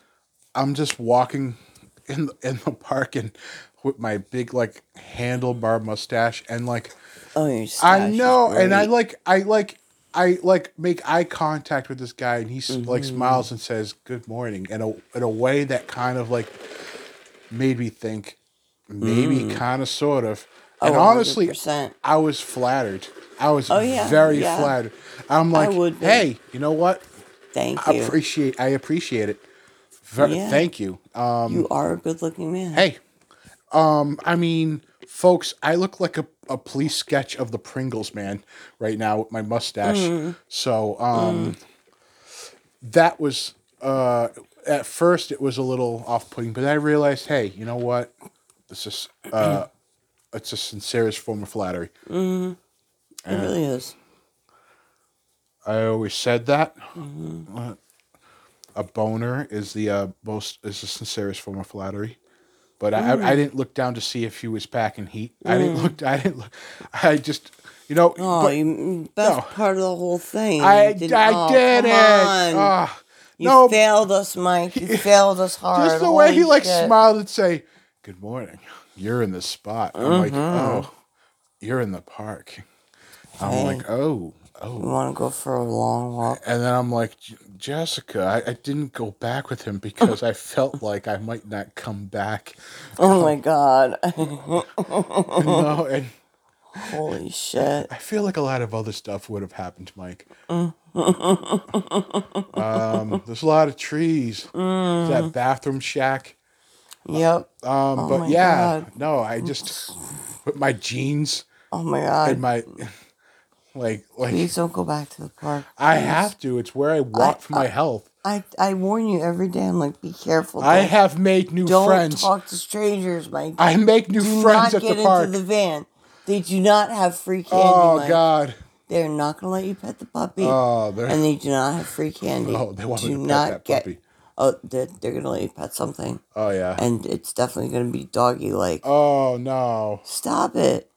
[SPEAKER 1] I'm just walking in the, in the park and with my big like handlebar mustache and like
[SPEAKER 2] Oh, your stash
[SPEAKER 1] I
[SPEAKER 2] is
[SPEAKER 1] know, and I
[SPEAKER 2] great.
[SPEAKER 1] like, I like, I like make eye contact with this guy, and he s like
[SPEAKER 2] Mm-hmm.
[SPEAKER 1] smiles and says "Good morning" in a in a way that kind of like made me think, maybe kind of, sort of. And
[SPEAKER 2] Mm. Oh,
[SPEAKER 1] honestly,
[SPEAKER 2] 100%.
[SPEAKER 1] I was flattered. I was
[SPEAKER 2] Oh, yeah,
[SPEAKER 1] very
[SPEAKER 2] yeah.
[SPEAKER 1] flattered. I'm like,
[SPEAKER 2] would be.
[SPEAKER 1] hey, you know what?
[SPEAKER 2] Thank
[SPEAKER 1] I
[SPEAKER 2] you.
[SPEAKER 1] appreciate. I appreciate it. Ver-
[SPEAKER 2] Yeah.
[SPEAKER 1] Thank you. Um,
[SPEAKER 2] you are a good looking man.
[SPEAKER 1] hey, um, I mean, folks, I look like a, a police sketch of the Pringles man right now with my mustache. So um, that was uh, at first it was a little off putting, but I realized, hey, you know what? This is uh, it's a sincerest form of flattery.
[SPEAKER 2] it really is.
[SPEAKER 1] I always said that.
[SPEAKER 2] Mm-hmm.
[SPEAKER 1] Uh, A boner is the uh, most is the sincerest form of flattery. But I, I, I didn't look down to see if he was packing heat. I didn't look. I didn't look. I just, you know,
[SPEAKER 2] Mm. Oh,
[SPEAKER 1] uh, but
[SPEAKER 2] you mm, best
[SPEAKER 1] no.
[SPEAKER 2] part of the whole thing.
[SPEAKER 1] I,
[SPEAKER 2] You
[SPEAKER 1] I
[SPEAKER 2] oh,
[SPEAKER 1] did
[SPEAKER 2] come
[SPEAKER 1] it.
[SPEAKER 2] on.
[SPEAKER 1] Ah,
[SPEAKER 2] you
[SPEAKER 1] no,
[SPEAKER 2] failed us, Mike. You failed us hard.
[SPEAKER 1] just the way he
[SPEAKER 2] Holy
[SPEAKER 1] like
[SPEAKER 2] shit.
[SPEAKER 1] smiled and say, "Good morning. You're in the spot." I'm like,
[SPEAKER 2] Mm-hmm.
[SPEAKER 1] "Oh, you're in the park." I'm like, "Oh, oh."
[SPEAKER 2] You want to go for a long walk?
[SPEAKER 1] And then I'm like, "Je- Jessica, I, I didn't go back with him because I felt like I might not come back.
[SPEAKER 2] Oh my god! Uh-huh.
[SPEAKER 1] You know, and
[SPEAKER 2] Holy shit!
[SPEAKER 1] I feel like a lot of other stuff would have happened, Mike.
[SPEAKER 2] Uh-huh.
[SPEAKER 1] um, there's a lot of trees.
[SPEAKER 2] Mm.
[SPEAKER 1] That bathroom shack.
[SPEAKER 2] Yep.
[SPEAKER 1] Um,
[SPEAKER 2] Oh my
[SPEAKER 1] but yeah,
[SPEAKER 2] God.
[SPEAKER 1] no, I just with my jeans
[SPEAKER 2] Oh my
[SPEAKER 1] and
[SPEAKER 2] god!
[SPEAKER 1] my like like
[SPEAKER 2] Please don't go back to the park.
[SPEAKER 1] I have to. It's where I walk
[SPEAKER 2] I-
[SPEAKER 1] for my health.
[SPEAKER 2] I I warn you every day. I'm like, be careful.
[SPEAKER 1] I
[SPEAKER 2] don't-
[SPEAKER 1] have made new
[SPEAKER 2] don't
[SPEAKER 1] friends.
[SPEAKER 2] talk to strangers, Mike.
[SPEAKER 1] I make new
[SPEAKER 2] do
[SPEAKER 1] friends at
[SPEAKER 2] not get
[SPEAKER 1] the park.
[SPEAKER 2] into the van. They do not have free candy.
[SPEAKER 1] oh
[SPEAKER 2] Mike.
[SPEAKER 1] God.
[SPEAKER 2] They're not going to let you pet the puppy.
[SPEAKER 1] Oh, they're
[SPEAKER 2] and they do not have free candy.
[SPEAKER 1] Oh, they want me
[SPEAKER 2] do
[SPEAKER 1] to pet
[SPEAKER 2] not
[SPEAKER 1] that
[SPEAKER 2] get,
[SPEAKER 1] puppy.
[SPEAKER 2] Oh, they're, they're going to let you pet something.
[SPEAKER 1] Oh yeah.
[SPEAKER 2] And it's definitely going to be doggy like.
[SPEAKER 1] oh no.
[SPEAKER 2] Stop it.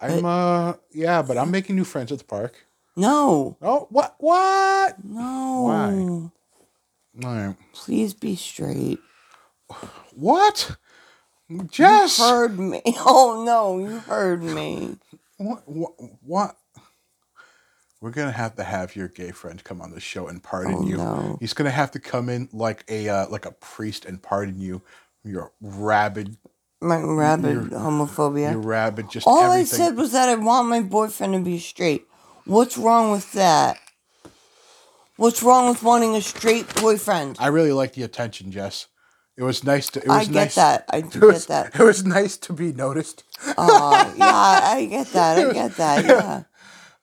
[SPEAKER 1] I'm uh yeah, but I'm making new friends at the park.
[SPEAKER 2] No.
[SPEAKER 1] Oh what what?
[SPEAKER 2] No.
[SPEAKER 1] Why? All right.
[SPEAKER 2] Please be straight.
[SPEAKER 1] What? Jess.
[SPEAKER 2] Heard me. Oh, no. You heard me.
[SPEAKER 1] What, what what? We're gonna have to have your gay friend come on the show and pardon
[SPEAKER 2] Oh,
[SPEAKER 1] you.
[SPEAKER 2] no.
[SPEAKER 1] He's gonna have to come in like a uh, like a priest and pardon you. Your rabid,
[SPEAKER 2] My rabid homophobia.
[SPEAKER 1] your rabid, just
[SPEAKER 2] All I
[SPEAKER 1] everything.
[SPEAKER 2] said was that I want my boyfriend to be straight. What's wrong with that? What's wrong with wanting a straight boyfriend?
[SPEAKER 1] I really like the attention, Jess. It was nice to. It was
[SPEAKER 2] I get
[SPEAKER 1] nice.
[SPEAKER 2] that. I do
[SPEAKER 1] It was,
[SPEAKER 2] get that.
[SPEAKER 1] it was nice to be noticed.
[SPEAKER 2] Oh, yeah, I get that. I get that. Yeah.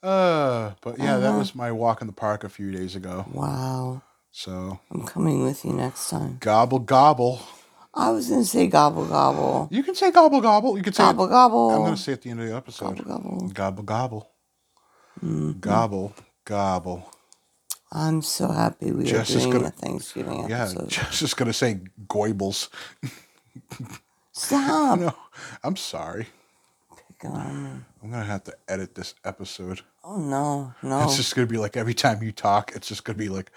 [SPEAKER 1] Uh, but yeah,
[SPEAKER 2] Uh-huh.
[SPEAKER 1] that was my walk in the park a few days ago.
[SPEAKER 2] Wow.
[SPEAKER 1] So
[SPEAKER 2] I'm coming with you next time.
[SPEAKER 1] gobble gobble.
[SPEAKER 2] I was going to say gobble gobble.
[SPEAKER 1] You can say gobble gobble. You can say
[SPEAKER 2] Gobble
[SPEAKER 1] I'm gonna
[SPEAKER 2] gobble.
[SPEAKER 1] say at the end of the episode.
[SPEAKER 2] Gobble gobble. Mm-hmm.
[SPEAKER 1] Gobble gobble. Gobble gobble.
[SPEAKER 2] I'm so happy we
[SPEAKER 1] Jess
[SPEAKER 2] are
[SPEAKER 1] is
[SPEAKER 2] doing
[SPEAKER 1] gonna-
[SPEAKER 2] a Thanksgiving
[SPEAKER 1] Yeah,
[SPEAKER 2] episode.
[SPEAKER 1] Jess is gonna say goibles.
[SPEAKER 2] Stop
[SPEAKER 1] No, I'm sorry.
[SPEAKER 2] picking on me.
[SPEAKER 1] I'm gonna have to edit this episode.
[SPEAKER 2] Oh, no. No.
[SPEAKER 1] It's just gonna be like every time you talk, it's just gonna be like.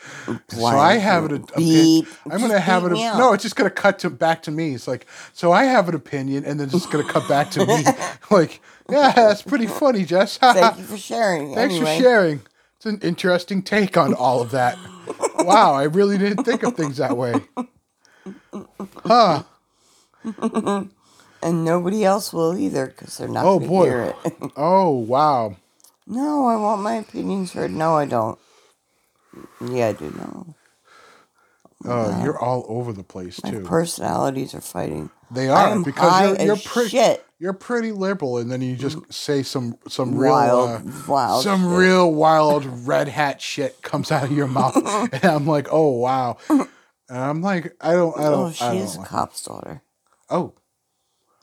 [SPEAKER 1] So
[SPEAKER 2] Why?
[SPEAKER 1] I have an. opi-
[SPEAKER 2] Beep.
[SPEAKER 1] I'm
[SPEAKER 2] Just
[SPEAKER 1] gonna have
[SPEAKER 2] beep
[SPEAKER 1] an.
[SPEAKER 2] me
[SPEAKER 1] op-
[SPEAKER 2] out.
[SPEAKER 1] No, it's just gonna cut to back to me. It's like so I have an opinion, and then it's gonna cut back to me. like yeah, that's pretty funny, Jess.
[SPEAKER 2] Thank you for sharing.
[SPEAKER 1] Thanks
[SPEAKER 2] anyway.
[SPEAKER 1] for sharing. It's an interesting take on all of that. wow, I really didn't think of things that way. Huh.
[SPEAKER 2] And nobody else will either because they're not
[SPEAKER 1] Oh,
[SPEAKER 2] going to
[SPEAKER 1] boy.
[SPEAKER 2] hear it.
[SPEAKER 1] Oh wow.
[SPEAKER 2] no, I want my opinions heard. No, I don't. Yeah, I do. No.
[SPEAKER 1] Oh, you're all over the place
[SPEAKER 2] My
[SPEAKER 1] too.
[SPEAKER 2] personalities are fighting.
[SPEAKER 1] They
[SPEAKER 2] I
[SPEAKER 1] are
[SPEAKER 2] am high
[SPEAKER 1] because you're, you're
[SPEAKER 2] as
[SPEAKER 1] pretty.
[SPEAKER 2] shit.
[SPEAKER 1] You're pretty liberal, and then you just say some some real
[SPEAKER 2] Wild,
[SPEAKER 1] uh,
[SPEAKER 2] wild.
[SPEAKER 1] some
[SPEAKER 2] shit.
[SPEAKER 1] real wild red hat shit comes out of your mouth, and I'm like, oh wow, and I'm like, I don't, I
[SPEAKER 2] Oh,
[SPEAKER 1] don't,
[SPEAKER 2] she
[SPEAKER 1] I don't.
[SPEAKER 2] is a
[SPEAKER 1] like-
[SPEAKER 2] cop's daughter.
[SPEAKER 1] oh,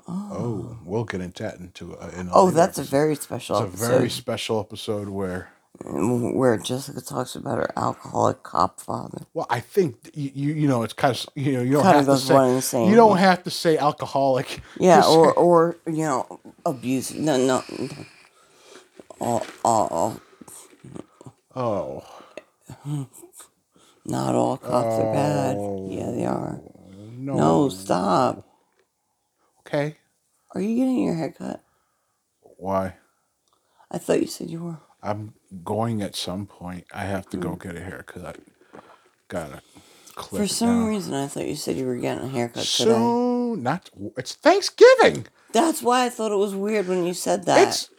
[SPEAKER 1] oh, we'll get into that into uh, in a
[SPEAKER 2] Oh,
[SPEAKER 1] later
[SPEAKER 2] that's a
[SPEAKER 1] episode.
[SPEAKER 2] very special
[SPEAKER 1] It's a very
[SPEAKER 2] episode
[SPEAKER 1] special episode where,
[SPEAKER 2] where Jessica talks about her alcoholic cop father.
[SPEAKER 1] well, I think you you, you know it's kind of you know you don't
[SPEAKER 2] Kinda
[SPEAKER 1] have to
[SPEAKER 2] goes one
[SPEAKER 1] say
[SPEAKER 2] and the same.
[SPEAKER 1] you don't have to say alcoholic.
[SPEAKER 2] Yeah,
[SPEAKER 1] Just say-
[SPEAKER 2] or or you know, abuse. No, no. no. All, all, all-
[SPEAKER 1] oh,
[SPEAKER 2] not all cops are bad. Yeah, they
[SPEAKER 1] Oh.
[SPEAKER 2] are. No, stop.
[SPEAKER 1] okay,
[SPEAKER 2] Are you getting your hair cut?
[SPEAKER 1] why?
[SPEAKER 2] I thought you said you were.
[SPEAKER 1] I'm going at some point. I have to
[SPEAKER 2] Hmm.
[SPEAKER 1] go get a haircut. Gotta clip
[SPEAKER 2] For
[SPEAKER 1] it
[SPEAKER 2] some
[SPEAKER 1] down.
[SPEAKER 2] reason, I thought you said you were getting a haircut uh, today.
[SPEAKER 1] soon no, not it's Thanksgiving.
[SPEAKER 2] That's why I thought it was weird when you said that.
[SPEAKER 1] It's-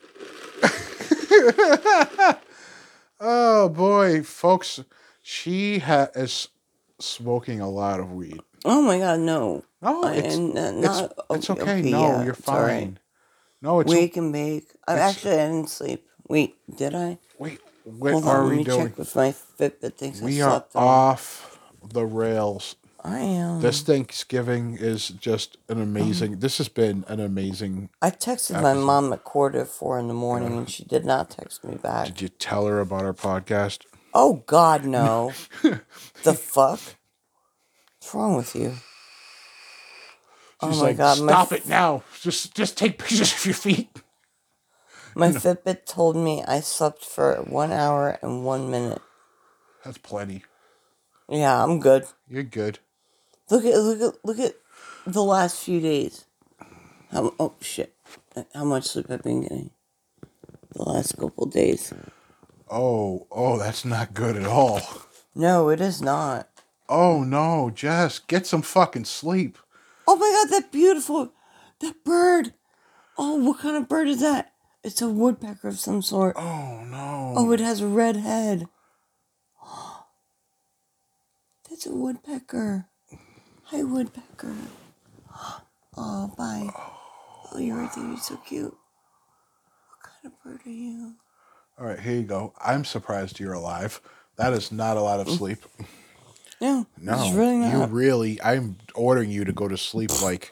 [SPEAKER 1] Oh boy, folks, she ha- is smoking a lot of weed.
[SPEAKER 2] oh my God, no.
[SPEAKER 1] No, it's
[SPEAKER 2] and, uh,
[SPEAKER 1] it's,
[SPEAKER 2] not-
[SPEAKER 1] it's
[SPEAKER 2] okay,
[SPEAKER 1] okay.
[SPEAKER 2] okay,
[SPEAKER 1] No,
[SPEAKER 2] yeah,
[SPEAKER 1] you're
[SPEAKER 2] it's all right.
[SPEAKER 1] fine. No, it's
[SPEAKER 2] Wake and bake. I actually I didn't sleep. Wait, did I?
[SPEAKER 1] wait. What
[SPEAKER 2] Hold
[SPEAKER 1] are
[SPEAKER 2] on, let
[SPEAKER 1] we
[SPEAKER 2] me
[SPEAKER 1] doing?
[SPEAKER 2] check with my Fitbit thinks
[SPEAKER 1] We
[SPEAKER 2] I
[SPEAKER 1] are
[SPEAKER 2] slept. on.
[SPEAKER 1] off the rails.
[SPEAKER 2] I am.
[SPEAKER 1] This Thanksgiving is just
[SPEAKER 2] Mm-hmm.
[SPEAKER 1] an amazing. This has been an amazing.
[SPEAKER 2] I texted my mom at quarter to four in the morning, and she did not text me back.
[SPEAKER 1] Did you tell her about our podcast?
[SPEAKER 2] Oh God, no! the fuck? What's wrong with you? oh
[SPEAKER 1] She's
[SPEAKER 2] my
[SPEAKER 1] like,
[SPEAKER 2] God, my
[SPEAKER 1] stop it now. Just just take pictures of your feet.
[SPEAKER 2] My Fitbit told me I slept for one hour and one minute.
[SPEAKER 1] That's plenty.
[SPEAKER 2] Yeah, I'm good.
[SPEAKER 1] You're good.
[SPEAKER 2] Look at look at look at the last few days. How oh shit! How much sleep I've been getting? The last couple days.
[SPEAKER 1] Oh, oh, that's not good at all.
[SPEAKER 2] No, it is not.
[SPEAKER 1] Oh no, Jess, get some fucking sleep.
[SPEAKER 2] Oh my god, that beautiful, that bird. Oh, what kind of bird is that? It's a woodpecker of some sort.
[SPEAKER 1] Oh no.
[SPEAKER 2] Oh, it has a red head. That's a woodpecker. Hi, woodpecker. Oh, bye. Oh, you're right there. You're so cute. What kind of bird are you?
[SPEAKER 1] All right, here you go. I'm surprised you're alive. That is not a lot of sleep.
[SPEAKER 2] No,
[SPEAKER 1] No,
[SPEAKER 2] it's really
[SPEAKER 1] you
[SPEAKER 2] not.
[SPEAKER 1] really. I'm ordering you to go to sleep. Like,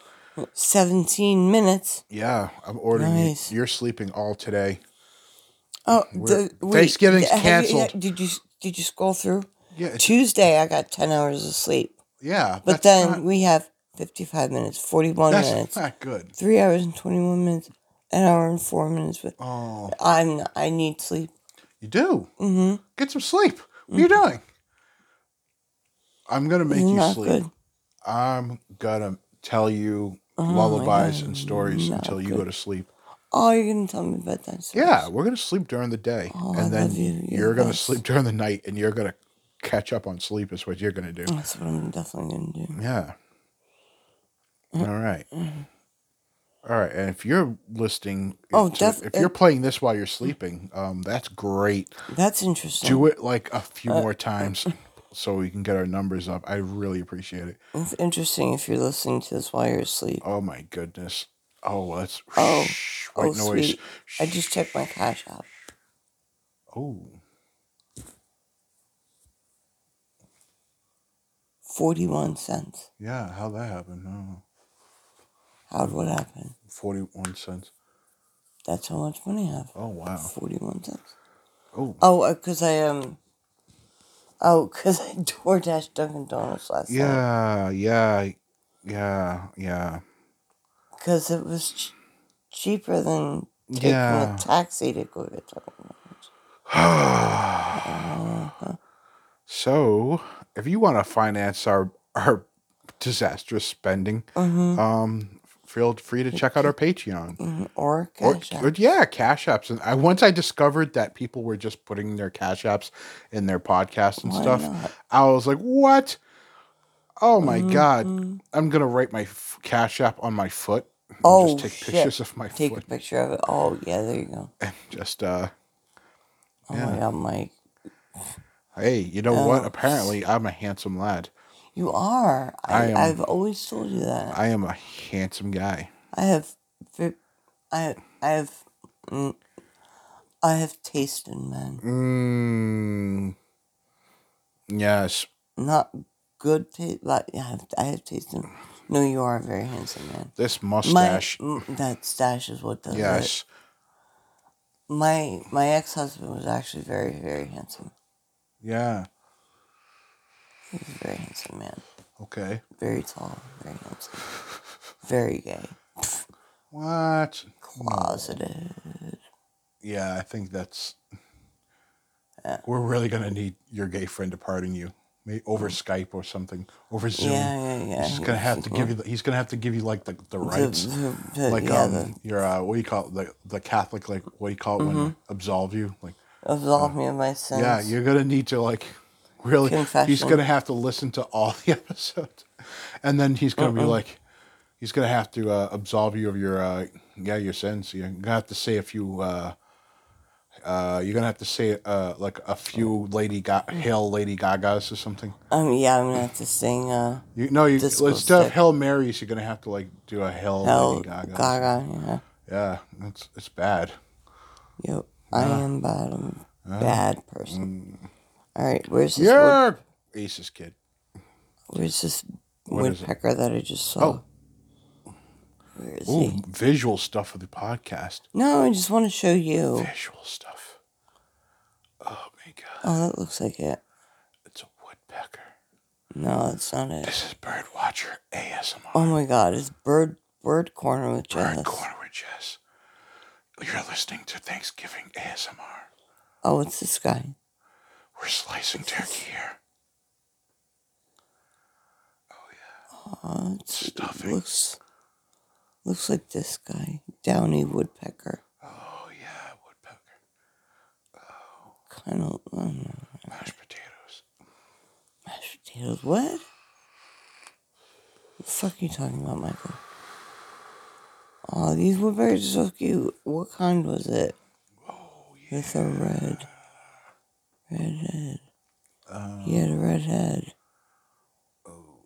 [SPEAKER 2] Seventeen minutes.
[SPEAKER 1] yeah, I'm ordering
[SPEAKER 2] Nice.
[SPEAKER 1] you. You're sleeping all today.
[SPEAKER 2] Oh, the, wait,
[SPEAKER 1] Thanksgiving's
[SPEAKER 2] have you-
[SPEAKER 1] canceled.
[SPEAKER 2] did you did you scroll through?
[SPEAKER 1] Yeah, it's-
[SPEAKER 2] Tuesday, I got ten hours of sleep.
[SPEAKER 1] yeah. that's
[SPEAKER 2] But then
[SPEAKER 1] not,
[SPEAKER 2] we have 55 minutes, 41
[SPEAKER 1] that's
[SPEAKER 2] minutes,
[SPEAKER 1] not good.
[SPEAKER 2] 3 hours and 21 minutes, an hour and 4 minutes. But
[SPEAKER 1] Oh,
[SPEAKER 2] I'm not- I need sleep.
[SPEAKER 1] you do. Mm-hmm. Get some sleep. What are you doing? I'm gonna make you
[SPEAKER 2] Mm. not
[SPEAKER 1] sleep.
[SPEAKER 2] good.
[SPEAKER 1] I'm gonna tell you lullabies and stories until you go to sleep.
[SPEAKER 2] Oh, you're going to tell me bedtime stories.
[SPEAKER 1] Yeah, we're gonna sleep during the day,
[SPEAKER 2] Oh, I
[SPEAKER 1] and then
[SPEAKER 2] love you. You're
[SPEAKER 1] you're
[SPEAKER 2] the
[SPEAKER 1] gonna
[SPEAKER 2] best.
[SPEAKER 1] sleep during the night, and you're gonna catch up on sleep. Is what you're gonna do.
[SPEAKER 2] That's what I'm definitely going to do.
[SPEAKER 1] Yeah.
[SPEAKER 2] Mm.
[SPEAKER 1] All right. All right, and if you're listening,
[SPEAKER 2] Oh,
[SPEAKER 1] to-
[SPEAKER 2] def-
[SPEAKER 1] if you're playing this while you're sleeping, um, that's great.
[SPEAKER 2] That's Uh, interesting.
[SPEAKER 1] Do it like a few more times, so we can get our numbers up. I really appreciate it.
[SPEAKER 2] It's interesting if you're listening to this while you're asleep.
[SPEAKER 1] Oh my goodness. Oh, that's
[SPEAKER 2] Oh.
[SPEAKER 1] shh,
[SPEAKER 2] Oh,
[SPEAKER 1] white noise.
[SPEAKER 2] sweet. I just checked my cash app.
[SPEAKER 1] Oh,
[SPEAKER 2] 41 cents.
[SPEAKER 1] yeah. How that happened? Oh,
[SPEAKER 2] How'd what happen?
[SPEAKER 1] Forty-one cents.
[SPEAKER 2] That's how much money I have.
[SPEAKER 1] Oh wow.
[SPEAKER 2] 41 cents.
[SPEAKER 1] Oh
[SPEAKER 2] Oh, because I um. Oh, because I DoorDash Dunkin' Donuts last night.
[SPEAKER 1] yeah, yeah, yeah, yeah.
[SPEAKER 2] Because it was ch- cheaper than taking
[SPEAKER 1] Yeah.
[SPEAKER 2] a taxi to go get Dunkin' Donuts. Uh-huh.
[SPEAKER 1] So, if you want to finance our our disastrous spending,
[SPEAKER 2] Uh-huh.
[SPEAKER 1] um, feel free to check out our Patreon.
[SPEAKER 2] Mhm, Or
[SPEAKER 1] Or,
[SPEAKER 2] cash
[SPEAKER 1] or-
[SPEAKER 2] app.
[SPEAKER 1] yeah, cash apps. And I once I discovered that people were just putting their cash apps in their podcasts and
[SPEAKER 2] Why
[SPEAKER 1] stuff.
[SPEAKER 2] not?
[SPEAKER 1] I was like, what? Oh my god!
[SPEAKER 2] Mm-hmm.
[SPEAKER 1] I'm gonna write my f- cash app on my foot. and just
[SPEAKER 2] Oh,
[SPEAKER 1] take
[SPEAKER 2] shit.
[SPEAKER 1] pictures of my
[SPEAKER 2] Take a
[SPEAKER 1] foot.
[SPEAKER 2] picture of it. Oh, yeah, there you go.
[SPEAKER 1] And just uh,
[SPEAKER 2] Oh, my God, Mike.
[SPEAKER 1] hey, you know what? Apparently, I'm a handsome lad.
[SPEAKER 2] You are.
[SPEAKER 1] I
[SPEAKER 2] I,
[SPEAKER 1] am-
[SPEAKER 2] I have always told you that.
[SPEAKER 1] I am a handsome guy.
[SPEAKER 2] I have. ve- I, I have. mm, I have taste in men.
[SPEAKER 1] Mm, yes.
[SPEAKER 2] Not good taste, but I have, I have taste in. No, you are a very handsome man.
[SPEAKER 1] This
[SPEAKER 2] My
[SPEAKER 1] mustache.
[SPEAKER 2] m- that stash is what does it.
[SPEAKER 1] yes.
[SPEAKER 2] My my ex husband was actually very very handsome.
[SPEAKER 1] Yeah.
[SPEAKER 2] He was a very handsome man,
[SPEAKER 1] Okay.
[SPEAKER 2] very tall, very handsome, very gay,
[SPEAKER 1] What?
[SPEAKER 2] closeted.
[SPEAKER 1] Yeah, I think that's.
[SPEAKER 2] Uh.
[SPEAKER 1] We're really gonna need your gay friend to pardon you, maybe over Skype or something, over Zoom.
[SPEAKER 2] Mm. Yeah, yeah, yeah.
[SPEAKER 1] He's gonna have to give you. The, he's gonna have to give you like the, the
[SPEAKER 2] The-
[SPEAKER 1] rights,
[SPEAKER 2] the- the-
[SPEAKER 1] like
[SPEAKER 2] yeah,
[SPEAKER 1] um,
[SPEAKER 2] the,
[SPEAKER 1] your uh, what do you call it? the the Catholic like what do you call it when
[SPEAKER 2] Mm-hmm.
[SPEAKER 1] absolve you? Like
[SPEAKER 2] absolve me of my sins.
[SPEAKER 1] yeah, you're gonna need to like really. He's
[SPEAKER 2] Confession.
[SPEAKER 1] gonna have to listen to all the episodes, and then he's gonna be like, He's gonna have to uh, absolve you of your uh, yeah your sins. You're gonna have to say a few. Uh, uh, you're gonna have to say uh, like a few Lady Ga- Hail Lady Gagas or something.
[SPEAKER 2] Um, yeah, I'm gonna have to sing uh,
[SPEAKER 1] You no, you
[SPEAKER 2] Disco
[SPEAKER 1] instead of
[SPEAKER 2] stick.
[SPEAKER 1] Hail Marys, you're gonna have to like do a Hail,
[SPEAKER 2] "Hell
[SPEAKER 1] Oh, Lady Gaga.
[SPEAKER 2] Gaga." Yeah,
[SPEAKER 1] Yeah, it's it's bad.
[SPEAKER 2] yep. I am bottom bad person.
[SPEAKER 1] Mm.
[SPEAKER 2] All right, where's this? wood-
[SPEAKER 1] You're Ace's kid.
[SPEAKER 2] where's this
[SPEAKER 1] is it?
[SPEAKER 2] woodpecker that I just saw?
[SPEAKER 1] Oh.
[SPEAKER 2] Where is
[SPEAKER 1] Ooh,
[SPEAKER 2] he?
[SPEAKER 1] visual stuff for the podcast.
[SPEAKER 2] No, I just want to show you.
[SPEAKER 1] Visual stuff. Oh my god,
[SPEAKER 2] Oh, that looks like it.
[SPEAKER 1] it's a woodpecker.
[SPEAKER 2] No, that's not it.
[SPEAKER 1] This is Birdwatcher ASMR.
[SPEAKER 2] Oh my God, it's bird bird corner with
[SPEAKER 1] Bird
[SPEAKER 2] Jess.
[SPEAKER 1] Corner with Jess. You're listening to Thanksgiving ASMR.
[SPEAKER 2] Oh, it's this guy.
[SPEAKER 1] We're slicing turkey here.
[SPEAKER 2] Oh, it's, it
[SPEAKER 1] Stuffing.
[SPEAKER 2] looks looks like this guy, downy woodpecker.
[SPEAKER 1] Oh yeah, woodpecker.
[SPEAKER 2] Kind of I don't know,
[SPEAKER 1] Mashed potatoes.
[SPEAKER 2] mashed potatoes. What? The fuck are you talking about, Michael? Oh, these woodpeckers are so cute. What kind was it? Oh, yeah. With a red, red head.
[SPEAKER 1] Um,
[SPEAKER 2] he had a red head.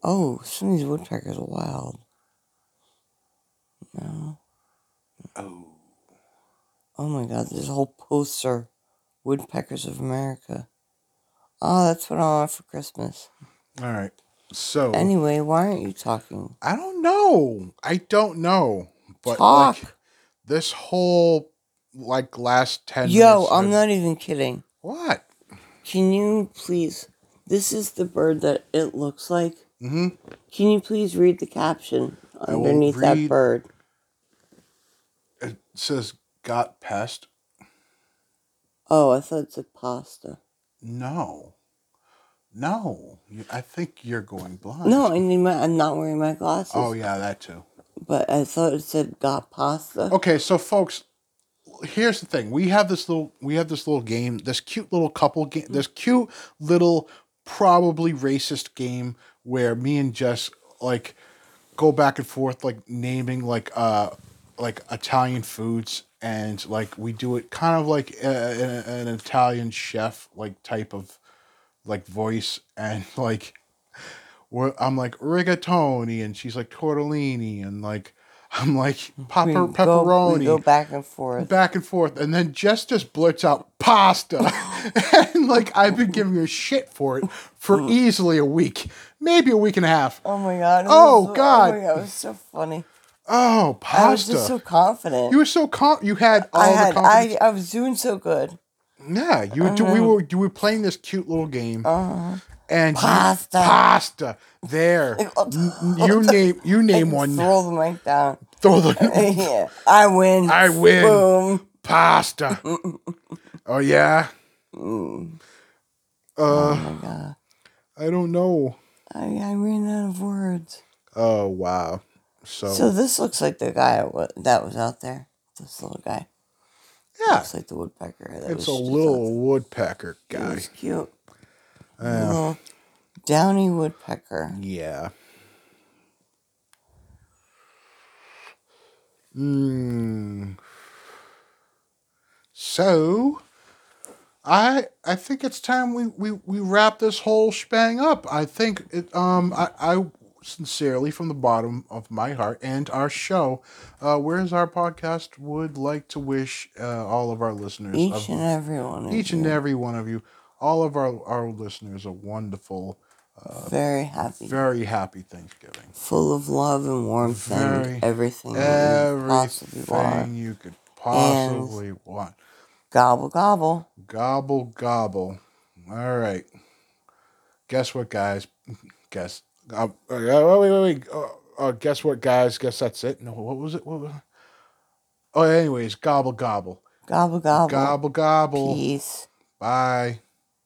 [SPEAKER 2] Oh, some of these woodpeckers are wild. No.
[SPEAKER 1] Oh.
[SPEAKER 2] Oh my god, there's a whole poster. Woodpeckers of America. Oh, that's what I want for Christmas.
[SPEAKER 1] All right. So
[SPEAKER 2] Anyway, why aren't you talking?
[SPEAKER 1] I don't know. I don't know. But
[SPEAKER 2] Talk.
[SPEAKER 1] like this whole like last ten.
[SPEAKER 2] Yo,
[SPEAKER 1] minutes
[SPEAKER 2] I'm
[SPEAKER 1] of-
[SPEAKER 2] not even kidding.
[SPEAKER 1] What?
[SPEAKER 2] Can you please? This is the bird that it looks like.
[SPEAKER 1] Mm-hmm.
[SPEAKER 2] Can you please read the caption
[SPEAKER 1] will
[SPEAKER 2] underneath that
[SPEAKER 1] read-
[SPEAKER 2] bird?
[SPEAKER 1] It says got pest.
[SPEAKER 2] Oh, I thought it said pasta.
[SPEAKER 1] No. No. You- I think you're going blind.
[SPEAKER 2] No, I need my. I'm not wearing my glasses.
[SPEAKER 1] Oh yeah, that too.
[SPEAKER 2] But I thought it said got pasta.
[SPEAKER 1] Okay, so folks, here's the thing. We have this little we have this little game, this cute little couple
[SPEAKER 2] Mm.
[SPEAKER 1] game, this cute little probably racist game where me and Jess like go back and forth like naming like uh like Italian foods and like we do it kind of like uh, an, an Italian chef like type of like voice and like where I'm like rigatoni and she's like tortellini and like I'm like
[SPEAKER 2] We
[SPEAKER 1] pepper
[SPEAKER 2] go-
[SPEAKER 1] Oh, pepperoni
[SPEAKER 2] we go back and forth.
[SPEAKER 1] back and forth, and then Jess just blurts out pasta, and like I've been giving her shit for it for
[SPEAKER 2] Mm.
[SPEAKER 1] easily a week, maybe a week and a half.
[SPEAKER 2] Oh my god. it
[SPEAKER 1] Oh,
[SPEAKER 2] was so-
[SPEAKER 1] God.
[SPEAKER 2] Oh my god, it was so funny.
[SPEAKER 1] Oh,
[SPEAKER 2] I was just so
[SPEAKER 1] pasta!
[SPEAKER 2] confident.
[SPEAKER 1] You were so calm. You had all
[SPEAKER 2] I
[SPEAKER 1] the
[SPEAKER 2] had
[SPEAKER 1] confidence.
[SPEAKER 2] I, I was doing so good.
[SPEAKER 1] yeah, you were. do-
[SPEAKER 2] Uh.
[SPEAKER 1] We were. You were playing this cute little game, and you-
[SPEAKER 2] Pasta. Oh,
[SPEAKER 1] pasta. There, N- you name. You name one.
[SPEAKER 2] Throw the mic down.
[SPEAKER 1] Throw the
[SPEAKER 2] yeah. I win.
[SPEAKER 1] I win.
[SPEAKER 2] Boom.
[SPEAKER 1] pasta. Oh yeah.
[SPEAKER 2] Mm.
[SPEAKER 1] Uh,
[SPEAKER 2] Oh my god.
[SPEAKER 1] I don't know.
[SPEAKER 2] I, I ran out of words.
[SPEAKER 1] Oh wow. So,
[SPEAKER 2] So this looks like the guy wa- that was out there. This little guy.
[SPEAKER 1] yeah,
[SPEAKER 2] Looks like the woodpecker. That
[SPEAKER 1] it's
[SPEAKER 2] was
[SPEAKER 1] a
[SPEAKER 2] just
[SPEAKER 1] little woodpecker
[SPEAKER 2] out-
[SPEAKER 1] guy.
[SPEAKER 2] It was cute. Little downy woodpecker.
[SPEAKER 1] Yeah. Mm. So, I I think it's time we, we, we wrap this whole shebang up. I think it um I, I sincerely from the bottom of my heart and our show, uh, where's our podcast would like to wish uh, all of our listeners a
[SPEAKER 2] Each and every one. of
[SPEAKER 1] each and
[SPEAKER 2] you.
[SPEAKER 1] every one of you, all of our, our listeners, a wonderful,
[SPEAKER 2] Very happy.
[SPEAKER 1] very happy Thanksgiving.
[SPEAKER 2] full of love and warmth
[SPEAKER 1] Very-
[SPEAKER 2] and everything that you possibly want.
[SPEAKER 1] Everything you could possibly want.
[SPEAKER 2] Gobble gobble.
[SPEAKER 1] Gobble, gobble. All right. Guess what, guys? Guess. Uh, uh, wait, wait, wait. Uh, uh, guess what, guys? Guess that's it. No, what was it? What was Oh, anyways, gobble, gobble.
[SPEAKER 2] Gobble gobble.
[SPEAKER 1] Gobble, gobble.
[SPEAKER 2] Peace.
[SPEAKER 1] Bye.